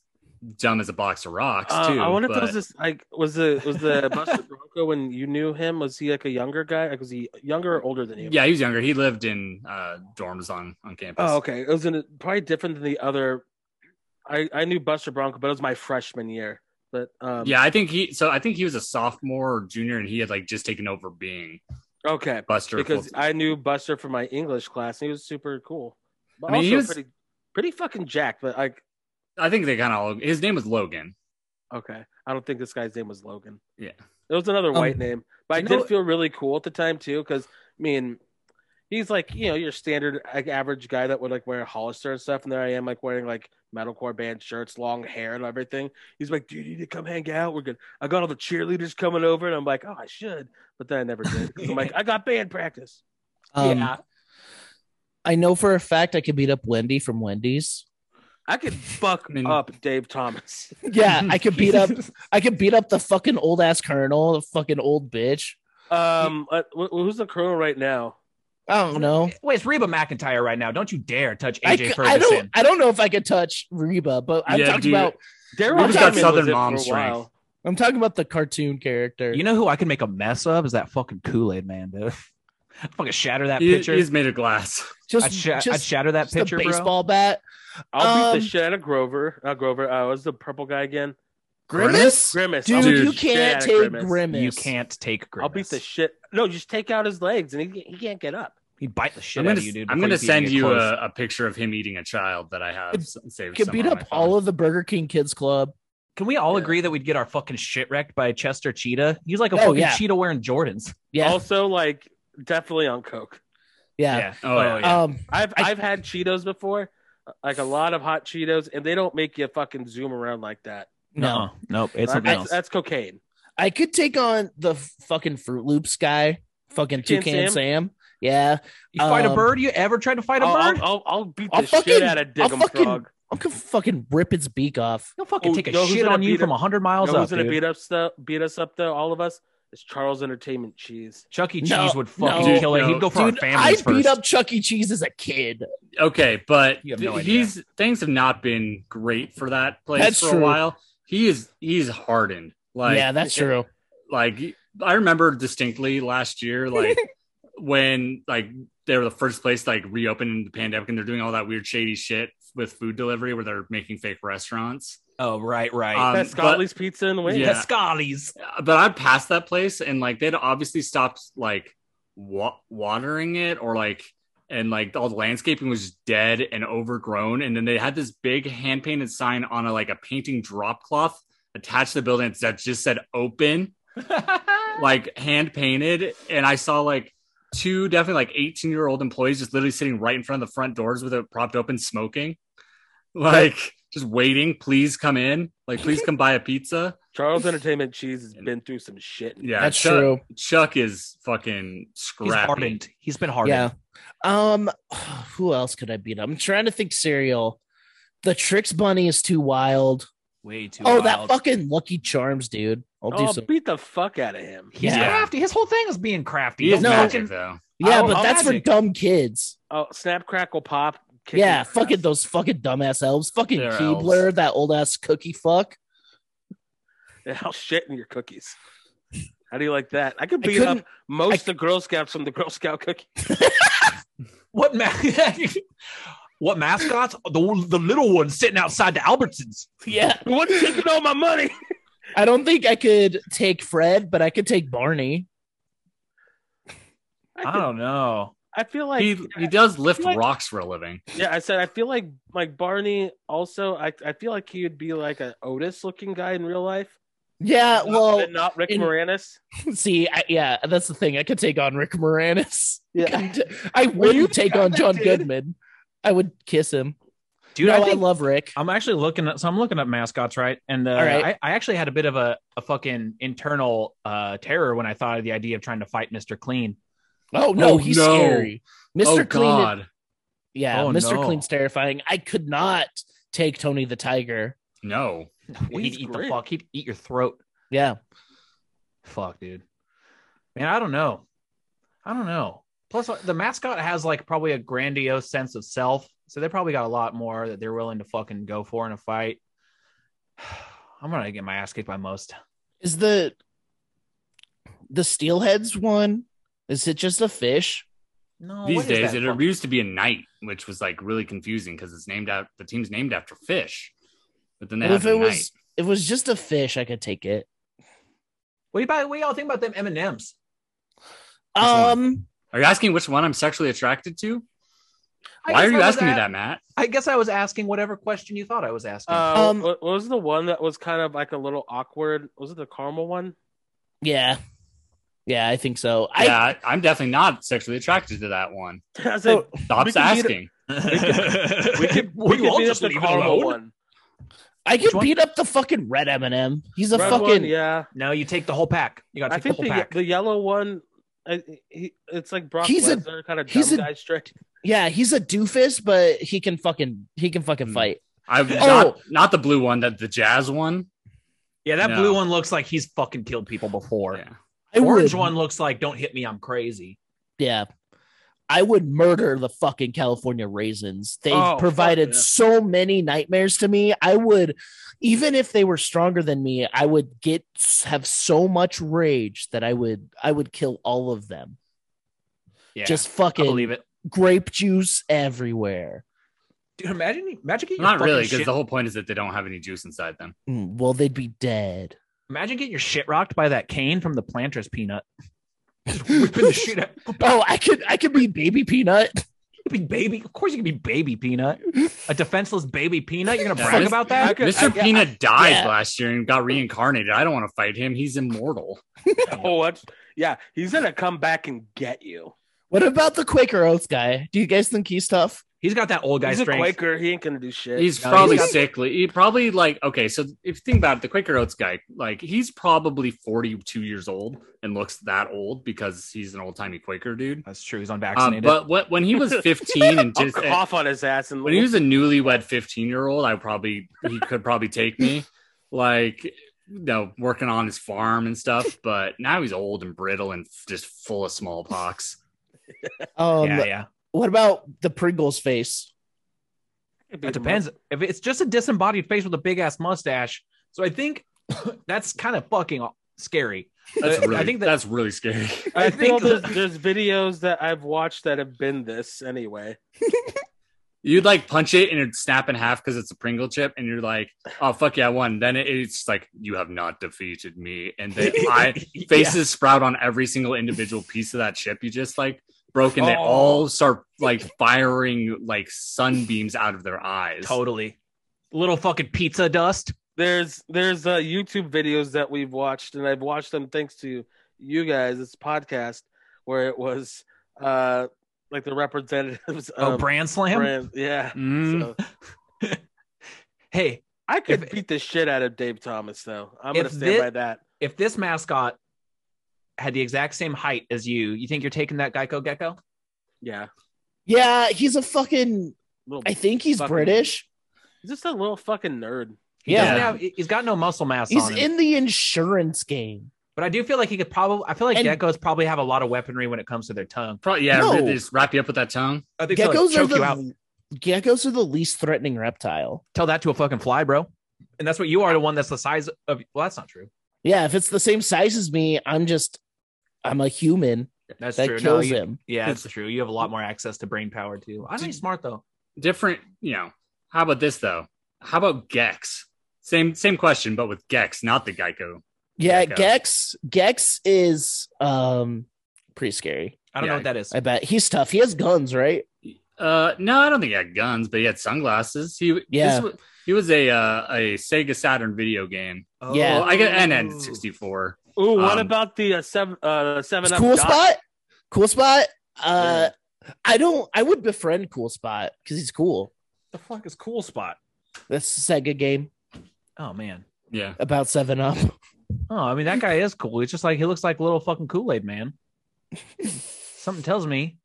Speaker 3: dumb as a box of rocks
Speaker 4: Uh,
Speaker 3: too.
Speaker 4: I wonder if
Speaker 3: but-
Speaker 4: there was this like was the was the Buster Bronco when you knew him? Was he like a younger guy? Like was he younger or older than you?
Speaker 3: Yeah, he was younger. He lived in uh, dorms on on campus.
Speaker 4: Oh, okay. It was in, probably different than the other. I I knew Buster Bronco, but it was my freshman year. But um,
Speaker 3: yeah, I think he. So I think he was a sophomore or junior, and he had like just taken over being
Speaker 4: Okay.
Speaker 3: Buster.
Speaker 4: Because
Speaker 3: full-
Speaker 4: I knew Buster from my English class, and he was super cool. But
Speaker 3: I mean, he
Speaker 4: also
Speaker 3: was-
Speaker 4: pretty, pretty fucking jacked. But like,
Speaker 3: I think they kind of all. His name was Logan.
Speaker 4: okay, I don't think this guy's name was Logan.
Speaker 3: Yeah.
Speaker 4: It was another white name, but I
Speaker 2: you
Speaker 4: did
Speaker 2: know what-
Speaker 4: feel really cool at the time too, because I mean, he's like you know your standard like, average guy that would like wear Hollister and stuff, and there I am like wearing like metalcore band shirts, long hair and everything. He's like, dude, you need to come hang out. We're good. I got all the cheerleaders coming over, and I'm like, oh, I should, but then I never did. 'cause I'm like, I got band practice.
Speaker 1: Um,
Speaker 2: yeah,
Speaker 1: I know for a fact I could beat up Wendy from Wendy's.
Speaker 4: I could fuck
Speaker 3: I mean-
Speaker 4: up Dave Thomas.
Speaker 1: Yeah, I could beat up I could beat up the fucking old ass colonel, the fucking old bitch.
Speaker 4: Um, uh, wh- who's the colonel right now?
Speaker 1: I don't know.
Speaker 2: Wait, it's Reba McIntyre right now. Don't you dare touch
Speaker 1: I,
Speaker 2: AJ
Speaker 1: c- I
Speaker 2: Ferguson.
Speaker 1: don't. I don't know if I could touch Reba, but I'm
Speaker 3: Yeah,
Speaker 1: talking
Speaker 3: dude.
Speaker 1: about.
Speaker 4: Daryl
Speaker 1: Ruby's got
Speaker 4: Diamond
Speaker 3: Southern
Speaker 4: was it
Speaker 3: mom
Speaker 4: for a
Speaker 3: strength.
Speaker 4: while.
Speaker 1: I'm talking about the cartoon character.
Speaker 2: You know who I could make a mess of is that fucking Kool Aid man, dude. I fucking shatter that
Speaker 3: He-
Speaker 2: pitcher.
Speaker 3: he's made of glass.
Speaker 1: just,
Speaker 2: I'd, sha-
Speaker 1: just,
Speaker 2: I'd shatter that
Speaker 1: just a
Speaker 2: pitcher, bro.
Speaker 1: baseball bat.
Speaker 4: I'll beat
Speaker 1: Um,
Speaker 4: the shit out of Grover. Not Grover. Uh, was the purple guy again?
Speaker 1: Grimace,
Speaker 4: Grimace. I'll
Speaker 1: dude,
Speaker 4: beat
Speaker 3: Dude,
Speaker 1: you
Speaker 4: the shit
Speaker 1: can't
Speaker 4: out of
Speaker 1: take
Speaker 4: Grimace.
Speaker 1: Grimace.
Speaker 2: You can't take. Grimace.
Speaker 4: I'll beat the shit. No, just take out his legs, and he, he can't get up.
Speaker 2: He bite the shit
Speaker 3: I'm gonna,
Speaker 2: out of you, dude.
Speaker 3: I'm
Speaker 2: before
Speaker 3: gonna
Speaker 2: can
Speaker 3: send
Speaker 2: get
Speaker 3: you
Speaker 2: close.
Speaker 3: a, a picture of him eating a child that I have
Speaker 1: Could-
Speaker 3: s- saved.
Speaker 1: Could beat up all of the Burger King Kids Club.
Speaker 2: Can we all
Speaker 4: Yeah.
Speaker 2: agree that we'd get our fucking shit wrecked by Chester Cheetah? He's like a
Speaker 1: Oh,
Speaker 2: fucking
Speaker 1: yeah.
Speaker 2: cheetah wearing Jordans.
Speaker 1: Yeah,
Speaker 4: Also, like definitely on coke.
Speaker 1: yeah.
Speaker 3: Oh, yeah.
Speaker 1: Um,
Speaker 4: I've
Speaker 1: I-
Speaker 4: I, have i have had Cheetos before, like a lot of hot Cheetos, and they don't make you fucking zoom around like that.
Speaker 1: no,
Speaker 2: no, nope. It's
Speaker 4: That-
Speaker 2: something
Speaker 4: that's,
Speaker 2: else.
Speaker 4: that's cocaine.
Speaker 1: I could take on the f- fucking Fruit Loops guy, fucking
Speaker 4: Toucan
Speaker 1: Toucan Sam.
Speaker 4: Sam?
Speaker 1: Yeah,
Speaker 2: You fight a
Speaker 1: um,
Speaker 2: bird? You ever tried to fight a
Speaker 4: I'll,
Speaker 2: bird?
Speaker 4: I'll, I'll, I'll beat the
Speaker 1: I'll
Speaker 4: shit
Speaker 1: fucking-
Speaker 4: out of
Speaker 1: I'll
Speaker 4: Diggum
Speaker 1: fucking-
Speaker 4: Frog.
Speaker 1: I'm gonna fucking rip its beak off.
Speaker 2: He'll fucking
Speaker 4: Oh,
Speaker 2: take a
Speaker 4: know who's
Speaker 2: shit
Speaker 4: gonna
Speaker 2: on you
Speaker 4: beat
Speaker 2: from
Speaker 4: him?
Speaker 2: hundred
Speaker 4: You
Speaker 2: miles
Speaker 4: know
Speaker 2: up,
Speaker 4: who's gonna
Speaker 2: dude.
Speaker 4: beat us though? Beat us up though? All of us. It's Charles Entertainment Cheese.
Speaker 2: Chuck E. Cheese
Speaker 1: No,
Speaker 2: would fucking
Speaker 1: no,
Speaker 2: kill it. He'd
Speaker 3: no.
Speaker 2: go for
Speaker 1: Dude,
Speaker 2: our
Speaker 1: I
Speaker 2: families
Speaker 1: beat
Speaker 2: first.
Speaker 1: up Chuck E. Cheese as a kid.
Speaker 3: Uh, Okay, but
Speaker 2: You have no
Speaker 3: th-
Speaker 2: idea.
Speaker 3: he's things have not been great for that place
Speaker 1: That's
Speaker 3: for
Speaker 1: true.
Speaker 3: a while. He is he's hardened. Like
Speaker 1: yeah, that's true.
Speaker 3: like I remember distinctly last year, like when like they were the first place like reopened in the pandemic and they're doing all that weird shady shit with food delivery where they're making fake restaurants.
Speaker 2: oh, right, right.
Speaker 3: Um,
Speaker 4: That's Scotley's Pizza and Wings.
Speaker 3: yeah.
Speaker 2: Pascali's.
Speaker 3: But I'd pass that place and like they'd obviously stopped like wa- watering it or like and like all the landscaping was dead and overgrown and then they had this big hand painted sign on a like a painting drop cloth attached to the building that just said open like hand painted and i saw like two definitely like 18 year old employees just literally sitting right in front of the front doors with it propped open smoking like just waiting please come in like please come buy a pizza
Speaker 4: Charles Entertainment Cheese has been through some shit.
Speaker 3: yeah
Speaker 1: that's
Speaker 3: chuck,
Speaker 1: true.
Speaker 3: chuck is fucking
Speaker 2: He's
Speaker 3: scrappy
Speaker 2: hardened. He's been hardened.
Speaker 1: Yeah. Um, who else could I beat? up? I'm trying to think. Cereal. The Tricks Bunny is too wild.
Speaker 2: Way too.
Speaker 1: oh, that
Speaker 2: wild.
Speaker 1: fucking Lucky Charms, dude. I'll do
Speaker 4: Oh,
Speaker 1: some.
Speaker 4: beat the fuck out of him.
Speaker 2: He's
Speaker 1: Yeah.
Speaker 2: crafty. His whole thing is being crafty.
Speaker 3: he is
Speaker 2: Don't
Speaker 1: No.
Speaker 3: magic
Speaker 2: fucking-
Speaker 3: though
Speaker 1: Yeah,
Speaker 2: I'll-
Speaker 1: but
Speaker 2: I'll
Speaker 1: that's for
Speaker 2: magic.
Speaker 1: dumb kids.
Speaker 4: Oh, snap, crackle, pop. kick
Speaker 1: yeah,
Speaker 4: his ass.
Speaker 1: fucking those fucking dumbass elves. Fucking
Speaker 3: They're
Speaker 1: Keebler, that old ass cookie fuck.
Speaker 4: Yeah, I'll shit in your cookies. How do you like that? I could
Speaker 1: I
Speaker 4: beat
Speaker 1: couldn't-
Speaker 4: up most of Girl Scouts from the Girl Scout cookie.
Speaker 2: What ma- What mascots? The the little one sitting outside the Albertsons.
Speaker 1: Yeah,
Speaker 4: What's taking all my money?
Speaker 1: I don't think I could take Fred, but I could take Barney.
Speaker 4: I,
Speaker 2: I
Speaker 4: could-
Speaker 2: don't know.
Speaker 4: I feel like
Speaker 3: he he does lift
Speaker 4: like-
Speaker 3: rocks for a living
Speaker 4: yeah. I said I feel like like Barney. Also, I I feel like he would be like an Otis looking guy in real life.
Speaker 1: Yeah, Uh, well,
Speaker 4: but not Rick
Speaker 1: in-
Speaker 4: Moranis.
Speaker 1: see, I, yeah, that's the thing. I could take on Rick Moranis.
Speaker 4: Yeah,
Speaker 1: God, I
Speaker 2: you
Speaker 1: wouldn't take
Speaker 2: got
Speaker 1: on
Speaker 2: that,
Speaker 1: John
Speaker 2: dude.
Speaker 1: Goodman. I would kiss him.
Speaker 2: Dude,
Speaker 1: no,
Speaker 2: I
Speaker 1: I,
Speaker 2: think
Speaker 1: love Rick.
Speaker 2: I'm actually looking at so I'm looking up mascots, right? And uh,
Speaker 1: All right.
Speaker 2: I, I actually had a bit of a, a fucking internal uh, terror when I thought of the idea of trying to fight Mr. Clean.
Speaker 1: Oh no,
Speaker 3: Oh,
Speaker 1: he's
Speaker 3: no.
Speaker 1: scary. Mr.
Speaker 3: oh
Speaker 1: Clean,
Speaker 3: god
Speaker 1: yeah,
Speaker 2: Oh,
Speaker 1: Mr.
Speaker 2: no.
Speaker 1: Clean's terrifying. I could not take Tony the Tiger.
Speaker 3: no
Speaker 2: He'd
Speaker 4: He's
Speaker 2: eat the
Speaker 4: great.
Speaker 2: fuck. He'd eat your throat.
Speaker 1: Yeah,
Speaker 2: Fuck, dude. Man, I don't know. I don't know. Plus, uh, the mascot has like probably a grandiose sense of self, so they probably got a lot more that they're willing to fucking go for in a fight. I'm gonna get my ass kicked by most.
Speaker 1: is the the Steelheads one? Is it just a fish? Oh,
Speaker 2: No,
Speaker 3: these
Speaker 2: what is
Speaker 3: days
Speaker 2: that
Speaker 3: it
Speaker 2: fucking-
Speaker 3: used to be a knight which was like really confusing because it's named out the team's named after fish but then they
Speaker 1: What
Speaker 3: have
Speaker 1: if it
Speaker 3: the knight.
Speaker 1: was it was just a fish, I could take it.
Speaker 2: What about we all think about them M and M's?
Speaker 3: Which one?
Speaker 1: Um,
Speaker 3: Are you asking which one I'm sexually attracted to? Why are you asking me that, Matt?
Speaker 2: I guess I was asking whatever question you thought I was asking.
Speaker 4: Uh,
Speaker 1: Um,
Speaker 4: what what was the one that was kind of like a little awkward? Was it the caramel one?
Speaker 1: yeah, yeah, I think so.
Speaker 3: yeah, I, I'm definitely not sexually attracted to that one.
Speaker 4: I said,
Speaker 1: Oh,
Speaker 3: Stop
Speaker 4: We can eat
Speaker 3: asking.
Speaker 4: we could we, could beat up the caramel one.
Speaker 1: I I
Speaker 2: Which
Speaker 1: could
Speaker 2: one?
Speaker 1: beat up the fucking red M and m He's a
Speaker 4: Red
Speaker 1: fucking
Speaker 4: one, yeah.
Speaker 2: No, you take the whole pack. You got to
Speaker 4: I
Speaker 2: take the
Speaker 4: think
Speaker 2: whole
Speaker 4: the,
Speaker 2: pack.
Speaker 4: the yellow one, I, he, it's like Brock
Speaker 1: He's a-
Speaker 4: Lesnar, kind of dumb
Speaker 1: he's a-
Speaker 4: guy straight.
Speaker 1: yeah, he's a doofus, but he can fucking he can fucking
Speaker 3: Hmm.
Speaker 1: fight.
Speaker 3: I
Speaker 1: Oh.
Speaker 3: not not the blue one, that the jazz one.
Speaker 2: yeah, that
Speaker 3: No.
Speaker 2: blue one looks like he's fucking killed people before.
Speaker 3: Yeah.
Speaker 1: I
Speaker 2: Orange
Speaker 1: would-
Speaker 2: one looks like don't hit me, I'm crazy.
Speaker 1: yeah. I would murder the fucking California raisins. They've
Speaker 4: Oh, fuck
Speaker 1: provided
Speaker 4: yeah.
Speaker 1: so many nightmares to me. I would, even if they were stronger than me, I would get have so much rage that I would I would kill all of them.
Speaker 2: Yeah,
Speaker 1: Just
Speaker 2: I
Speaker 1: fucking
Speaker 2: believe it.
Speaker 1: grape juice everywhere.
Speaker 2: Dude, imagine, imagine getting your
Speaker 3: Not
Speaker 2: fucking
Speaker 3: really, because
Speaker 2: shit-
Speaker 3: the whole point is that they don't have any juice inside them.
Speaker 1: Mm, well, they'd be dead.
Speaker 2: imagine getting your shit rocked by that cane from the planter's peanut. Just whipping the shit out.
Speaker 1: Oh, I could I could be baby peanut.
Speaker 2: You could be baby. Of course, you can be baby peanut. A defenseless baby peanut. You're gonna
Speaker 3: Yeah,
Speaker 2: brag
Speaker 3: this-
Speaker 2: about that?
Speaker 4: I could-
Speaker 3: Mr.
Speaker 4: I-
Speaker 3: Peanut died
Speaker 1: yeah.
Speaker 3: last year and got reincarnated. I don't want to fight him. He's immortal.
Speaker 4: Oh, what? Yeah, he's gonna come back and get you.
Speaker 1: What about the Quaker Oath guy? Do you guys think he's tough?
Speaker 2: He's got that old guy
Speaker 4: he's
Speaker 2: strength.
Speaker 4: a Quaker. He ain't gonna do shit.
Speaker 3: He's
Speaker 2: No,
Speaker 3: probably
Speaker 2: he's got-
Speaker 3: sickly. He probably like okay. So if you think about it, the Quaker Oats guy, like he's probably forty-two years old and looks that old because he's an old-timey Quaker dude.
Speaker 2: That's true. He's
Speaker 3: Um,
Speaker 2: unvaccinated.
Speaker 4: Uh,
Speaker 3: but what, when he was fifteen and
Speaker 4: I'll
Speaker 3: just
Speaker 2: Oh,
Speaker 4: cough on his ass and
Speaker 3: when he was a newlywed 15 year old i probably he could probably take me like you know working on his farm and stuff but now he's old and brittle and f- just full of smallpox
Speaker 1: Um,
Speaker 2: yeah, yeah.
Speaker 1: What about the Pringles face?
Speaker 2: That depends. If it's just a disembodied face with a big ass mustache, so I think that's kind of fucking scary.
Speaker 3: that's
Speaker 2: I- I
Speaker 3: really
Speaker 2: think that-
Speaker 3: that's really scary
Speaker 4: I,
Speaker 2: I
Speaker 4: think,
Speaker 2: think
Speaker 4: all
Speaker 2: the-
Speaker 4: there's, there's videos that I've watched that have been this anyway.
Speaker 3: you'd like punch it and it'd snap in half because it's a pringle chip and you're like oh fuck yeah i won then it, it's like you have not defeated me and then i faces sprout on every single individual piece of that chip you just like broke and they
Speaker 2: Oh.
Speaker 3: all start like firing like sunbeams out of their eyes
Speaker 2: Totally. Little fucking pizza dust.
Speaker 4: There's there's uh, YouTube videos that we've watched, and I've watched them thanks to you guys. This podcast where it was uh like the representatives
Speaker 1: Um,
Speaker 2: Oh,
Speaker 4: of
Speaker 2: brand slam.
Speaker 4: brand- yeah.
Speaker 3: Mm.
Speaker 4: So
Speaker 2: Hey,
Speaker 4: I could
Speaker 2: If-
Speaker 4: beat the shit out of Dave Thomas though. I'm
Speaker 2: If
Speaker 4: gonna stand
Speaker 2: thi-
Speaker 4: by that.
Speaker 2: if this mascot had the exact same height as you, you think you're taking that Geico Gecko?
Speaker 4: Yeah.
Speaker 1: Yeah, he's a fucking.
Speaker 4: Little,
Speaker 1: I think he's
Speaker 4: Fucking-
Speaker 1: British.
Speaker 4: he's just a little fucking nerd.
Speaker 2: He
Speaker 1: Yeah.
Speaker 2: doesn't have, he's got no muscle mass
Speaker 1: He's
Speaker 2: on him.
Speaker 1: in the insurance game.
Speaker 2: but I do feel like he could probably. I feel like
Speaker 1: And-
Speaker 2: geckos probably have a lot of weaponry when it comes to their tongue.
Speaker 3: Probably, yeah.
Speaker 1: No.
Speaker 3: They just wrap you up with that tongue.
Speaker 2: I think they'll, like,
Speaker 1: Geckos are
Speaker 2: choke you out.
Speaker 1: the geckos are the least threatening reptile.
Speaker 2: Tell that to a fucking fly, bro. And that's what you are—the one that's the size of. Well, that's not true.
Speaker 1: Yeah, if it's the same size as me, I'm just I'm a human
Speaker 2: That's
Speaker 1: that
Speaker 2: true. No,
Speaker 1: kills
Speaker 2: you-
Speaker 1: him.
Speaker 2: Yeah, that's true. You have a lot more access to brain power too. I think
Speaker 3: Dude.
Speaker 2: smart though.
Speaker 3: Different, you know. How about this though? How about Gex? Same same question, but with Gex, not the Geico.
Speaker 1: Yeah,
Speaker 3: Gecko.
Speaker 1: Gex Gex is um pretty scary.
Speaker 2: I don't
Speaker 3: Yeah.
Speaker 2: know what that is.
Speaker 1: I bet he's tough. He has guns, right?
Speaker 3: Uh, no, I don't think he had guns, but he had sunglasses. He
Speaker 1: Yeah.
Speaker 3: this was, he was a uh, a Sega Saturn video game.
Speaker 2: Oh.
Speaker 1: Yeah.
Speaker 3: Well, I got and N sixty four.
Speaker 4: Ooh, what
Speaker 3: Um,
Speaker 4: about the uh, seven uh seven
Speaker 1: Is
Speaker 4: up
Speaker 1: cool
Speaker 4: Doc?
Speaker 1: spot? Cool spot? Uh I don't I would befriend Cool Spot because he's cool.
Speaker 2: The fuck is cool spot?
Speaker 1: That's a Sega game
Speaker 2: Oh man.
Speaker 3: Yeah,
Speaker 1: about seven up.
Speaker 2: Oh, I mean that guy is cool. He's just like he looks like little fucking Kool Aid man. Something tells me,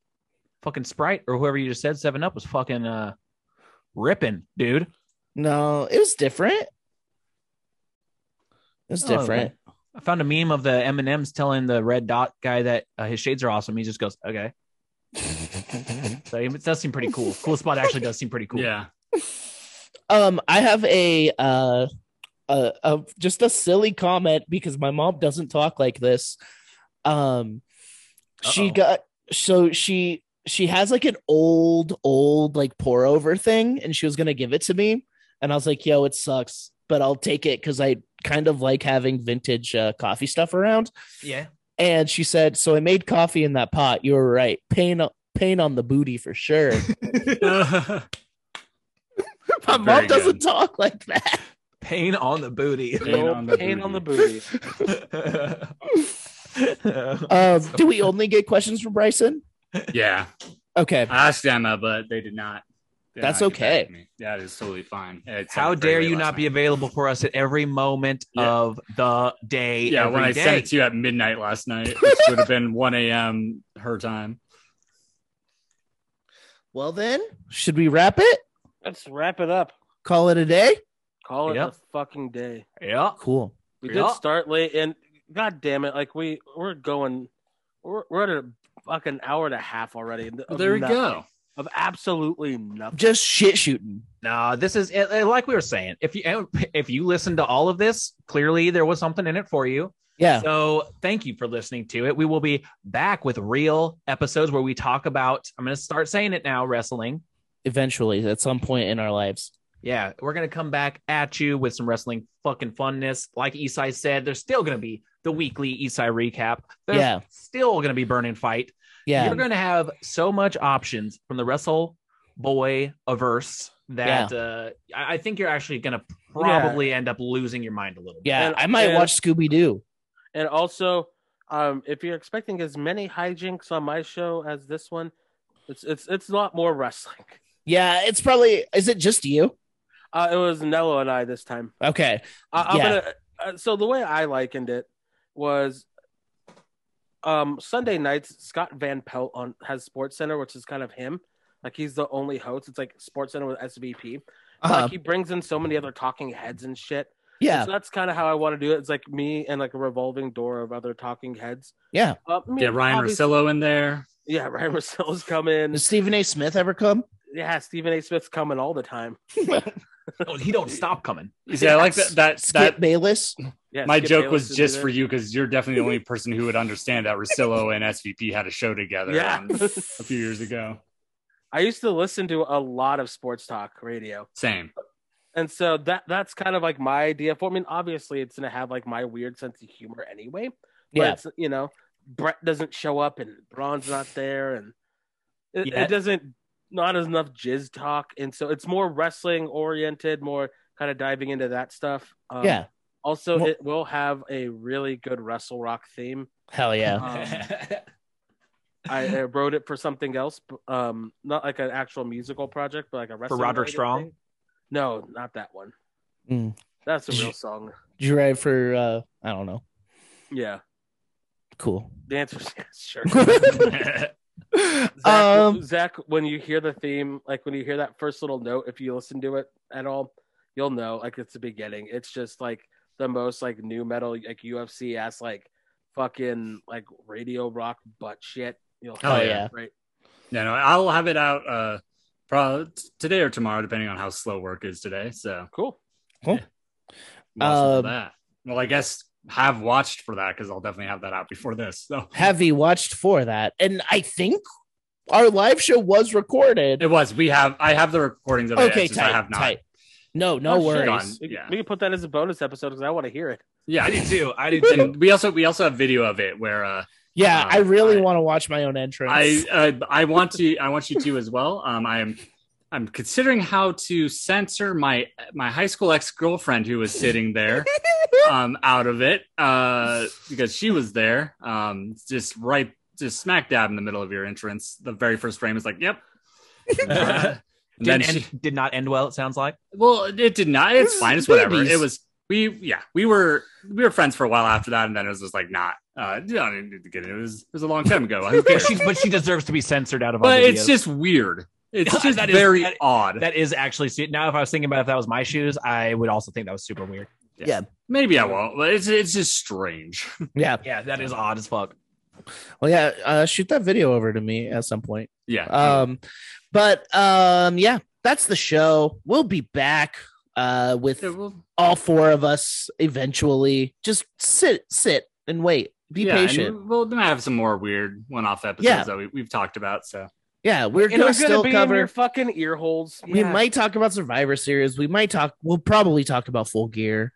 Speaker 2: fucking Sprite or whoever you just said Seven Up was fucking uh, ripping, dude.
Speaker 1: No, it was different. It was
Speaker 2: Oh, okay.
Speaker 1: different.
Speaker 2: I found a meme of the M and M's telling the red dot guy that uh, his shades are awesome. He just goes, okay. So it does seem pretty cool. Cool spot actually does seem pretty cool.
Speaker 3: yeah.
Speaker 1: um, I have a uh, a, a just a silly comment because my mom doesn't talk like this. Um, she
Speaker 2: Uh-oh.
Speaker 1: got so she she has like an old old like pour over thing, and she was gonna give it to me, and I was like, "Yo, it sucks." But I'll take it because I kind of like having vintage uh, coffee stuff around.
Speaker 2: Yeah.
Speaker 1: And she said, "So I made coffee in that pot. You were right. Pain, pain on the booty for sure." My
Speaker 3: Very
Speaker 1: mom
Speaker 3: good.
Speaker 1: doesn't talk like that.
Speaker 2: Pain on the booty.
Speaker 3: Pain
Speaker 4: Little
Speaker 3: on the
Speaker 4: pain on the booty.
Speaker 1: Um, do we only get questions from Bryson?
Speaker 3: yeah.
Speaker 1: Okay.
Speaker 3: I asked Emma, but they did not. they did
Speaker 1: That's
Speaker 3: not get back
Speaker 1: okay.
Speaker 3: to me. That is totally fine. It
Speaker 2: How
Speaker 3: sounded very
Speaker 2: dare
Speaker 3: late
Speaker 2: you
Speaker 3: last
Speaker 2: not be
Speaker 3: night.
Speaker 2: available for us at every moment
Speaker 3: Yeah.
Speaker 2: of the day?
Speaker 3: Yeah, when
Speaker 2: every
Speaker 3: I sent
Speaker 2: day?
Speaker 3: it to you at midnight last night, which would have been one a.m. her time.
Speaker 1: Well, then, should we wrap it?
Speaker 4: Let's wrap it up.
Speaker 1: Call it a day?
Speaker 4: Call it
Speaker 2: Yeah.
Speaker 4: a fucking day.
Speaker 2: yeah,
Speaker 1: Cool.
Speaker 4: We
Speaker 2: Yeah.
Speaker 4: did start late, and god damn it, like we we're going, we're, we're at a fucking hour and a half already.
Speaker 1: Oh,
Speaker 4: of
Speaker 3: Well, there we
Speaker 4: nothing-
Speaker 3: go.
Speaker 4: Of absolutely nothing.
Speaker 1: Just shit shooting.
Speaker 2: No, this is eh, eh, like we were saying. If you eh, if you listen to all of this, clearly there was something in it for you.
Speaker 1: Yeah.
Speaker 2: So thank you for listening to it. We will be back with real episodes where we talk about. I'm going to start saying it now. Wrestling.
Speaker 1: Eventually, at some point in our lives.
Speaker 2: Yeah, we're gonna come back at you with some wrestling fucking funness. Like Isai said, there's still gonna be the weekly Isai recap. There's
Speaker 1: Yeah.
Speaker 2: still gonna be burning fight.
Speaker 1: Yeah.
Speaker 2: You're gonna have so much options from the Wrestle Boy averse that uh, I I think you're actually gonna probably end up losing your mind a little. bit.
Speaker 1: Yeah.
Speaker 4: And-
Speaker 1: I might
Speaker 4: and-
Speaker 1: watch Scooby Doo.
Speaker 4: And also, um, if you're expecting as many hijinks on my show as this one, it's it's it's a lot more wrestling.
Speaker 1: Yeah. It's probably, is it just you?
Speaker 4: Uh, it was Nello and I this time.
Speaker 1: Okay.
Speaker 4: I, I'm
Speaker 1: Yeah.
Speaker 4: gonna. Uh, so the way I likened it was, um, Sunday nights Scott Van Pelt on has Sports Center, which is kind of him. Like he's the only host. It's like Sports Center with SVP.
Speaker 1: Uh,
Speaker 4: Like he brings in so many other talking heads and shit.
Speaker 1: yeah.
Speaker 4: So that's kind of how I want to do it. It's like me and like a revolving door of other talking heads.
Speaker 1: Yeah.
Speaker 4: Uh, I mean,
Speaker 3: Get Ryan
Speaker 4: obviously-
Speaker 3: Rossillo in there.
Speaker 4: Yeah, Ryan Rosillo's coming.
Speaker 1: Does Stephen A. Smith ever come?
Speaker 4: Yeah, Stephen A. Smith's coming all the time.
Speaker 2: No, Oh, he don't stop coming.
Speaker 3: Yeah, I like that. That,
Speaker 1: Skip
Speaker 3: that
Speaker 1: Bayless?
Speaker 4: Yeah,
Speaker 3: my
Speaker 4: Skip
Speaker 3: joke
Speaker 4: Bayless
Speaker 3: was
Speaker 4: is
Speaker 3: just
Speaker 4: in
Speaker 3: for
Speaker 4: it.
Speaker 3: you because you're definitely the only person who would understand that Rosillo and SVP had a show together
Speaker 4: Yeah.
Speaker 3: um, a few years ago.
Speaker 4: I used to listen to a lot of sports talk radio,
Speaker 3: Same.
Speaker 4: and so that that's kind of like my idea for. I mean, obviously, it's gonna have like my weird sense of humor anyway. But
Speaker 1: Yeah.
Speaker 4: it's, you know, Brett doesn't show up, and Braun's not there, and it,
Speaker 2: Yeah.
Speaker 4: it doesn't not as enough jizz talk, and so it's more wrestling oriented, more kind of diving into that stuff. Um,
Speaker 1: yeah.
Speaker 4: Also,
Speaker 1: Well-
Speaker 4: it will have a really good Wrestle Rock theme.
Speaker 1: Hell yeah.
Speaker 4: Um, I, I wrote it for something else, b- um, not like an actual musical project, but like a
Speaker 2: for
Speaker 4: wrestling
Speaker 2: Roderick
Speaker 4: related
Speaker 2: Strong.
Speaker 4: thing. No, not that one.
Speaker 1: Mm.
Speaker 4: That's a
Speaker 1: Did
Speaker 4: real
Speaker 1: you-
Speaker 4: song.
Speaker 1: Did you write for, uh, I don't know.
Speaker 4: Yeah,
Speaker 1: Cool.
Speaker 4: the answer is yes, sure. Zach,
Speaker 1: um,
Speaker 4: Zach, when you hear the theme, like when you hear that first little note, if you listen to it at all, you'll know like it's the beginning. It's just like the most like new metal, like UFC ass, like fucking like radio rock butt shit. You'll
Speaker 3: Oh,
Speaker 4: hear it,
Speaker 1: yeah.
Speaker 4: right.
Speaker 3: No, no, I'll have it out uh probably today or tomorrow, depending on how slow work is today. So
Speaker 4: Cool.
Speaker 3: watch
Speaker 1: Um,
Speaker 3: for that. Well, I guess have watched for that because I'll definitely have that out before this. So
Speaker 1: have you watched for that? And I think our live show was recorded.
Speaker 3: it was. We have. I have the recordings of it.
Speaker 1: okay,
Speaker 3: it's just I
Speaker 1: tight,
Speaker 3: have not.
Speaker 1: tight. No, no
Speaker 4: Oh, shit.
Speaker 1: worries.
Speaker 3: Gone.
Speaker 4: We,
Speaker 3: Yeah.
Speaker 4: we can put that as a bonus episode because I want to hear it.
Speaker 3: Yeah,
Speaker 2: I do too. I do too.
Speaker 3: and we also we also have video of it where uh,
Speaker 1: Yeah,
Speaker 3: Um,
Speaker 1: I really
Speaker 3: I-
Speaker 1: want to watch my own entrance.
Speaker 3: I uh, I want to I want you to as well. Um, I am I'm considering how to censor my my high school ex girlfriend who was sitting there um out of it uh because she was there um just right just smack dab in the middle of your entrance. The very first frame is like yep. Uh, and then
Speaker 2: Didn't
Speaker 3: she,
Speaker 2: end, did not end well. It sounds like.
Speaker 3: well, it did not. It's fine. It's whatever.
Speaker 1: Babies.
Speaker 3: It was we yeah we were we were friends for a while after that, and then it was just like not. Uh, you don't need to get into it. It was it was a long time ago. Who
Speaker 2: But
Speaker 3: cares?
Speaker 2: she, but she deserves to be censored out of. our
Speaker 3: but it's
Speaker 2: videos.
Speaker 3: just weird. It's
Speaker 2: Yeah,
Speaker 3: just
Speaker 2: that is-
Speaker 3: very
Speaker 2: that-
Speaker 3: odd.
Speaker 2: That is actually now. If I was thinking about if that was my shoes, I would also think that was super weird.
Speaker 3: Maybe I won't. But it's it's just strange.
Speaker 1: yeah.
Speaker 2: Yeah, that is odd as fuck.
Speaker 1: Well, yeah. Uh, shoot that video over to me at some point.
Speaker 3: Yeah.
Speaker 1: Um, but um, yeah, that's the show. We'll be back uh with
Speaker 3: Yeah, well,
Speaker 1: all four of us eventually. Just sit, sit, and wait. Be
Speaker 3: yeah, and
Speaker 1: patient.
Speaker 3: We'll then I have some more weird one-off episodes
Speaker 1: Yeah.
Speaker 3: that we, we've talked about. So
Speaker 1: yeah, we're
Speaker 4: And
Speaker 1: gonna
Speaker 4: we're
Speaker 1: still
Speaker 4: gonna be in
Speaker 1: cover.
Speaker 4: your fucking ear holes.
Speaker 1: we might talk about survivor series we might talk we'll probably talk about full gear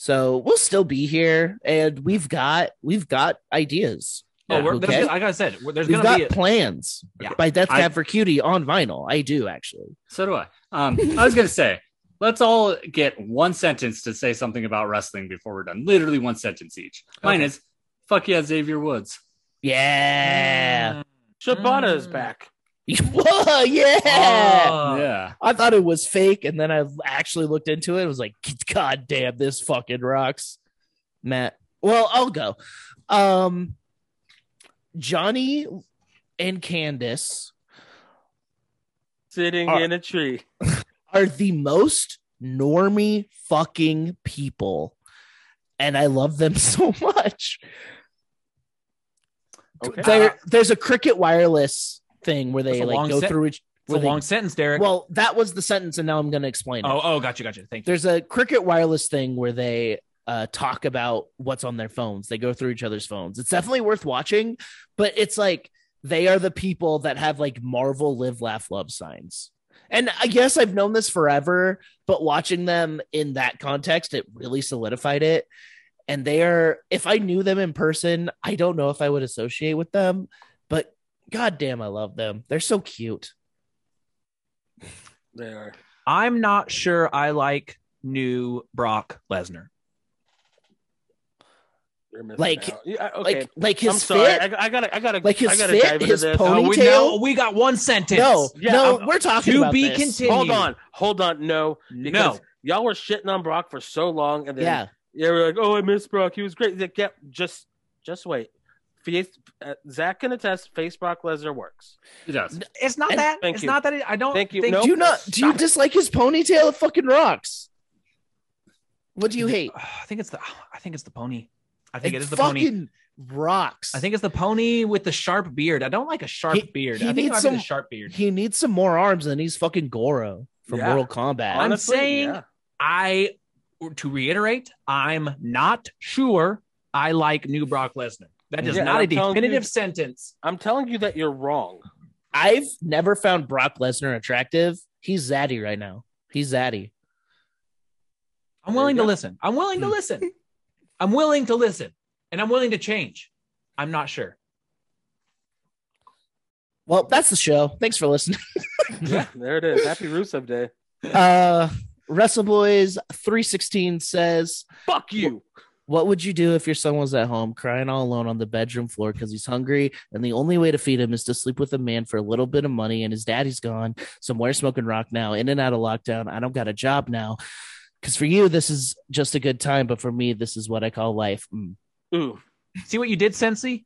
Speaker 1: so we'll still be here and we've got we've got ideas
Speaker 2: Oh, we're,
Speaker 1: Okay.
Speaker 2: there's, like I said, we're- there's
Speaker 1: we've
Speaker 2: gonna
Speaker 1: got
Speaker 2: be. A,
Speaker 1: plans
Speaker 2: Yeah.
Speaker 1: by death
Speaker 3: I-
Speaker 1: cab for cutie on vinyl i do actually
Speaker 3: so do I. Um, I was gonna say, let's all get one sentence to say something about wrestling before we're done. Literally one sentence each. Mine
Speaker 2: Okay.
Speaker 3: is, "Fuck yeah, Xavier Woods."
Speaker 1: yeah
Speaker 4: Shibata is
Speaker 2: Mm.
Speaker 4: back.
Speaker 1: Whoa, yeah
Speaker 2: Oh.
Speaker 3: yeah.
Speaker 1: i thought it was fake and then i actually looked into it it was like god damn this fucking rocks matt well i'll go um johnny and candace
Speaker 4: Sitting
Speaker 1: Uh,
Speaker 4: in a tree.
Speaker 1: are the most normie fucking people. And I love them so much.
Speaker 4: Okay.
Speaker 1: There, there's a Cricket Wireless thing where they
Speaker 2: That's a long
Speaker 1: like go
Speaker 2: sen-
Speaker 1: through each.
Speaker 2: It's a
Speaker 1: where they-
Speaker 2: long sentence, Derek.
Speaker 1: well, that was the sentence, and now I'm going to explain. it.
Speaker 2: oh, oh, gotcha, gotcha. Thank you.
Speaker 1: There's a Cricket Wireless thing where they uh, talk about what's on their phones. They go through each other's phones. It's definitely worth watching, but it's like they are the people that have like Marvel live, laugh, love signs. And I guess I've known this forever, but watching them in that context, it really solidified it. And they are, if I knew them in person, I don't know if I would associate with them, but goddamn, I love them. They're so cute.
Speaker 4: They are.
Speaker 2: I'm not sure I like new Brock Lesnar.
Speaker 4: You're missing
Speaker 1: Like-
Speaker 4: out. Yeah, okay.
Speaker 1: Like, like his
Speaker 4: I'm sorry.
Speaker 1: fit,
Speaker 4: I, I gotta, I gotta,
Speaker 1: like his
Speaker 4: I gotta
Speaker 1: fit,
Speaker 4: dive into
Speaker 1: his
Speaker 4: this.
Speaker 1: pose-
Speaker 2: Oh, we,
Speaker 1: Ponytail?
Speaker 2: no, we got one sentence.
Speaker 1: no,
Speaker 4: Yeah,
Speaker 1: no,
Speaker 4: I'm-
Speaker 1: we're talking
Speaker 2: To
Speaker 1: about
Speaker 2: be
Speaker 1: this.
Speaker 2: continued.
Speaker 4: hold on, hold on. No,
Speaker 2: No.
Speaker 4: because y'all were shitting on Brock for so long, and then
Speaker 1: Yeah,
Speaker 4: Yeah, we're like, oh, I miss Brock. He was great. He's Like, yeah, just, just wait. Face, uh, Zach can attest. Face Brock Lesnar works.
Speaker 3: It does.
Speaker 2: It's not
Speaker 1: And-
Speaker 2: that.
Speaker 4: Thank
Speaker 2: it's
Speaker 4: you.
Speaker 2: not that. It, I don't
Speaker 4: Thank you.
Speaker 2: Think,
Speaker 4: Nope.
Speaker 1: do you not do you
Speaker 2: Stop it.
Speaker 1: dislike his ponytail? It fucking rocks. What do you hate?
Speaker 2: I think it's the. I think it's the pony. I think
Speaker 1: It
Speaker 2: it is the pony.
Speaker 1: fucking rocks.
Speaker 2: I think it's the pony with the sharp beard. I don't like a sharp
Speaker 1: He-
Speaker 2: beard.
Speaker 1: he
Speaker 2: I think
Speaker 1: needs
Speaker 2: I
Speaker 1: some-
Speaker 2: a sharp beard.
Speaker 1: he needs some more arms than he's fucking Goro from
Speaker 4: Yeah.
Speaker 1: Mortal Kombat.
Speaker 2: I'm saying- I to reiterate, I'm not sure I like new Brock Lesnar. That is
Speaker 4: Yeah,
Speaker 2: not a
Speaker 4: I'm telling
Speaker 2: definitive
Speaker 4: you-
Speaker 2: sentence.
Speaker 4: I'm telling you that you're wrong.
Speaker 1: I've never found Brock Lesnar attractive. He's zaddy right now. He's zaddy.
Speaker 2: I'm
Speaker 4: There
Speaker 2: willing
Speaker 4: you
Speaker 2: to
Speaker 4: go. Hmm.
Speaker 2: listen. I'm willing to listen. I'm willing to listen. And I'm willing to change. I'm not sure.
Speaker 1: Well, that's the show. Thanks for listening.
Speaker 4: yeah, there it is. Happy Rusev Day.
Speaker 1: Uh Wrestle Boys 316 says,
Speaker 4: Fuck you.
Speaker 1: What would you do if your son was at home crying all alone on the bedroom floor because he's hungry and the only way to feed him is to sleep with a man for a little bit of money and his daddy's gone somewhere smoking rock now, in and out of lockdown? I don't got a job now. Because for you, this is just a good time, but for me, this is what I call life. Mm.
Speaker 4: Ooh,
Speaker 2: See what you did, Sensi?